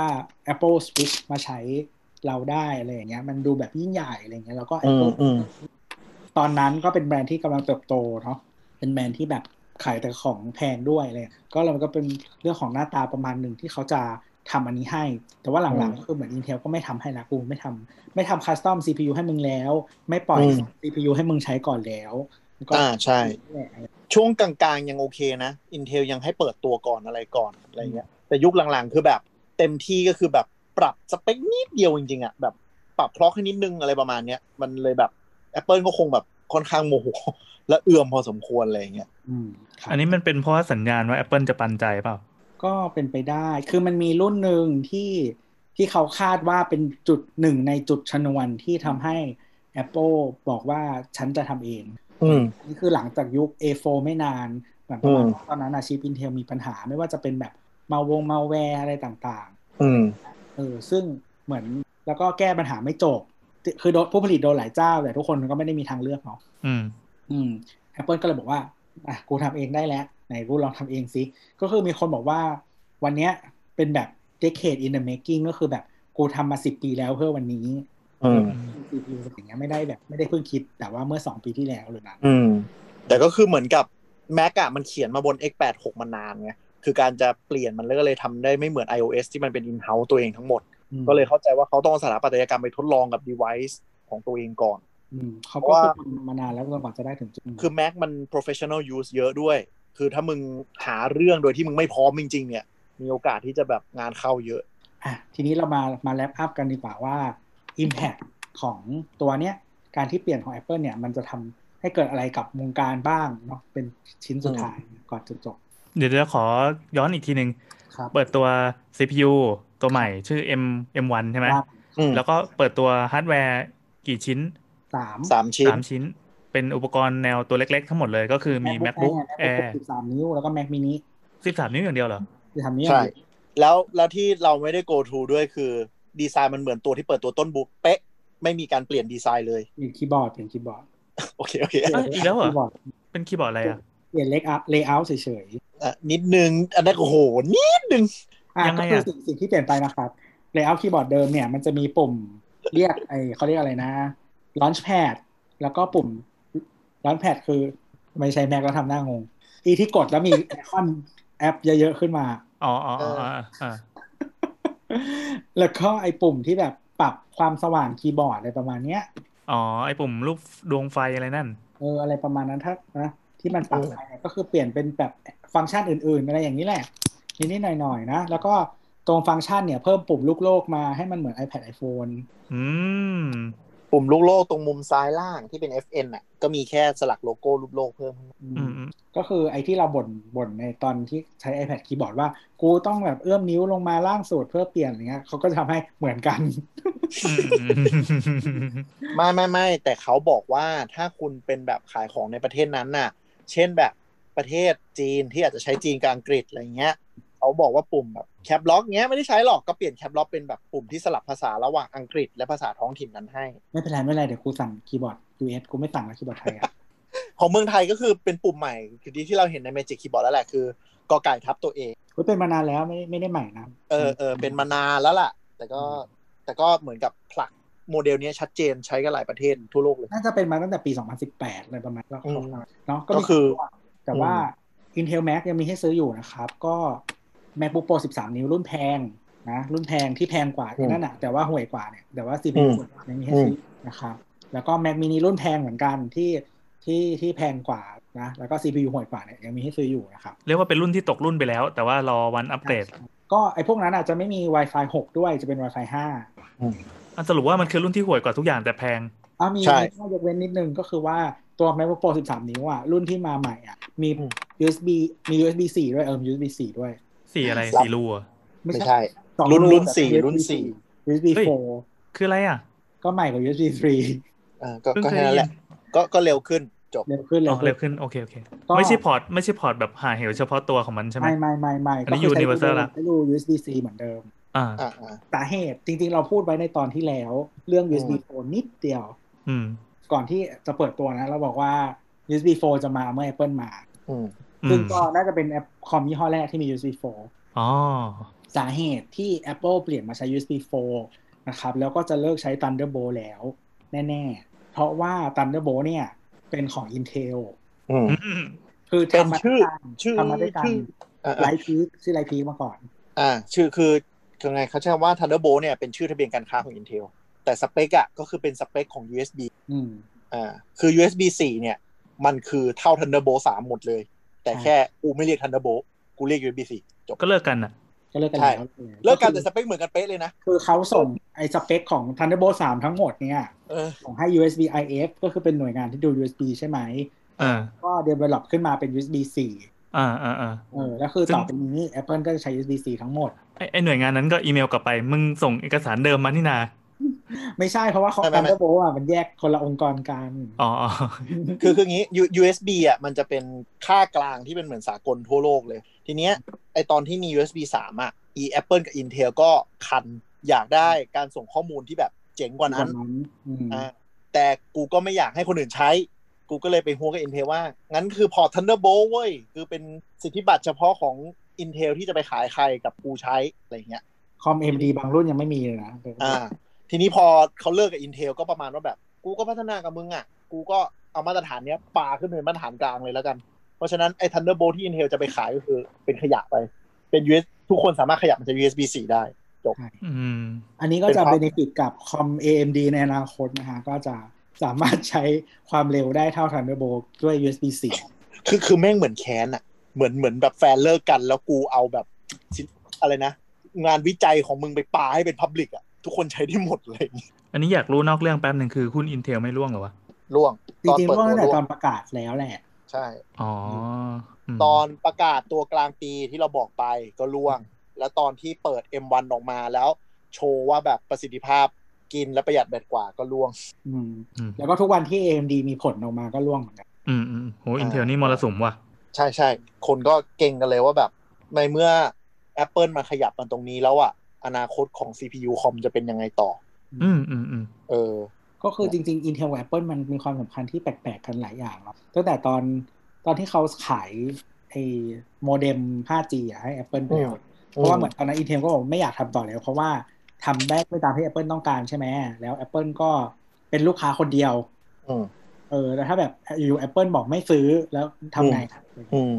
S2: Apple Switch มาใช้เราได้อะไรอย่างเงี้ย มันดูแบบยิ่งใหญ่อะไรอย่างเงี้ย แล้วก็
S3: อืม
S2: Apple
S3: อืม
S2: ตอนนั้นก็เป็นแบรนด์ที่กำลังเติบโตเนาะ เป็นแบรนด์ที่แบบขายแต่ของแพงด้วยอะไรเลยก็เลยมันก็เป็นเรื่องของหน้าตาประมาณหนึ่งที่เขาจะทำอันนี้ให้ แต่ว่าหลัง
S3: อืม
S2: ๆก็คือเหมือน Intel ก็ไม่ทำให้ละกูไม่ทำไม่ทำคัสตอม CPU ให้มึงแล้ว ไม่ปล่อย
S3: อืม
S2: CPU ให้มึงใช้ก่อนแล้วก็
S3: อ่าใช่
S2: แหละ
S3: ช่วงกลางๆ ยังโอเคนะ Intel ยังให้เปิดตัวก่อนอะไรก่อนอะไรเงี้ย แต่ยุคหลังๆ คือแบบ เต็มที่ก็คือแบบปรับสเปคนิดเดียวจริงๆอ่ะแบบปรับคล็อกให้นิดนึงอะไรประมาณเนี้ยมันเลยแบบ Apple ก็คงแบบค่อนข้างโมโห และเอื่อมพอสมควรอะไรเงี้ย
S2: อืมครับ
S4: อันนี้มันเป็นเพราะว่าสัญญาณว่า Apple จะปันใจเปล่า
S2: ก็เป็นไปได้ คือมันมีรุ่นหนึ่งที่ที่เขาคาดว่าเป็นจุดหนึ่งในจุดชนวนที่ทำให้ Apple บอกว่าฉันจะทำเอง
S3: อืม
S2: นี่คือหลังจากยุค A4 ไม่นานเหมือนประมาณ
S3: อืม
S2: ว่าตอนนั้นอาชีพ Intel มีปัญหาไม่ว่าจะเป็นแบบมาวงมาแวร์อะไรต่าง
S3: อืม
S2: ๆ เออ ซึ่งเหมือนแล้วก็แก้ปัญหาไม่จบ คือโดนผู้ผลิตโดนหลายเจ้า แต่ทุกคนก็ไม่ได้มีทางเลือกเนาะ
S4: อืม
S2: อืม Apple ก็เลยบอกว่า อ่ะ กูทำเองได้แล้ว ไหนกูลองทำเองสิ ก็คือมีคนบอกว่า วันเนี้ยเป็นแบบ decade in the making ก็คือแบบกูทำมาสิบปีแล้วเพื่อวันนี้
S3: อืม
S2: สิบปีอย่างเงี้ยไม่ได้แบบไม่ได้เพิ่งคิด แต่ว่าเมื่อสองปีที่แล้วเลยนะ
S3: อืม แต่ก็คือเหมือนกับแม็กอะมันเขียนมาบน X86 มานานไงคือการจะเปลี่ยนมันก็เลยทำได้ไม่เหมือน iOS ที่มันเป็น in-house ตัวเองทั้งหมด
S2: อืม
S3: ก็เลยเข้าใจว่าเขาต้องเอาสถาปัตยกรรมไปทดลองกับ device ของตัวเองก่อน
S2: อืมเขาก็ควบคุมมานานแล้วจนกว่าจะได้ถึงจุดนี้
S3: คือ Mac มัน professional use เยอะด้วย คือถ้ามึงหาเรื่องโดยที่มึงไม่พร้อมจริง ๆ เนี่ย มีโอกาสที่จะแบบงานเข้าเยอะ
S2: อ่ะทีนี้เรามามาแลปอัพกันดีกว่าว่า impact ของตัวเนี้ย การที่เปลี่ยนของ Apple เนี่ย มันจะทำให้เกิดอะไรกับวงการบ้างเนาะเป็นชิ้นสุดท้ายก่อนจุดจบ
S4: เดี๋ยวจะขอย้อนอีกทีหนึ่ง
S2: ครับ
S4: เปิดตัว CPU ตัวใหม่ชื่อ M M1 ใช่ไหม
S2: ครับ
S3: อืม
S4: แล้วก็เปิดตัวฮาร์ดแวร์กี่ชิ้น
S2: สาม
S3: สามชิ้น
S4: สามชิ้น เป็นอุปกรณ์แนวตัวเล็กๆทั้งหมดเลยก็คือมี MacBook Air
S2: 13 นิ้ว แล้วก็ Mac mini
S4: 13 นิ้วอย่างเดียวเหรอ
S2: 13นิ้ว
S3: ใช่ แล้วแล้วที่เราไม่ได้ go to ด้วยคือดีไซน์มันเหมือนตัวที่เปิดตัวต้นบุกเป๊ะ ไม่มีการเปลี่ยนดีไซน์เลย
S2: มีคีย์บอร์ดเปลี่ยนคีย์บอร์ด
S3: โอเค โอเค
S4: อ้าวอีกแล้วเหรอ
S2: คีย์บอร์ด
S4: เป็นคีย์บอร์ดอะไรอ่ะ
S2: เปลี่ยนเลเยอร์เลเยอร์เฉย
S3: อ่ะนิดนึง อันนั้นโอ้โห นิดนึง
S2: ๆอ่ะ
S4: ยังไง
S2: ก็
S4: อ่ะ
S2: คือสิ่งสิ่งที่เปลี่ยนไปนะครับเลเยอร์คีย์บอร์ดเดิมเนี่ย มันจะมีปุ่มเรียกไอเขาเรียกอะไรนะ launchpad แล้วก็ปุ่ม launchpad คือไม่ใช่ Mac แล้วทำหน้างง อีที่กดแล้วมีไอคอนแอปเยอะๆขึ้นมา
S4: อ๋ออ๋ออ๋ออ๋ออ๋อ
S2: แล้วก็ไอปุ่มที่แบบปรับความสว่างคีย์บอร์ดอะไรประมาณเนี้ย
S4: อ๋อไอปุ่มรูปดวงไฟอะไรนั่น
S2: เอออะไรประมาณนั้นถ้านะที่มันปรับ
S3: เออ
S2: ไปเนี่ยก็คือเปลี่ยนเป็นแบบฟังก์ชันอื่นๆ อะไรอย่างนี้แหละนิดนิดๆหน่อยๆนะ แล้วก็ตรงฟังก์ชันเนี่ยเพิ่มปุ่มลูกโลกมาให้มันเหมือน iPad iPhone
S4: อืม
S3: ปุ่มลูกโลกตรงมุมซ้ายล่างที่เป็น FN อ่ะ ก็มีแค่สลักโลโก้รูปโลกเพิ่มขึ้นมา
S2: อื
S4: อื
S2: ม
S4: มอืม
S2: ก็คือไอ้ที่เราบ่นบ่นในตอนที่ใช้ iPad คีย์บอร์ดว่า กูต้องแบบเอื้อมนิ้วลงมาล่างสุดเพื่อเปลี่ยนอะไรเงี้ยเขาก็จะทำให้เหมือน กัน
S4: อืมอืม
S3: ไม่ไม่ไม่แต่เขาบอกว่าถ้าคุณเป็นแบบขายของในประเทศนั้นน่ะ เช่นแบบประเทศจีนที่อาจจะใช้จีนกับอังกฤษอะไรเงี้ยเขาบอกว่าปุ่มแบบแคปล็อกเงี้ยไม่ได้ใช้หรอกก็เปลี่ยนแคปล็อกเป็นแบบปุ่มที่สลับภาษาระหว่างอังกฤษและภาษาท้องถิ่นนั้นให้
S2: ไม่เป็นไรไม่เป็นไรเดี๋ยวกูสั่งคีย์บอร์ด US กูไม่สั่งแล้วคีย์บอร์ดไทยอ่ะ
S3: ของเมืองไทยก็คือเป็นปุ่มใหม่คือที่ที่เราเห็นใน Magic Keyboard แล้วแหละคือกอไก่ทับตัวเอง
S2: เฮ้ยเป็นมานานแล้วไม่ไม่ได้ใหม่นะ
S3: เออเออเป็นมานานแล้วล่ะ แต่ก็แต่ก็เหมือนกับผลักโมเดลเนี้ยชัดเจนใช้กันหลายประเทศทั่วโลกเลย
S2: น่าจะเป็นมาตั้งแต่ปี 2018อะไรประมาณนั้น
S3: อืม
S2: เนาะ
S3: ก็
S2: มี
S3: คือ
S2: แต่ว่า Intel Mac ยังมีให้ซื้ออยู่นะครับ ก็ MacBook Pro 13 นิ้วรุ่นแพงนะ รุ่นแพงที่แพงกว่า
S3: อืม
S2: นั่นแหะแต่ว่าห่วยกว่าเนี่ย แต่ว่า
S3: อื
S2: CPU
S3: ม
S2: ยังมีให้ซื้อนะครับ แล้วก็ Mac mini รุ่นแพงเหมือนกันที่ที่ที่แพงกว่านะ แล้วก็ CPU ห่วยกว่าเนี่ยยังมีให้ซื้ออยู่นะครับ
S4: เรียกว่าเป็นรุ่นที่ตกรุ่นไปแล้ว แต่ว่ารอวันอัปเกรด
S2: ก็ไอ้พวกนั้นอาจจะไม่มี Wi-Fi 6 ด้วยจะเป็น Wi-Fi
S4: อ่ะสรุปว่ามันคือรุ่นที่ห่วยกว่าทุกอย่างแต่แพง
S2: 5 อ๋อมี
S3: ใช่
S2: มีข้อยกเว้นนิดนึงก็คือว่าตัว MacBook Pro 13 นิ้วอ่ะ รุ่นที่มาใหม่อ่ะ มี
S3: อืม
S2: USB มี USB 4 ด้วยเออมี USB 4 ด้วย
S4: สีอะไร
S3: รับ
S4: สีรูอะ
S2: ไม่
S3: ไม่
S2: ใช่
S3: ใช่
S2: สอง
S3: รุ่นรุ่น
S2: แต่
S3: สี่
S2: USB
S3: รุ่นสี่
S2: USB
S4: เฮ้ย
S2: 4
S4: คืออะไรอ่ะ
S2: ก็ใหม่กว่า USB
S3: เออก็
S4: เพิ่ง
S3: ก็
S4: เคย
S3: แค่
S4: ได้
S3: นั้นแห
S4: ยิ
S3: ละ
S4: น
S3: ก็ก็เร็วขึ้นจบ
S2: 3 เร็วขึ้น
S4: อ๋อ
S2: เร็
S4: เร็
S2: ว
S4: ว
S2: ขึ้น
S4: ขึ้นโอเคโอเค
S2: ก็
S4: ไม่ใช่พอร์ตไม่ใช่พอร์ตแบบหาเหวเฉพาะตัวของมันใช่ไหม
S2: ไม่ไม่ไม่ไม่
S4: อัน
S2: ก็
S4: นี้
S2: คือใช้
S4: Universal ละ
S2: ใช้รู USB 4 เหมือนเดิม
S4: อ่า
S3: อ่าอ่า
S2: สาเหตุจริงๆ เราพูดไว้ในตอนที่แล้ว เรื่อง USB
S3: อืม
S2: 4 นิดเดียว
S4: อืม
S2: ก่อนที่จะเปิดตัวนะ เราบอกว่า USB 4 จะมาเมื่อ Apple มา
S3: อืม
S4: อื
S2: ซึ่ง
S4: ม
S2: ก็น่าจะเป็นแอปคอมยี่ห้อแรกที่มี USB 4
S4: อ๋อ
S2: สาเหตุที่ Apple เปลี่ยนมาใช้ USB 4 นะครับ แล้วก็จะเลิกใช้ Thunderbolt แล้ว แน่ ๆ เพราะว่า Thunderbolt เนี่ย เป็นของ Intel
S3: อืม
S4: อืม
S2: คือ
S3: เป็น
S2: ทำมา
S3: ชื่
S2: ด้ว
S3: อย
S2: กัน
S3: ชื่อ
S2: ทำมาด้วยกัน
S3: ชื่ออ่า
S2: ไลท์พีคชื่อไลท์พีคมาก่อน
S3: อ่า ชื่อคือคือไงเขาใช้คำว่า Thunderbolt เนี่ยเป็นชื่อทะเบียนการค้าของ Intel แต่สเปคอ่ะก็คือเป็นสเปคของ USB
S2: อืม
S3: อ่า คือ USB 4 เนี่ย มันคือเท่า Thunderbolt 3 หมดเลย แต่แค่กูไม่เรียก Thunderbolt กูเรียก USB 4 จบ
S4: ก็เลิกกันอ่ะ
S2: ก็เลิกกัน
S3: ใช่
S2: แล้ว
S3: เลิกกันแต่
S2: คือ
S3: สเปคเหมือนกันเป๊ะเลยนะ
S2: คือเขาส่งไอ้สเปคของ Thunderbolt 3 ทั้งหมดเนี่ย
S3: เออ
S2: ส่งให้ USB IF ก็คือเป็นหน่วยงานที่ดู USB ใช่ไหม
S4: อ่า
S2: ก็ develop ขึ้นมาเป็น USB 4
S4: อ่าอ่าอ่า
S2: เออ แล้วคือ
S4: ซึ่ง
S2: ต่อไปนี้ Apple ก็จะใช้ USB 4 ทั้งหมด
S4: ไอ้ไอหน่วยงานนั้นก็อีเมลกลับไป มึงส่งเอกสารเดิมมานี่นา
S2: ไม่ใช่เพราะว่าเขา
S3: ไม่ไม่ไม่
S2: Thunderbolt อ่ะมันแยกคนละองค์กรกัน
S4: อ๋ออ๋อ
S3: คือคืออย่างงี้ U- USB อ่ะมันจะเป็นค่ากลางที่เป็นเหมือนสากลทั่วโลกเลย ทีเนี้ยไอตอนที่มี USB 3 อ่ะ e Apple กับ Intel ก็คันอยากได้การส่งข้อมูลที่แบบเจ๋งกว่านั้น
S2: อืม
S3: อ่าแต่กูก็ไม่อยากให้คนอื่นใช้ กูก็เลยไปหัวกับ Intel ว่า งั้นคือพอร์ต Thunderbolt เว้ย คือเป็นสิทธิบัตรเฉพาะของ Intel ที่จะไปขายใครกับกูใช้ อะไรอย่างเงี้ย
S2: คอมเอ็มดีบางรุ่นยังไม่มีเลยนะ
S3: อ่า ทีนี้พอเขาเลิกกับ Intel ก็ประมาณว่าแบบ กูก็พัฒนากับมึงอ่ะ กูก็เอามาตรฐานเนี้ยปาขึ้นเป็นมาตรฐานกลางเลยแล้วกัน เพราะฉะนั้นไอ้ Thunderbolt ที่ Intel จะไปขายก็คือเป็นขยะไป เป็น US ทุกคนสามารถขยับมันจะ USB 4 ได้
S4: อืม
S2: อันนี้ก็จะ
S3: เป็
S2: เบ
S3: น
S2: นฟิตกับคอม AMD ในอนาคตนะฮะ ก็จะสามารถใช้ความเร็วได้เท่า Thunderbolt ด้วย USB
S3: คือคือแม่งเหมือนแค้นอะเหมือนเหมือนแบบแฟนเลิกกัน แล้วกูเอาแบบสิอะไรนะ งานวิจัยของมึงไปปาให้เป็นพับลิกอะทุกคนใช้ได้หมดเลย
S4: อันนี้อยากรู้นอกเรื่องแป๊บหนึ่งคือหุ้น Intel ไม่ร่วงเหรอวะ
S3: ล่วง
S2: 4 จริงๆร่วงตั้งแต่ต
S3: ร่
S2: อนประกาศแล้วแหละ
S3: ใช่
S4: อ๋อม
S3: ตอนประกาศตัวกลางปีที่เราบอกไปก็ล่วง แล้วตอนที่เปิด M1 ออกมาแล้ว โชว์ว่าแบบประสิทธิภาพกินและประหยัดแบตกว่าก็ล่วง
S2: อืม
S4: อืม
S2: แล้วก็ทุกวันที่ AMD มีผลออกมาก็ร่วงเหมือนกัน
S4: อืมอืมโห Intel นี่มรสุมว่ะ
S3: ใช่ใช่คนก็เก่งกันเลยว่าแบบในเมื่อ Apple มาขยับมันตรงนี้แล้วอะอนาคตของ CPU คอมจะเป็นยังไงต่อ
S4: อืมอืมอืม
S3: เออ
S2: ก็คือจริง ๆ Intel กับ Apple มันมีความสำคัญที่แปลกๆกันหลายอย่างเนาะตั้งแต่ตอนตอนที่เขาขายไอ้โมเด็ม 5G อะให้ Apple ไป
S3: อืม
S2: ก่อน เพราะว่าเหมือนตอนนั้นอีเทมก็บอกไม่อยากทำต่อแล้ว เพราะว่าทำได้ไม่ตามที่ Apple ต้องการใช่ไหมแล้ว Apple ก็เป็นลูกค้าคนเดียว
S3: อืม
S2: เออแล้วถ้าแบบอยู่ Apple บอกไม่ซื้อแล้วทำไง
S3: อืม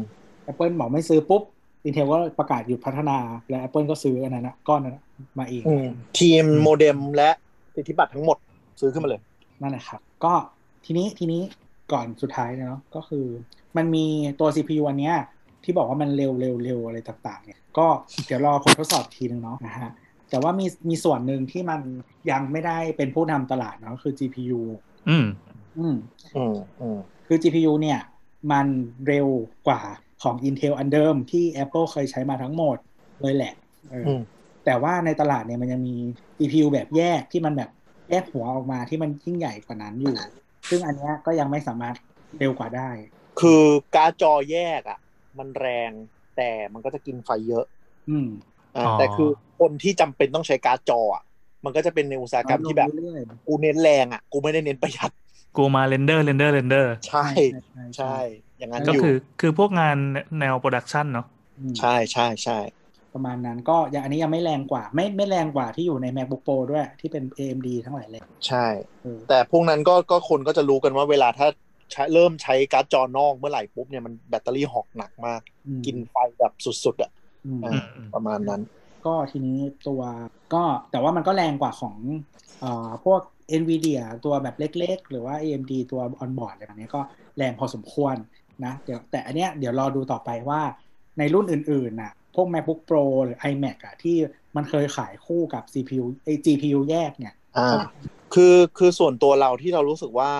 S2: Apple บอกไม่ซื้อปุ๊บอีเทมก็ประกาศหยุดพัฒนา แล้ว Apple ก็ซื้ออันนั้นนะก้อนนั้นนะมาเอง
S3: อืมทีมโมเด็มและสิทธิบัตรทั้งหมดซื้อขึ้นมาเลย
S2: นั่นแหละครับ ก็ทีนี้ทีนี้ก่อนสุดท้ายเนาะก็คือ มันมีตัว CPU อันเนี้ยที่บอกว่ามันเร็วเร็วเร็วอะไรต่างๆเนี่ยก็เดี๋ยวรอผลทดสอบทีนึงเนาะนะฮะ แต่ว่ามีมีส่วนหนึ่งที่มันยังไม่ได้เป็นผู้นำตลาดเนาะคือ GPU
S4: อืม
S2: อืม
S3: อืมอืม
S2: คือ GPU เนี่ย มันเร็วกว่าของ Intel อันเดิมที่ Apple เคยใช้มาทั้งหมดเลยแหละเอออ
S3: อืม
S2: แต่ว่าในตลาดเนี่ยมันยังมี GPU แบบแยกที่มันแบบแยกหัวออกมาที่มันยิ่งใหญ่กว่านั้นอยู่ ซึ่งอันเนี้ยก็ยังไม่สามารถเร็วกว่าได้
S3: คือการ์ดจอแยกอ่ะ มันแรงแต่มันก็จะกินไฟเยอะ
S2: อืม
S3: อ่า
S4: อ๋อ
S3: แต่คือคนที่จำเป็นต้องใช้การ์ดจออ่ะมันก็จะเป็นในอุตสาหกรรมที่แบบ
S2: เรื่อย
S3: กูเน้นแรงอ่ะ กูไม่ได้เน้นประหยัด
S4: กูมาเรนเดอร์เรนเดอร์เรนเดอร์
S2: ๆ
S3: ใช่ ใช่ อย่างนั้น
S4: ก็
S3: อยู่
S4: คือคือพวกงานแนวโปรดักชันเนาะ
S2: อืม
S3: ใช่ใช่ใช่
S2: ประมาณนั้นก็ยังอันนี้ยังไม่แรงกว่า ไม่ไม่แรงกว่าที่อยู่ใน MacBook Pro ด้วย ที่เป็น AMD ทั้งหลายเลย
S3: ใช่
S2: เออ
S3: แต่พวกนั้นก็ก็คนก็จะรู้กันว่าเวลาถ้าใช้เริ่มใช้การ์ดจอนอกเมื่อไหร่ปุ๊บเนี่ยมันแบตเตอรี่หอกหนักมาก
S2: อืม
S3: กินไฟแบบสุดๆอ่ะ
S2: อืม
S3: อ่
S4: อืมอืม
S3: ประมาณนั้น
S2: ก็ทีนี้ตัวก็แต่ว่ามันก็แรงกว่าของเอ่อพวก NVIDIA ตัวแบบเล็กๆ หรือว่า AMD ตัว onboard อะไรแบบนี้ก็แรงพอสมควรนะเดี๋ยวแต่อันเนี้ยเดี๋ยวรอดูต่อไปว่าในรุ่นอื่นๆน่ะพวก MacBook Pro หรือ iMac อะที่มันเคยขายคู่กับ CPU ไอ้ GPU แยกเนี่ย
S3: อ่า คือคือส่วนตัวเราที่เรารู้สึกว่า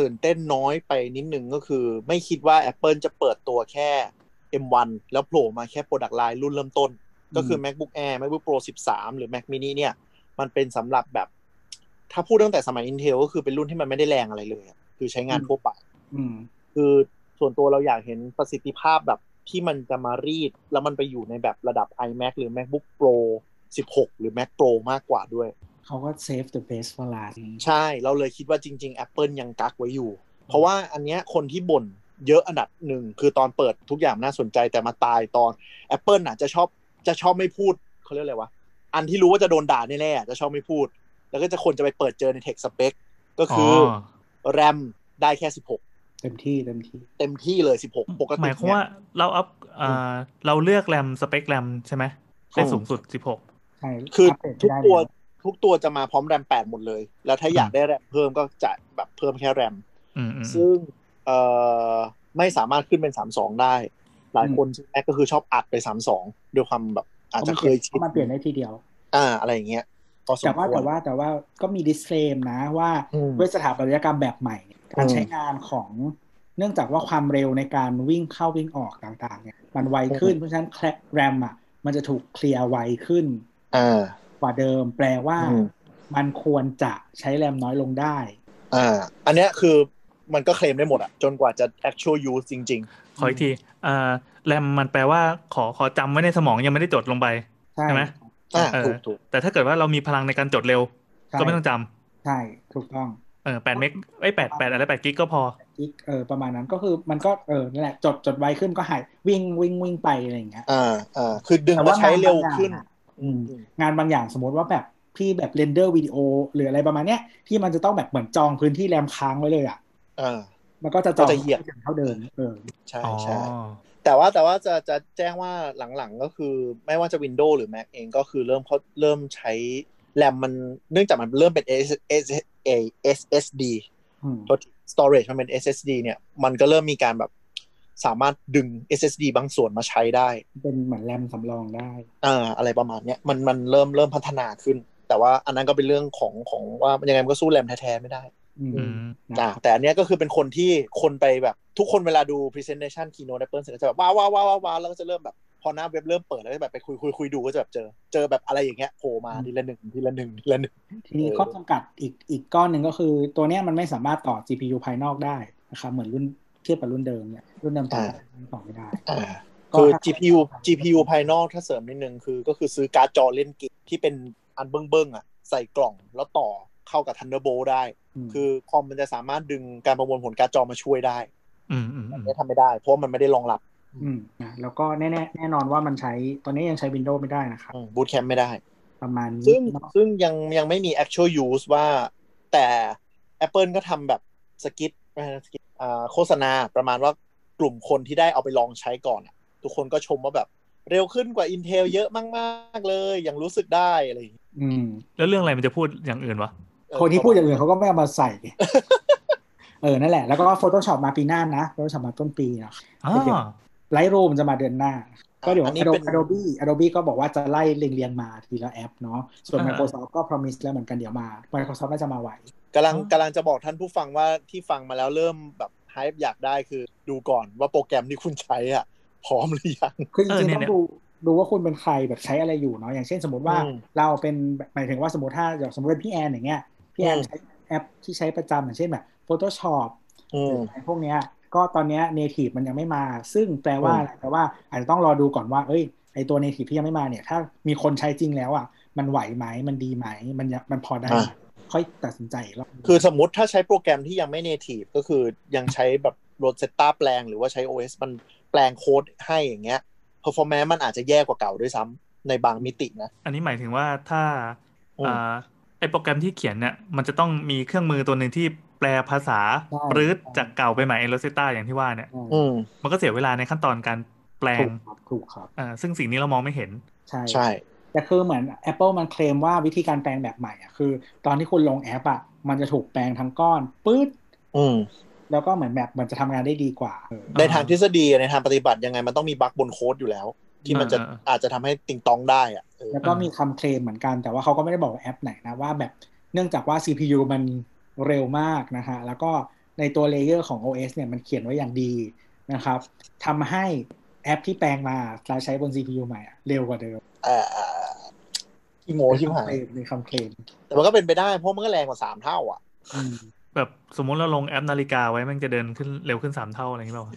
S3: ตื่นเต้นน้อยไปนิดนึงก็คือ ไม่คิดว่า Apple จะเปิดตัวแค่ M1 แล้วโผล่มาแค่ Product Line รุ่นเริ่มต้น ก็คือ MacBook Air MacBook Pro 13 หรือ Mac Mini เนี่ย มันเป็นสำหรับแบบ ถ้าพูดตั้งแต่สมัย Intel ก็คือเป็นรุ่นที่มันไม่ได้แรงอะไรเลยอะคือใช้งานทั่วไป
S2: อืม
S3: คือส่วนตัวเราอยากเห็นประสิทธิภาพแบบที่มันจะมารีด แล้วมันไปอยู่ในแบบระดับ iMac หรือ MacBook Pro 16 หรือ Mac Pro มากกว่าด้วย
S2: เขาก็ save the best for last
S3: ใช่เราเลยคิดว่าจริง ๆ Apple ยังกักไว้อยู่ เพราะว่าอันเนี้ยคนที่บ่นเยอะอันดับหนึ่ง คือตอนเปิดทุกอย่างน่าสนใจแต่มาตายตอน Apple น่ะจะชอบจะชอบไม่พูดเขาเรียกอะไรวะ อันที่รู้ว่าจะโดนด่าแน่ๆจะชอบไม่พูด แล้วก็จะคนจะไปเปิดเจอใน Tech Spec ก็คืออแรมได้แค่ 16
S2: เต็มที่เต็มที่
S3: เต็มที่เลย 16 ปกติ
S4: หมายความ
S3: เนี่
S4: ว่าเราอัพอ่า
S3: อื
S4: เราเลือกแรมสเปคแรมใช่ไหมได้
S3: ถูก
S4: สูงสุดสิบหก
S2: ใช่
S3: คือ
S2: ปเดต
S3: ทุก
S2: ไม่ได้
S3: ตัว
S2: แล้
S3: ทุกตัวจะมาพร้อมแรม 8 หมดเลย แล้วถ้าอยาก
S4: อืม
S3: ได้แรมเพิ่มก็จะแบบเพิ่มแค่แรม
S4: อืมอืม
S3: ซึ่งเอ่อไม่สามารถขึ้นเป็น 32 ได้ หลายคนแม็กก็คือชอบอัดไป 32 ด้วยความแบบอาจจะเคยชิ
S2: เพราะมันเปลี่ยนได้ทีเดียว
S3: อ่าอะไรอย่างเงี้ยพอสม
S2: แต่ว่า
S3: ควร
S2: แต่ว่าแต่ว่าก็มี disclaim นะว่า
S3: อืม
S2: ด้วยสถาปัตยกรรมแบบใหม่เนี่ยการ
S3: อืม
S2: ใช้งานของเนื่องจากว่าความเร็วในการวิ่งเข้าวิ่งออกต่างๆเนี่ยมันไวขึ้นเพราะฉะนั้นแคลแรมอ่ะมันจะถูกเคลียร์ไวขึ้น
S3: อ่าก
S2: ว่าเดิม แปลว่า
S3: อืม
S2: มันควรจะใช้แรมน้อยลงได้
S3: อ่า อันเนี้ยคือมันก็เคลมได้หมดอะจนกว่าจะ actual use จริง
S4: ขออีกทีอ่าแรมมันแปลว่าขอขอจำไว้ในสมองยังไม่ได้จดลงไป
S2: ใช่
S4: ใช่ไหม
S3: ๆ อ่า
S4: เออ
S3: ถูกถูก
S4: แต่ถ้าเกิดว่าเรามีพลังในการจดเร็ว
S2: ใช่
S4: ก็ไม่ต้องจำ
S2: ใช่ถูกต้อง
S4: เออแปดเมกไอ้แปดแปดอะไรแปดกิกก็พอ
S2: อีกเออประมาณนั้นก็คือมันก็เออนั่นแหละจดจดไวขึ้นก็หายวิ่งวิ่งวิ่งไปอะไรอย่างเงี้ย
S3: อ่าอ่าคือดึงมาใช้เร็วขึ้น
S2: อืมงานบางอย่างสมมติว่าแบบพี่แบบเรนเดอร์วิดีโอหรืออะไรประมาณเนี้ยที่มันจะต้องแบบเหมือนจองพื้นที่แรมค้างไว้เลยอ่ะ
S3: อ่า
S2: มันก็จะจอง
S3: ก็จะเหยียบ
S2: เท่าเดิมเออ
S3: ใช่
S4: อ๋อ
S3: ใช่ แต่ว่าแต่ว่าจะจะแจ้งว่าหลังๆก็คือไม่ว่าจะ Windows หรือ Mac เองก็คือเริ่มเขาเริ่มใช้แรมมันเนื่องจากมันเริ่มเป็น S S A SSD
S2: อืม
S3: โทษที storage มันเป็น SSD เนี่ย มันก็เริ่มมีการแบบสามารถดึง SSD บางส่วนมาใช้ได้
S2: เป็นเหมือนแรมสำรองได้
S3: อ่าอะไรประมาณเนี้ยมันมันเริ่มเริ่มพัฒนาขึ้น แต่ว่าอันนั้นก็เป็นเรื่องของของว่ามันยังไงมันก็สู้แรมแท้ๆไม่ได้
S2: อืม
S4: อืม
S2: นะ
S3: อ่าแต่อันเนี้ยก็คือเป็นคนที่คนไปแบบทุกคนเวลาดู presentation keynote Apple เสร็จก็จะแบบว้าวว้าวว้าวว้าวว้าวแล้วก็จะเริ่มแบบพอหน้าเว็บเริ่มเปิดแล้วก็แบบไปคุยคุยคุยดูก็จะแบบเจอ เจอแบบอะไรอย่างเงี้ยโผล่มาทีละหนึ่งทีละหนึ่งทีละหนึ่ง
S2: ทีนี้
S3: เออ
S2: ข้อจำกัดอีกอีกก้อนหนึ่งก็คือ ตัวเนี้ยมันไม่สามารถต่อ GPU ภายนอกได้นะครับเหมือนรุ่นเทียบกับรุ่นเดิมเนี่ยรุ่นเดิมต่อต่อไม่ได้
S3: อ่า
S2: ก็
S3: คือ
S2: ถ้า
S3: GPU GPU ภายนอกถ้าเสริมนิดนึงคือ ก็คือซื้อการ์ดจอเล่นเกมที่เป็นอันเบิ้งๆอ่ะใส่กล่องแล้วต่อเข้ากับ Thunderbolt ได้
S2: ม
S3: คือคอมมันจะสามารถดึงการประมวลผลการ์ดจอมาช่วยได้
S4: อืมอืมอื
S3: อัน
S4: ม
S3: นี้ทำไม่ได้ เพราะมันไม่ได้รองรับ
S2: อืมนะแล้วก็แน่ๆแน่นอนว่ามันใช้ตอนนี้ยังใช้ Windows ไม่ได้นะครับ
S3: บูตแคมป์ไม่ได้
S2: ประมาณนี้
S3: ซึ่ง
S2: เนาะ
S3: ซึ่งยังยังไม่มี actual use ว่าแต่ Apple ก็ทำแบบสกิทไม่ใช่สกิทอ่าโฆษณาประมาณว่ากลุ่มคนที่ได้เอาไปลองใช้ก่อนอะทุกคนก็ชมว่าแบบเร็วขึ้นกว่า Intel เยอะมากๆเลยยังรู้สึกได้อะไรอย่างเงี้ย
S2: อืม
S4: แล้วเรื่องอะไรมันจะพูดอย่างอื่นวะ
S2: คนที่พูดอย่างอื่นเขาก็ไม่เอามาใส่ เออ นั่นแหละ แล้วก็ Photoshop มาปีหน้านะ Photoshop มาต้นปีเนาะ
S4: อ๋อ
S2: เดี๋ยว Lightroom จะมาเดือนหน้า ก็เดี๋ยว
S3: อันนี้
S2: Adobe
S3: เป็น
S2: Adobe Adobe ก็บอกว่าจะไล่เรียงๆมาทีละแอปเนาะส่วน Microsoft ก็ promise แล้วเหมือนกันเดี๋ยวมา Microsoft น่าจะมาไหว
S3: กำลังกำลังจะบอกท่านผู้ฟังว่าที่ฟังมาแล้วเริ่มแบบไฮป์อยากได้คือดูก่อนว่าโปรแกรมที่คุณใช้อ่ะ พร้อมหรือยัง
S2: คือจริงๆต้องดูดูว่าคุณเป็นใครแบบใช้อะไรอยู่เนาะอย่างเช่นสมมติว่า
S3: อืม
S2: เราเป็นหมายถึงว่าสมมติถ้าอย่างสมมติเป็นพี่แอนอย่างเงี้ยพี่แอน
S3: อืม
S2: ใช้แอปที่ใช้ประจำอย่างเช่นแบบ Photoshop
S3: อื
S2: หรื
S3: ม
S2: ออะไรพวกเนี้ยก็ตอนเนี้ย native มันยังไม่มา ซึ่งแปลว่า
S3: อืม
S2: อะไรแปลว่าอาจจะต้องรอดูก่อนว่า เอ้ยไอตัว native ที่ยังไม่มาเนี่ย ถ้ามีคนใช้จริงแล้วอ่ะมันไหวไหมมันดีไหมมันยังมันพอได้ไหมค่อยตัดสินใจอีกรอบ
S3: คือสมมติถ้าใช้โปรแกรมที่ยังไม่ native ก็คือยังใช้แบบโรดเซตตาแปลงหรือว่าใช้ OS มันแปลงโค้ดให้อย่างเงี้ย performance มันอาจจะแย่กว่าเก่าด้วยซ้ำในบางมิตินะ
S4: อันนี้หมายถึงว่าถ้า
S3: อืม
S4: อ่าไอโปรแกรมที่เขียนเนี่ยมันจะต้องมีเครื่องมือตัวหนึ่งที่แปลภาษาปรื้ดจากเก่าไปใหม่เอโรเซต้าอย่างที่ว่าเนี่ย
S3: อืม
S4: มันก็เสียเวลาในขั้นตอนการแปล
S2: ถู
S4: ง
S2: กครับถูกครับ
S4: อ่าซึ่งสิ่งนี้เรามองไม่เห็น
S2: ใช่
S3: ใช่
S2: แต่คือเหมือน Apple มันเคลมว่าวิธีการแปลงแบบใหม่อ่ะคือ ตอนที่คุณลงแอปอ่ะมันจะถูกแปลงทั้งก้อนปื๊ด
S3: อืม
S2: แล้วก็เหมือนแบบมันจะทำงานได้ดีกว่าเออ
S3: ในทางทฤษฎีในทางปฏิบัติยังไงมันต้องมีบั๊กบนโค้ดอยู่แล้ว ที่มันจะ
S4: อ่า
S3: อาจจะทำให้ติงตองได้อ่ะเออ
S2: แล้วก็มีคำเคลมเหมือนกันแต่ว่าเขาก็ไม่ได้บอกว่าแอปไหนนะว่าแบบ เนื่องจากว่า CPU มันเร็วมากนะฮะแล้วก็ในตัวเลเยอร์ของ OS เนี่ยมันเขียนไว้อย่างดีนะครับทำให้แอปที่แปลงมาเราใช้บน CPU ใหม่อะเร็วกว่าเดิม
S3: อ่าอ่าอีโมชิบหาย
S2: ในคำเคลม
S3: แต่มันก็เป็นไปได้เพราะมันก็แรงกว่าสามเท่าอ่ะ
S2: อืม
S4: แบบสมมุติเราลงแอปนาฬิกาไว้มันจะเดินขึ้นเร็วขึ้นสามเท่าอะไรอย่างเงี้ยเปล่าวะ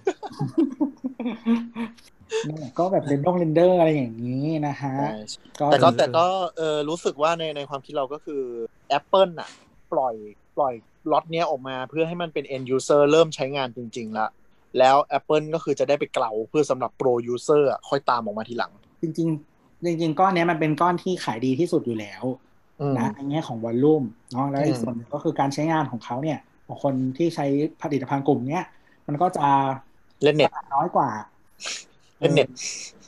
S2: นั่นแหละก็แบบเรนดงเรนเดอร์อะไรอย่างนี้นะฮะก็
S3: แต่ก็แต่ก็เออรู้สึกว่าในในความคิดเราก็คือ Apple น่ะ ปล่อยปล่อยล็อตเนี้ยออกมาเพื่อให้มันเป็น end user เริ่มใช้งานจริง ๆ ละแล้ว Apple ก็คือจะได้ไปเกลาเพื่อสำหรับ pro user อะค่อยตามออกมาทีหลัง
S2: จริงๆ จริง ๆ ก้อนเนี้ยมันเป็นก้อนที่ขายดีที่สุดอยู่แล้ว
S3: อืม
S2: นะในแง่ของวอลลุ่มเนาะแล้วอีก
S3: อืม
S2: ส่วนหนึ่งก็คือการใช้งานของเขาเนี่ยของคนที่ใช้ผลิตภัณฑ์กลุ่มเนี้ยมันก็จะ
S3: เล่นเน็ต
S2: น้อยกว่า
S3: เล่นเน็ต
S2: อ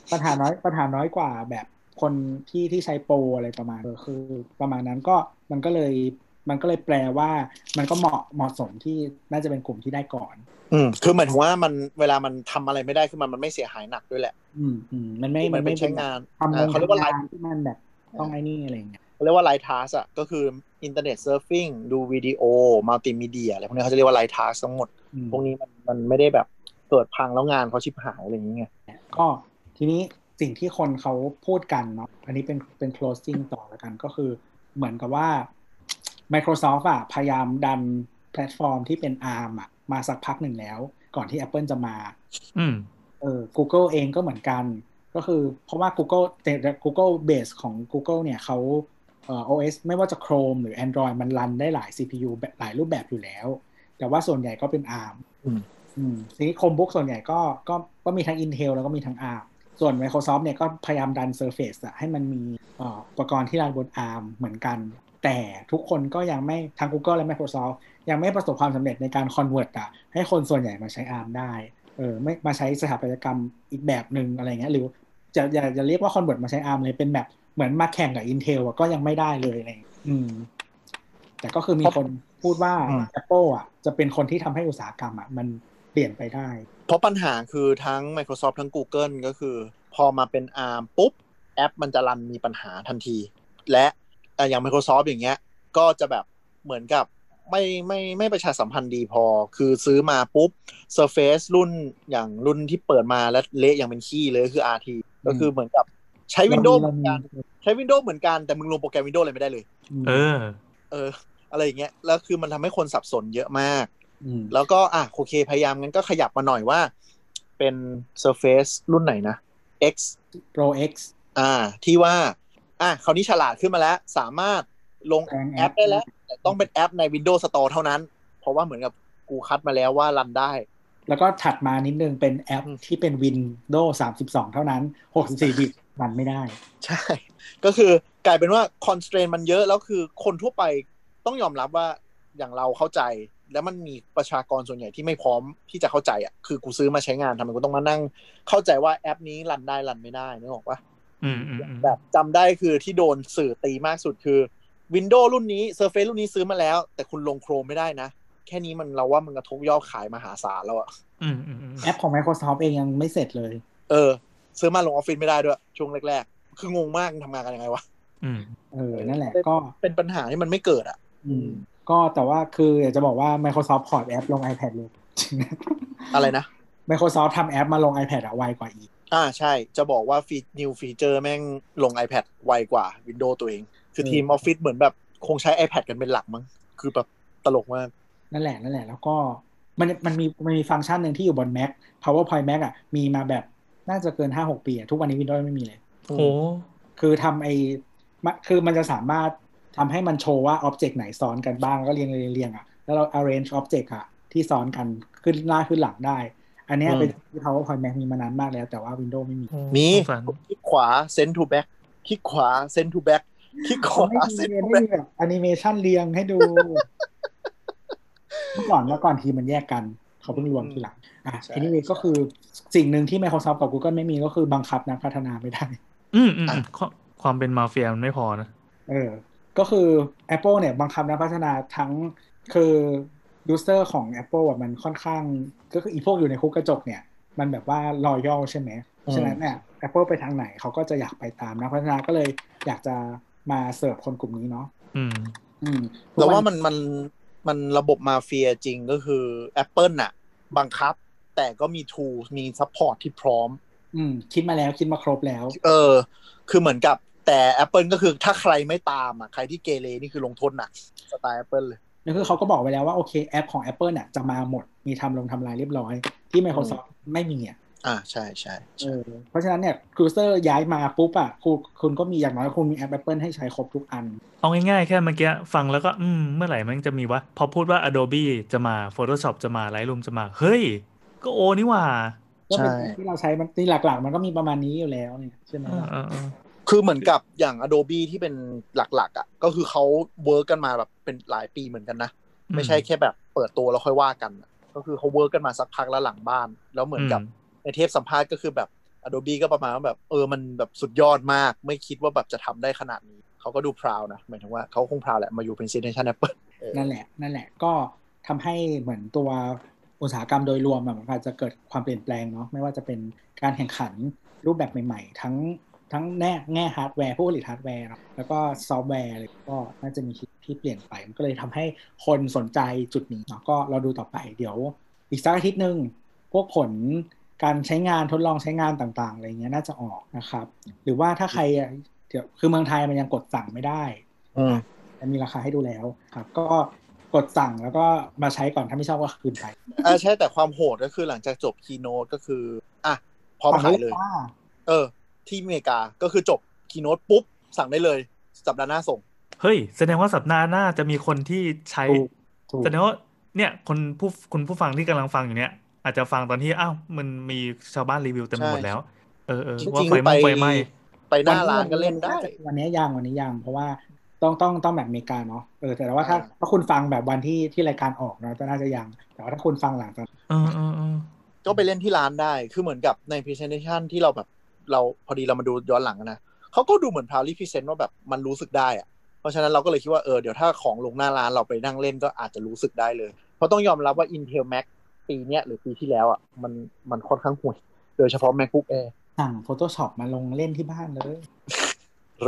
S2: อปัญหาน้อยปัญหาน้อยกว่าแบบคนที่ที่ใช้โปรอะไรประมาณเออคือ ประมาณนั้นก็มันก็เลยมันก็เลยแปลว่ามันก็เหมาะเหมาะสมที่น่าจะเป็นกลุ่มที่ได้ก่อน
S3: อืมคือหมายถึงว่ามันเวลามันทำอะไรไม่ได้คือมันมันไม่เสียหายหนักด้วยแหละ
S2: อืมอืมมันไม่
S3: คือมันไม่
S2: เป็
S3: ใช้งาน
S2: ทำ
S3: เอง อง เขาเรียกว่าไล
S2: ทำง
S3: น์
S2: นที่มันแบบต้องไอ้นี่อะไรอย่างเงี้ย
S3: เขาเรียกว่าไลน์ทัสอะก็คืออินเทอร์เน็ตเซิร์ฟฟิงดูวิดีโอมัลติมีเดียอะไรพวกนี้เขาจะเรียกว่าไลน์ทัสทั้งหมด
S2: อืม
S3: พวกนี้มันมันไม่ได้แบบเกิดพังแล้วงานเขาชิบหายอะไรอย่างเงี้ย
S2: ก็ทีนี้สิ่งที่คนเขาพูดกันเนาะอันนี้เป็นเป็น closing ต่อแล้วกันก็คือเหมือนกับว่า Microsoft อะพยายามดันแพลตฟอร์มที่เป็น ARM อะมาสักพักหนึ่งแล้ว ก่อนที่ Apple จะมา
S4: อืม
S2: เออ Google เองก็เหมือนกัน ก็คือเพราะว่า Google แต่ Google base ของ Google เนี่ยเขาเอ่อ OS ไม่ว่าจะ Chrome หรือ Android มันรันได้หลาย CPU แบบหลายรูปแบบอยู่แล้ว แต่ว่าส่วนใหญ่ก็เป็น ARM
S3: อืม
S2: อืมทีนี้ Chromebook ส่วนใหญ่ก็ก็ก็มีทั้ง Intel แล้วก็มีทั้ง ARM ส่วน Microsoft เนี่ยก็พยายามดัน Surface อะให้มันมีเอ่ออุปกรณ์ที่รันบน ARM เหมือนกัน แต่ทุกคนก็ยังไม่ทั้ง Google และ Microsoft ยังไม่ประสบความสำเร็จในการ convert อะให้คนส่วนใหญ่มาใช้ ARM ได้เออไม่มาใช้สถาปัตยกรรมอีกแบบหนึ่งอะไรเงี้ยหรือจะอย่าอย่าเรียกว่า convert มาใช้ ARM เลยเป็นแบบเหมือนมาแข่งกับ Intel อะก็ยังไม่ได้เลยอะไรอย่างเงี้ยอืม แต่ก็คือมีคนพูดว่า
S3: อืม
S2: Apple อ่ะจะเป็นคนที่ทำให้อุตสาหกรรมอ่ะมันเปลี่ยนไปได้
S3: เพราะปัญหาคือทั้ง Microsoft ทั้ง Google ก็คือ พอมาเป็น ARM ปุ๊บ แอปมันจะรันมีปัญหาทันที และเอ่ออย่าง Microsoft อย่างเงี้ย ก็จะแบบเหมือนกับไม่ไม่ไม่ประชาสัมพันธ์ดีพอ คือซื้อมาปุ๊บ Surface รุ่นอย่างรุ่นที่เปิดมาและเละอย่างเป็นขี้เลยก็คือ RT ก็คือเหมือนกับใช้ Windows เหมือนกันใช้ Windows เหมือนกันแต่มึงลงโปรแกรม Windows อะไรไม่ได้เลย
S4: เออ
S3: เออ อะไรอย่างเงี้ยแล้วคือมันทำให้คนสับสนเยอะมาก
S2: ม
S3: แล้วก็อ่ะโอเคพยายามงั้นก็ขยับมาหน่อยว่า เป็น Surface รุ่นไหนนะ X
S2: Pro X
S3: อ่า ที่ว่า อ่ะคราวนี้ฉลาดขึ้นมาแล้ว สามารถลง
S2: แปลง
S3: แอปได้แล้ว แต่ต้องเป็นแอปใน Windows Store เท่านั้น เพราะว่าเหมือนกับกูคัดมาแล้วว่ารันได้
S2: แล้วก็ถัดมานิดนึงเป็นแอปที่เป็น Windows 32 เท่านั้น 64 บิตมันไม่ได้
S3: ใช่ ก็คือกลายเป็นว่า constraint มันเยอะ แล้วคือคนทั่วไปต้องยอมรับว่าอย่างเราเข้าใจ แล้วมันมีประชากรส่วนใหญ่ที่ไม่พร้อมที่จะเข้าใจอ่ะคือกูซื้อมาใช้งานทำไมกูต้องมานั่ง เข้าใจว่าแอปนี้รันได้รันไม่ได้นึกออกปะ
S4: อืมอืมอืม
S3: แบบจำได้คือที่โดนสื่อตีมากสุดคือ Windows รุ่นนี้ Surface รุ่นนี้ซื้อมาแล้ว แต่คุณลงโครมไม่ได้นะ แค่นี้มันเราว่ามันกระทบยอดขายมหาศาลแล้วอะ
S4: อืมอืมอืม
S2: แอปของ Microsoft เองยังไม่เสร็จเลย
S3: เออ ซื้อมาลงออฟฟิศไม่ได้ด้วย ช่วงแรกๆ คืองงมากทำงานกันยังไงวะ
S4: อืม
S2: เออ นั่นแหละก็
S3: เป็นปัญหาที่มันไม่เกิดอ่ะ
S2: อืมก็แต่ว่าคืออยากจะบอกว่า Microsoft พอร์ตแอปลง iPad เลย
S3: อะไรนะ
S2: Microsoft ทำแอปมาลง iPad อะไวกว่าอีก
S3: อ่าใช่จะบอกว่าฟีนิวฟีเจอร์แม่งลง iPad ไวกว่า Windows ตัวเอง คือ
S2: เออ
S3: ทีมออฟฟิศเหมือนแบบคงใช้ iPad กันเป็นหลักมั้งคือแบบตลกมาก
S2: นั่นแหละนั่นแหละแล้วก็มันมันมีมันมีฟังก์ชันหนึ่งที่อยู่บน Mac PowerPoint Mac อ่ะมีมาแบบน่าจะเกิน 5-6 ปีอะทุกวันนี้ Windows ไม่มีเลย
S4: โอ้โห
S2: คือทำไอ้มะคือมันจะสามารถทำให้มันโชว์ว่า Object ไหนซ้อนกันบ้างแล้วก็เรียงเรียงเรียงอ่ะแล้วเรา arrange Object อ่ะที่ซ้อนกันขึ้นหน้าขึ้นหลังได้ อันเนี้ย
S3: อืม
S2: เป็นที่ PowerPoint Mac มีมานานมากแล้วแต่ว่า Windows ไม่มี
S3: มี
S4: สงสาร
S3: คลิกขวา send to back คลิกขวา send to back คลิกข วา
S2: ไม่มี
S3: send
S2: ไม่
S3: to
S2: มี
S3: back
S2: แบบแอนิเมชันเรียงให้ดู เมื่อก่อนเมื่อก่อนทีมมันแยกกัน เขาเพิ่งรวมทีหลังอ่ะ
S3: ใช่
S2: ทีนี้ก็คือสิ่งหนึ่งที่ Microsoft กับ Google ไม่มีก็คือบังคับนักพัฒนาไม่ได้
S4: อืมอืมอืมความความเป็นมาเฟียมันไม่พอนะ
S2: เออ ก็คือ Apple เนี่ยบังคับนักพัฒนาทั้งคือ user ของ Apple อ่ะมันค่อนข้าง ก็คืออีพวกอยู่ในคุกกระจกเนี่ย มันแบบว่า loyal ใช่ไหม
S3: อืม
S2: ฉะนั้นเนี่ย Apple ไปทางไหนเขาก็จะอยากไปตามนักพัฒนาก็เลยอยากจะมาเสิร์ฟคนกลุ่มนี้เนาะ
S4: อืม
S2: อืม
S3: แต่ว่ามันมันมันระบบมาเฟียจริงก็คือ Apple น่ะ บังคับ แต่ก็มี tools มี support ที่พร้อม
S2: อืม คิดมาแล้วคิดมาครบแล้ว
S3: เออ คือเหมือนกับแต่ Apple ก็คือถ้าใครไม่ตามอ่ะ ใครที่เกเรนี่คือลงโทษหนักสไตล์ Apple เลย
S2: นั่นคือเขาก็บอกไว้แล้วว่าโอเคแอปของ Apple น่ะจะมาหมด มีทำลงทำลายเรียบร้อย ที่ Microsoft ไม่มีอ่ะ
S3: อ่าใช่ใช่
S2: เอ
S3: ใช่
S2: อเพราะฉะนั้นเนี่ยครูเซอร์ย้ายมาปุ๊บอ่ะคุณคุณก็มีอย่างน้อยคุณมีแอป Apple ให้ใช้ครบทุกอัน
S4: เอาง่ายๆ แค่เมื่อกี้ฟังแล้วก็อืมเมื่อไหร่มันจะมีวะ พอพูดว่า Adobe จะมา Photoshop จะมา Lightroom จะมา เฮ้ย ก็โอนี่หว่า
S2: ก็เป็นที่เราใช้มันที่หลักๆ มันก็มีประมาณนี้อยู่แล้วเนี่ยใช่ไหม
S4: เออเออเออ
S3: คือเหมือนกับอย่าง Adobe ที่เป็นหลักๆ อ่ะ ก็คือเขาเวิร์กกันมาแบบเป็นหลายปีเหมือนกันนะ ไม่ใช่แค่แบบเปิดตัวแล้วค่อยว่ากันอะก็คือเขาเวิร์กกันมาสักพักแล้วหลังบ้าน แล้วเหมือนกับ ในเทปสัมภาษณ์ก็คือแบบ Adobe ก็ประมาณว่าแบบเออมันแบบสุดยอดมาก ไม่คิดว่าแบบจะทำได้ขนาดนี้ เขาก็ดูพราวนะหมายถึงว่าเขาคงพราวแหละมาอยู่เป็นซีเนชั่นแอปเปิล
S2: นั่นแหละนั่นแหละก็ทำให้เหมือนตัวอุตสาหกรรมโดยรวมอะมันอาจจะเกิดความเปลี่ยนแปลงเนาะไม่ว่าจะเป็นการแข่งขันรูปแบบใหม่ๆ ทั้งทั้งแง่แง่ฮาร์ดแวร์ผู้ผลิตฮาร์ดแวร์เนอะแล้วก็ซอฟต์แวร์เลยก็น่าจะมีที่ที่เปลี่ยนไป มันก็เลยทำให้คนสนใจจุดนี้เนาะก็เราดูต่อไปเดี๋ยว อีกสักอาทิตย์หนึ่งพวกผลการใช้งานทดลองใช้งานต่างๆอะไรเงี้ยน่าจะออกนะครับ หรือว่าถ้าใครอะเดี๋ยวคือเมืองไทยมันยังกดสั่งไม่ได้
S3: อืม
S2: แต่มีราคาให้ดูแล้วครับ ก็กดสั่งแล้วก็มาใช้ก่อนถ้าไม่ชอบก็คืนไป
S3: อ่าใช่แต่ความโหดก็คือหลังจากจบคีโน e ก็คืออ่ะพร้อมขายเลย
S2: สั่งได้จ้
S3: เออ ที่อเมริกาก็คือจบคีโน e ปุ๊บ สั่งได้เลย สัปดาห์หน้าส่ง
S4: เฮ้ย แสดงว่าสัปดาห์หน้าจะมีคนที่ใช้
S2: ถูกถูก
S4: แสดงว่าเนี่ยคนผู้คุณผู้ฟังที่กำลังฟังอยู่เนี่ย อาจจะฟังตอนที่อ้าวมันมีชาวบ้านรีวิวเต็มไปหมด
S3: ใช่
S4: แล้ว เออเออ
S3: จ
S4: ว่า
S3: ริง
S4: ไฟ
S3: ๆ
S4: ไห
S3: ไป
S4: ม้ไฟไหม้
S3: ไปหน้าร้านก็เล่นได้
S2: วันนี้ยังวันนี้ยังเพราะว่าต้องต้องต้องแบบอเมริกาเนาะเออแต่ว่าถ้า
S3: อ่า
S2: ถ้าคุณฟังแบบวันที่ที่รายการออกเนาะก็น่าจะยัง แต่ว่าถ้าคุณฟังหลังจาก
S4: เออเออ เออ
S3: ก็ไปเล่นที่ร้านได้ คือเหมือนกับใน presentation ที่เราแบบเราพอดีเรามาดูย้อนหลังนะ เขาก็ดูเหมือน proudly present ว่าแบบมันรู้สึกได้อะเพราะฉะนั้นเราก็เลยคิดว่าเออเดี๋ยวถ้าของลงหน้าร้านเราไปนั่งเล่นก็อาจจะรู้สึกได้เลย เพราะต้องยอมรับว่า Intel Mac ปีเนี้ยหรือปีที่แล้วอ่ะมันมันค่อนข้างห่วย โดยเฉพาะ MacBook Air
S2: สั่ง Photoshop มาลงเล่นที่บ้านเลย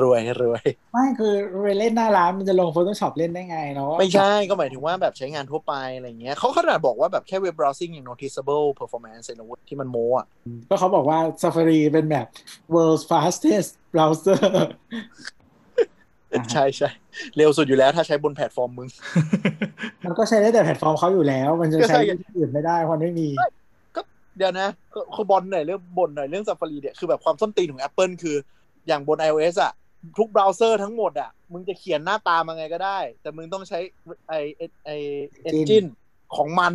S3: รวยรวย
S2: ไม่คือไปเล่นหน้าร้านมันจะลง Photoshop เล่นได้ไงเนาะ
S3: ไม่ใช่ก็หมายถึงว่าแบบใช้งานทั่วไปอะไรเงี้ยเขาขนาดบอกว่าแบบแค่ web browsing อย่าง noticeable performance เลยนะเว้ยที่มันโมอ่ะ
S2: ก็เขาบอกว่า Safari เป็นแบบ world's fastest browser
S3: ใช่ใช่เร็วสุดอยู่แล้วถ้าใช้บนแพลตฟอร์มมึง
S2: มันก็ใช้ได้แต่แพลตฟอร์มเขาอยู่แล้ว มันจะใช้ที่อื่นไม่ได้เพราะไม่มี
S3: เดี๋ยวนะก็คือบอลหน่อยเรื่องบนหน่อยเรื่อง Safari เนี่ยคือแบบความส้นตีนของ Apple คืออย่างบน iOS อ่ะ ทุกเบราว์เซอร์ทั้งหมดอ่ะ มึงจะเขียนหน้าตามาไงก็ได้ แต่มึงต้องใช้ไอไอ้ไอเอนจิน
S2: Engine
S3: ของมัน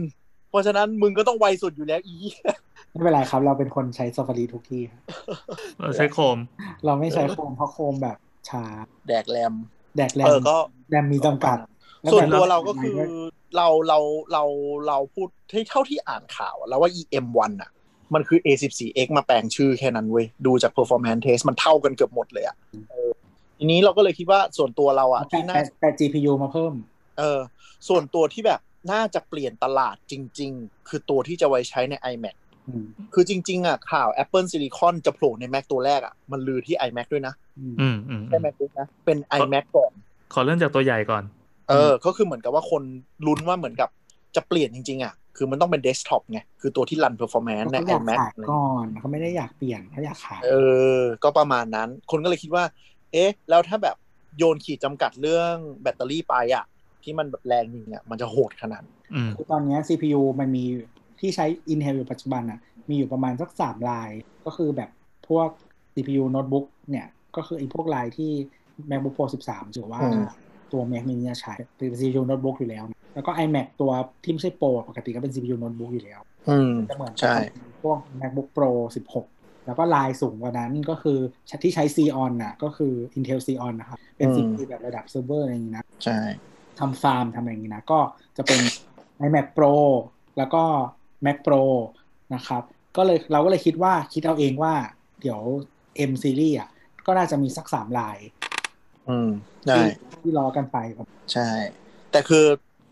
S3: เพราะฉะนั้นมึงก็ต้องไวสุดอยู่แล้วอี
S2: ไม่เป็นไรครับ เราเป็นคนใช้ Safari ทุกที่ครับ
S4: เราใช้โคม
S2: เราไม่ใช้โคมเพราะโคมแบบช้า
S3: แดกแรม
S2: แดกแรม
S3: เออก็
S2: แรมมีจำกัดแล้
S3: ส่วน
S2: แบ
S3: ตัว
S2: บ
S3: เราก็คือเราเราเราเราพูดที่เท่าที่อ่านข่าวอะเราว่า EM1 อ่ะ มันคือ A14X มาแปลงชื่อแค่นั้นเว้ย ดูจาก performance test มันเท่ากันเกือบหมดเลยอ่ะเออทีนี้เราก็เลยคิดว่าส่วนตัวเราอ่ะ
S2: แต่
S3: ที่น่า
S2: แต่แต่ GPU มาเพิ่ม
S3: เออส่วนตัวที่แบบน่าจะเปลี่ยนตลาดจริง ๆ คือตัวที่จะไว้ใช้ใน iMac
S2: อืม
S3: คือจริง ๆ อ่ะ ข่าว Apple Silicon จะโผล่ใน Mac ตัวแรกอ่ะ มันลือที่ iMac ด้วยนะ
S2: อืม
S4: อืมอืมอื
S3: ใช่
S4: ม
S3: MacBook นะ เป็น
S4: ครับ
S3: iMac ก่อน
S4: ขอเริ่มจากตัวใหญ่ก่อน
S3: เออ ก็คือเหมือนกับว่าคนลุ้นว่าเหมือนกับจะเปลี่ยนจริง ๆ อ่ะ คือมันต้องเป็นเดสก์ท็อปไง คือตัวที่รันเพอร์ฟอร์แมนซ์ใน
S2: เขาอยาก
S3: iMac
S2: ขายก่อนเขาไม่ได้อยากเปลี่ยนเขาอยากขาย
S3: เออ ก็ประมาณนั้น คนก็เลยคิดว่า เอ๊ะ แล้วถ้าแบบโยนขีดจำกัดเรื่องแบตเตอรี่ไปอ่ะ ที่มันแบบแรงจริงอ่ะมันจะโหดขนาด
S4: อืม
S2: คือตอนเนี้ย CPU มันมีที่ใช้ Intel อยู่ปัจจุบันอ่ะมีอยู่ประมาณสักสามลาย ก็คือแบบพวก CPU โน้ตบุ๊กเนี่ย ก็คือไอ้พวกลายที่ MacBook Pro 13ถือว่า
S3: อืม
S2: ตัว Mac mini จะใช้เป็น CPU โน้ตบุ๊กอยู่แล้วนะแล้วก็ iMac ตัวที่ไม่ใช่ Pro ปกติก็เป็น CPU โน้ตบุ๊กอยู่แล้ว
S3: อืม
S2: จะเหมือน
S3: ใช่
S2: พวก MacBook Pro 16 แล้วก็ลายสูงกว่านั้นก็คือที่ใช้ Xeon น่ะก็คือ Intel Xeon นะครับ เป็น
S3: อืม
S2: CPU แบบระดับเซิร์ฟเวอร์อะไรอย่างนี้นะ
S3: ใช่
S2: ทำฟาร์มทำอะไรอย่างนี้นะ ก็จะเป็น iMac Pro แล้วก็ Mac Pro นะครับ ก็เลยเราก็เลยคิดว่าคิดเอาเองว่าเดี๋ยว M Series อ่ะก็น่าจะมีสักสามลาย
S3: อืม ได้
S2: ที่ที่รอกันไป
S3: ใช่ แต่คือ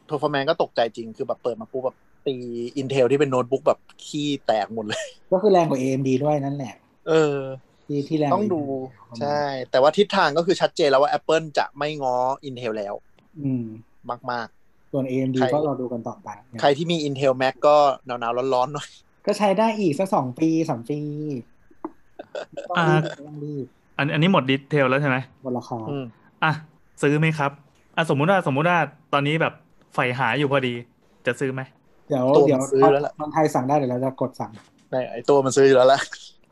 S3: performance ก็ตกใจจริง คือแบบเปิดมาปุ๊บแบบตี Intel ที่เป็นโน้ตบุ๊กแบบขี้แตกหมดเลย
S2: ก็คือแรงกว่า AMD ด้วยนั่นแหละ
S3: เออ
S2: ที่ที่แรงกว่า
S3: ต้องดู
S2: AMD
S3: ใช่ แต่ว่าทิศทางก็คือชัดเจนแล้วว่า Apple จะไม่ง้อ Intel แล้ว
S2: อืม
S3: มาก
S2: ส่วน AMD
S3: ใคร
S2: ก็รอดูกันต่อไปนะ
S3: ๆ ใครที่มี Intel Mac ก็หนาวๆร้อนๆหน่อย
S2: ก็ใช้ได้อีกสักสองปีสามปี
S4: อ่า
S2: ไม่ต้องรีบ
S4: อันอันนี้หมดดีเทลแล้วใช่ไหม
S2: หมดราคา
S3: อืม
S4: อ่ะซื้อไหมครับอ่ะสมมุติว่าสมมุติว่าตอนนี้แบบใฝ่หาอยู่พอดี จะซื้อไหม
S2: เดี๋ยว
S3: ตัว
S2: เดี๋ยว
S3: ซื้อแล้วล่ะ
S2: คนไทยสั่งได้เดี๋ยวเราจะกดสั่ง
S3: ในไอตัวมันซื้ออยู่แล้วแหละ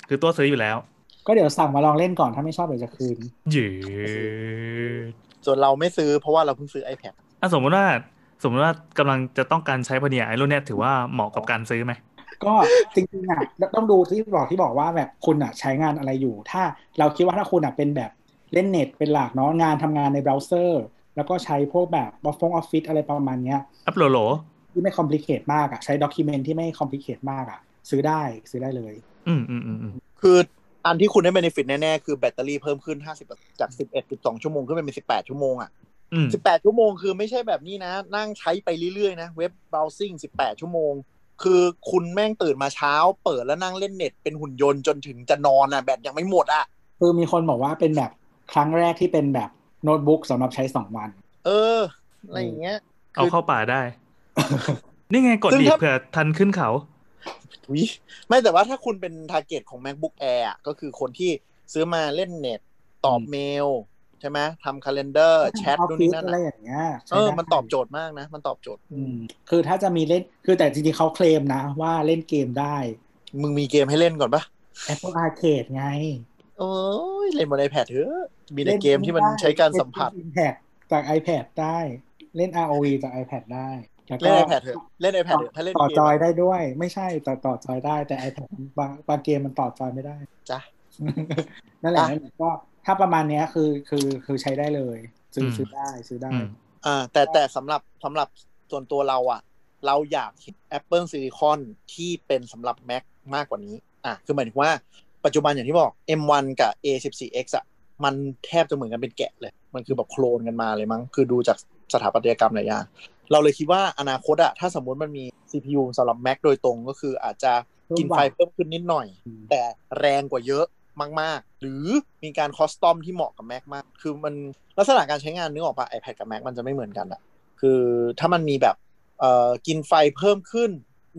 S4: คือตัวซื้ออยู่แล้ว
S2: ก็เดี๋ยวสั่งมาลองเล่นก่อนถ้าไม่ชอบเดี๋ยวจะคืน
S4: หยืด
S3: ส่วนเราไม่ซื้อเพราะว่าเราเพิ่งซื้อ iPad
S4: อ่ะสมมุติว่าสมมุติว่ากำลังจะต้องการใช้พอดีอ่ะไอ้รุ่นเนี้ยถือว่าเหมาะกับการซื้อไหม
S2: ก็จริงๆอ่ะต้องดูที่บอกที่บอกว่าแบบคุณอ่ะใช้งานอะไรอยู่ ถ้าเราคิดว่าถ้าคุณอ่ะเป็นแบบเล่นเน็ตเป็นหลักเนาะงานทำงานในเบราว์เซอร์ แล้วก็ใช้พวกแบบบอฟฟงออฟฟิศอะไรประมาณเนี้ย
S4: อัพโหลโหล
S2: ที่ไม่คอมพลีเคทมากอ่ะใช้ด็อกิเมนที่ไม่คอมพลีเคทมากอ่ะ ซื้อได้ซื้อได้เลย
S4: อืมอืมอืมอืม
S3: คืออันที่คุณได้ benefit แน่ๆ คือแบตเตอรี่เพิ่มขึ้น 50 จาก 11 12 ชั่วโมงขึ้นเป็น18 ชั่วโมงอ่ะ
S4: อืม
S3: 18 ชั่วโมงคือไม่ใช่แบบนี้นะ นั่งใช้ไปเรื่อยๆนะ เว็บเบราว์ซิ่ง 18 ชั่วโมง คือคุณแม่งตื่นมาเช้า เปิดแล้วนั่งเล่นเน็ตเป็นหุ่นยนต์จนถึงจะนอนอ่ะแบตยังไม่หมดอ่ะ
S2: คือมีคนบอกว่าเป็นแบบครั้งแรกที่เป็นแบบโน้ตบุ๊กสำหรับใช้สองวัน
S3: เออ อะไรอย่างเงี้ย
S4: เอาเข้าป่าได้ นี่ไงกด
S3: ซึ่ง
S4: ดีบ
S3: ถ้า
S4: เผื่อทันขึ้นเขา
S3: อุ๊ยไม่แต่ว่าถ้าคุณเป็นทาร์เก็ตของ macbook air อะก็คือคนที่ซื้อมาเล่นเน็ต ตอบ
S4: อืม
S3: เมล ใช่ไหมทำ calendar แชท
S2: ออฟ
S3: นู่น
S2: ฟิ
S3: นี่
S2: ศ
S3: นั่น
S2: อะไร
S3: อะ
S2: อย่างเงี้ยใช้
S3: เออ
S2: ได้
S3: มันตอบโจทย์มากนะ มันตอบโจทย์
S2: อืมคือถ้าจะมีเล่นคือแต่จริงๆเขาเคลมนะ ว่าเล่นเกมได้
S3: มึงมีเกมให้เล่นก่อนปะ
S2: Apple Arcade ไง
S3: โอ้ยเล่นบน iPad เถอะมีแต่
S2: ล่
S3: เกมที่มันใช้การสัมผัส
S2: เล่น Impact จาก iPad ได้ เล่น ROE จาก iPad ได้แล้วก็
S3: เล่น iPad เถอะเล่น iPad เถอะถ้าเล่น
S2: ต่อ
S3: เกม
S2: จอย
S3: อะ
S2: ได้ด้วย ไม่ใช่ต่อต่อจอยได้แต่ iPad บางบางเกมมันต่อจอยไม่ได้
S3: จ้ะ
S2: นั่นแหละนั่นแหละก็ถ้าประมาณเนี้ยคือคือคือใช้ได้เลย ซื้อ
S4: อืม
S2: ซื้อได้ซื้อได้
S4: อืม
S3: อ่าแต่แต่สำหรับสำหรับส่วนตัวเราอ่ะ เราอยากเห็น Apple Silicon ที่เป็นสำหรับ Mac มากกว่านี้ อ่ะคือหมายถึงว่าปัจจุบันอย่างที่บอก M1 กับ A14X อ่ะมันแทบจะเหมือนกันเป็นแกะเลย มันคือแบบโคลนกันมาเลยมั้ง คือดูจากสถาปัตยกรรมหลายอย่าง เราเลยคิดว่าอนาคตอ่ะถ้าสมมติมันมี CPU สำหรับ Mac โดยตรงก็คืออาจจะกินไฟเพิ่มขึ้นนิดหน่อย แต่แรงกว่าเยอะมาก ๆ หรือมีการคอสตอมที่เหมาะกับ Mac มาก คือมันลักษณะการใช้งานนึกออกปะ iPad กับ Mac มันจะไม่เหมือนกันอะคือถ้ามันมีแบบเอ่อกินไฟเพิ่มขึ้น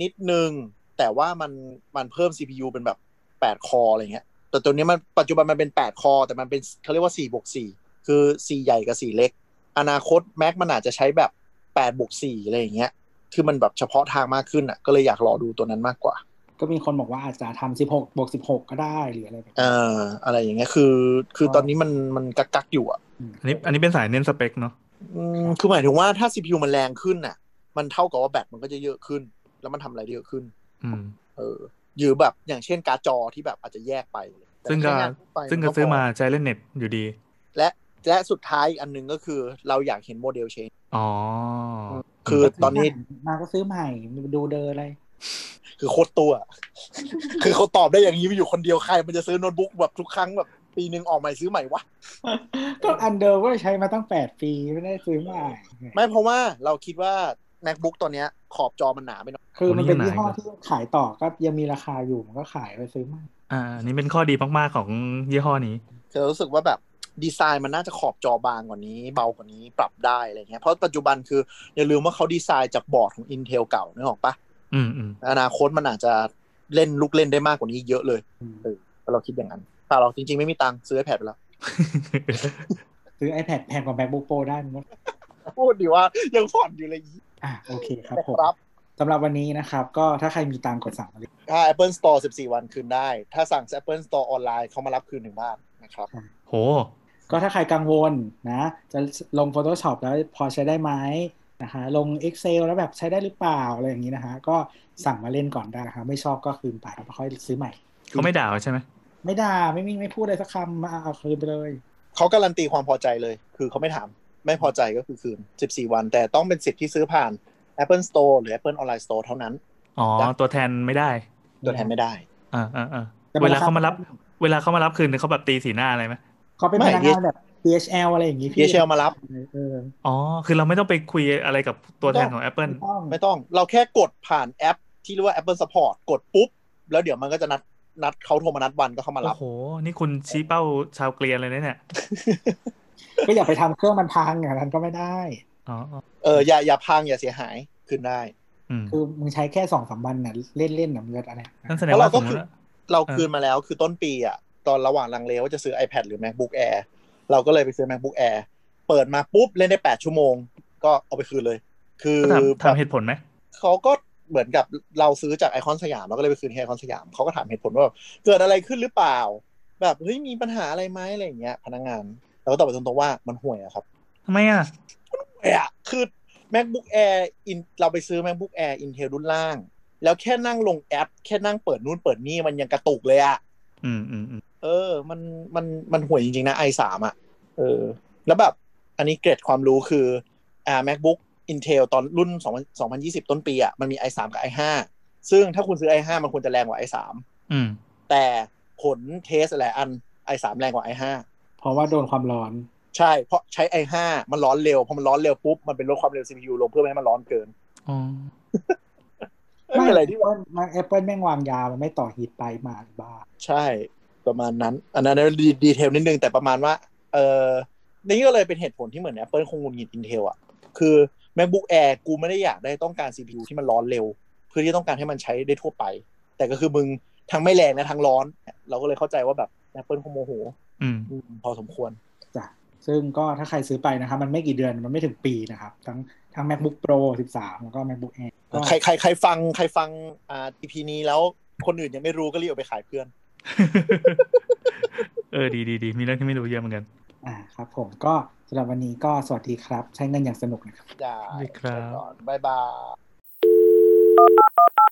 S3: นิดนึง แต่ว่ามันมันเพิ่ม CPU เป็นแบบ 8 คออะไรเงี้ย แต่ตัวนี้มันปัจจุบันมันเป็น 8 คอ แต่มันเป็นเขาเรียกว่า4บวก4คือ 4 ใหญ่กับ 4 เล็ก อนาคต Mac มันอาจจะใช้แบบ8บวก4อะไรอย่างเงี้ย คือมันแบบเฉพาะทางมากขึ้นอ่ะ ก็เลยอยากรอดูตัวนั้นมากกว่า
S2: ก็มีคนบอกว่าอาจจะทำ 16 บวก 16 ก็ได้หรืออะไรแบบ
S3: เอ่ออะไรอย่างเงี้ยคือ คือตอนนี้มันมันกักกักๆอยู่อ่ะ
S2: ม
S4: อันนี้อันนี้เป็นสายเน้นสเปคเนาะ
S3: อืมคือหมายถึงว่าถ้า CPU มันแรงขึ้นน่ะ มันเท่ากับว่าแบตมันก็จะเยอะขึ้น แล้วมันทำอะไรได้เยอะขึ้น
S4: อืม
S3: เออหรือแบบอย่างเช่นการ์ดจอที่แบบอาจจะแยกไปแต่
S4: ซึ่งก็
S3: ใช้านทั่วไป
S4: ซึ่งก็
S3: นพ
S4: ซื้อมาใช้เล่นเน็ตอยู่ดี
S3: และและสุดท้ายอีกอันหนึงก็คือเราอยากเห็นโมเดลเชน
S4: อ๋อ
S3: อืมคือ ตนนี้
S2: มาก็ซื้อใหม่ดูเดินเลย
S3: คือโคตรตัว คือเขาตอบได้อย่างนี้อยู่คนเดียวใคร มันจะซื้อโน้ตบุ๊กแบบทุกครั้งแบบปีหนึ่งออกใหม่ซื้อใหม่วะ
S2: ก็อันเดิมก็ใช้มาตั้งแปดปีไม่ได้ซื้อใหม่
S3: ไม่เพราะว่าเราคิดว่า macbook ตัวเนี้ยขอบจอมันหนาไปหน่อย
S2: คือมันเป็นยี่ห้อที่ขายต่อก็ยังมีราคาอยู่มันก็ขายไปซื้อใหม่
S4: อ่าอันนี้เป็นข้อดีมากๆของยี่ห้อนี้
S3: คือเรารู้สึกว่าแบบดีไซน์มันน่าจะขอบจอบางกว่านี้ เบากว่านี้ปรับได้อะไรเงี้ยเพราะปัจจุบันคือ อย่าลืมว่าเขาดีไซน์จากบอร์ดของ Intel เก่านึกออกปะ
S4: อืมอืม
S3: อนาคตมันอาจจะเล่นลูกเล่นได้มากกว่านี้เยอะเลย
S2: อืม
S3: เราคิดอย่างนั้นแต่เราจริงๆไม่มีตังค์ซื้อ iPad ไปแล้ว
S2: ซื้อ iPad แพงกว่า MacBook Pro ได้มั้ง
S3: พูดดีว่า ยังผ่อนอยู่เลย
S2: อ่ะโอเคครับ
S3: นะ
S2: ผม
S3: ครับ
S2: สำหรับวันนี้นะครับ ก็ถ้าใครมีตังค์กดสั่งมาเลย
S3: ถ้า Apple Store 14 วันคืนได้ ถ้าสั่ง Apple Store ออนไลน์เขามารับคืนถึงบ้านนะครับ
S4: โห
S2: ก็ถ้าใครกังวลนะ จะลง Photoshop แล้วพอใช้ได้ไหมนะคะลง Excel แล้วแบบใช้ได้หรือเปล่าอะไรอย่างนี้นะคะ ก็สั่งมาเล่นก่อนได้นะคะไม่ชอบก็คืนไปแล้วค่อยซื้อใหม่
S4: เขาไม่ด่าใช่ไหม
S2: ไม่ด่าไม่มีไม่พูดอะไรสักคำมาเอาคืนไปเลย
S3: เขาการันตีความพอใจเลย คือเขาไม่ถามไม่พอใจก็คือคืน 14 วัน แต่ต้องเป็นสิทธิ์ที่ซื้อผ่าน Apple Store หรือ Apple Online Store เท่านั้น
S4: อ๋อ ตัวแทนไม่ได้
S3: ตัวแทนไม่ได้
S4: อ่าอ่าอ่า
S2: แต่มัน
S4: เวลาเขา
S2: ราคาม
S4: มารับ เวลาเขามารับคืนเนี่ยเขาแบบตีสีหน้าอะไรไหม
S2: เขาเป็น
S3: ไม่
S2: พนัก
S3: เรีย
S2: งาก นแบบ DHL อะไรอย่างงี้พี่
S3: DHL มารับ
S2: เออ
S4: อ๋อ คือเราไม่ต้องไปคุยอะไรกับตัวแทนของ Apple
S2: ไม่ต้อง
S3: ไม่ต้องเราแค่กดผ่านแอปที่เรียกว่า Apple Support กดปุ๊บ แล้วเดี๋ยวมันก็จะนัดนัดเขาโทรมานัดวันก็เข้ามารับ
S4: โอ้โห นี่คุณชี้เป้าชาวเกรียนเลยนะเนี่ย
S2: ก็อย่าไปทำเครื่องมันพังอย่างนั้นก็ไม่ได้
S4: อ๋ออ๋อ
S3: เอออย่าอย่าพังอย่าเสียหายขึ้นได้
S4: อืม
S2: คือมึงใช้แค่สองสามวันน่ะเล่นเล่นหนังเลือดอะไร
S4: นั่นแสดงว่า
S3: เพราะเราก็
S4: สมม
S3: คือ
S4: ติว่า
S3: เรา
S4: เออ
S3: คืนมาแล้วคือต้นปีอ่ะ ตอนระหว่างลังเลว่าจะซื้อ iPad หรือ MacBook Air เราก็เลยไปซื้อ MacBook Air เปิดมาปุ๊บ เล่นได้ 8 ชั่วโมง ก็เอาไปคืนเลย คือ
S4: ก็ถามถามเหตุผลไหม
S3: เขาก็เหมือนกับเราซื้อจากไอคอนสยามเราก็เลยไปคืนที่ไอคอนสยามเขาก็ถามเหตุผลว่าแบบเกิดอะไรขึ้นหรือเปล่า แบบเฮ้ยมีปัญหาอะไรไหมอะไรอย่างเงี้ยพนักงานเราก็ตอบไปตรงๆว่ามันห่วยอะครับ
S4: ทำไมอ่ะ
S3: ห่วยอะคือ MacBook Air in เราไปซื้อ MacBook Air Intel รุ่นล่าง แล้วแค่นั่งลงแอป แค่นั่งเปิดนู่นเปิดนี่มันยังกระตุกเลยอะ
S4: อืมอืมอืม
S3: เออ มัน มัน มันห่วยจริงๆนะ i สามอ่ะ เออ แล้วแบบ อันนี้เกรดความรู้คือ อ่า macbook intel ตอนรุ่น2 2020 ต้นปีอ่ะ มันมี i สามกับ i ห้า ซึ่งถ้าคุณซื้อ i ห้ามันควรจะแรงกว่า i สาม
S4: อืม
S3: แต่ผลเทสหลายอัน i สามแรงกว่า i ห้า
S2: เพราะว่าโดนความร้อน
S3: ใช่ เพราะใช้ i ห้ามันร้อนเร็ว พอมันร้อนเร็วปุ๊บ มันเป็นลดความเร็ว CPU ลงเพื่อไม่ให้มันร้อนเกิน
S4: อ๋อ
S3: ไม่เป็นไรที่ว่า
S2: Apple มันแอปเปิลแม่งวางยา มันไม่ต่อฮีทไปมาบ้า
S3: ใช่ประมาณนั้น อันนั้นดีดีเทลนิดนึงแต่ประมาณว่าเออนี่ก็เลยเป็นเหตุผลที่เหมือน Apple คงหงุนงิด Intel อ่ะ คือ MacBook Air กูไม่ได้อยากได้ต้องการ CPU ที่มันร้อนเร็ว เพื่อที่ต้องการให้มันใช้ได้ทั่วไป แต่ก็คือมึงทั้งไม่แรงและทั้งร้อน เราก็เลยเข้าใจว่าแบบ Apple คงโมโห
S4: อืม
S3: อืมพอสมควร
S2: จ้ะซึ่งก็ถ้าใครซื้อไปนะครับ มันไม่กี่เดือนมันไม่ถึงปีนะครับ ทั้งทั้ง macbook pro 13 แล้วก็ macbook air ก็
S3: ใครใครใครฟังใครฟังอ่า EP นี้แล้วคนอื่นยังไม่รู้ก็รีบเอาไปขายเพื่อน
S4: เออดีดีดีมีเรื่องที่ไม่รู้เยอะเหมือนกัน
S2: อ่าครับผมก็สำหรับวันนี้ก็สวัสดีครับ ใช้เงินอย่างสนุกนะครับ
S3: ได้
S4: ดีครับ
S3: ก่อนบายบาย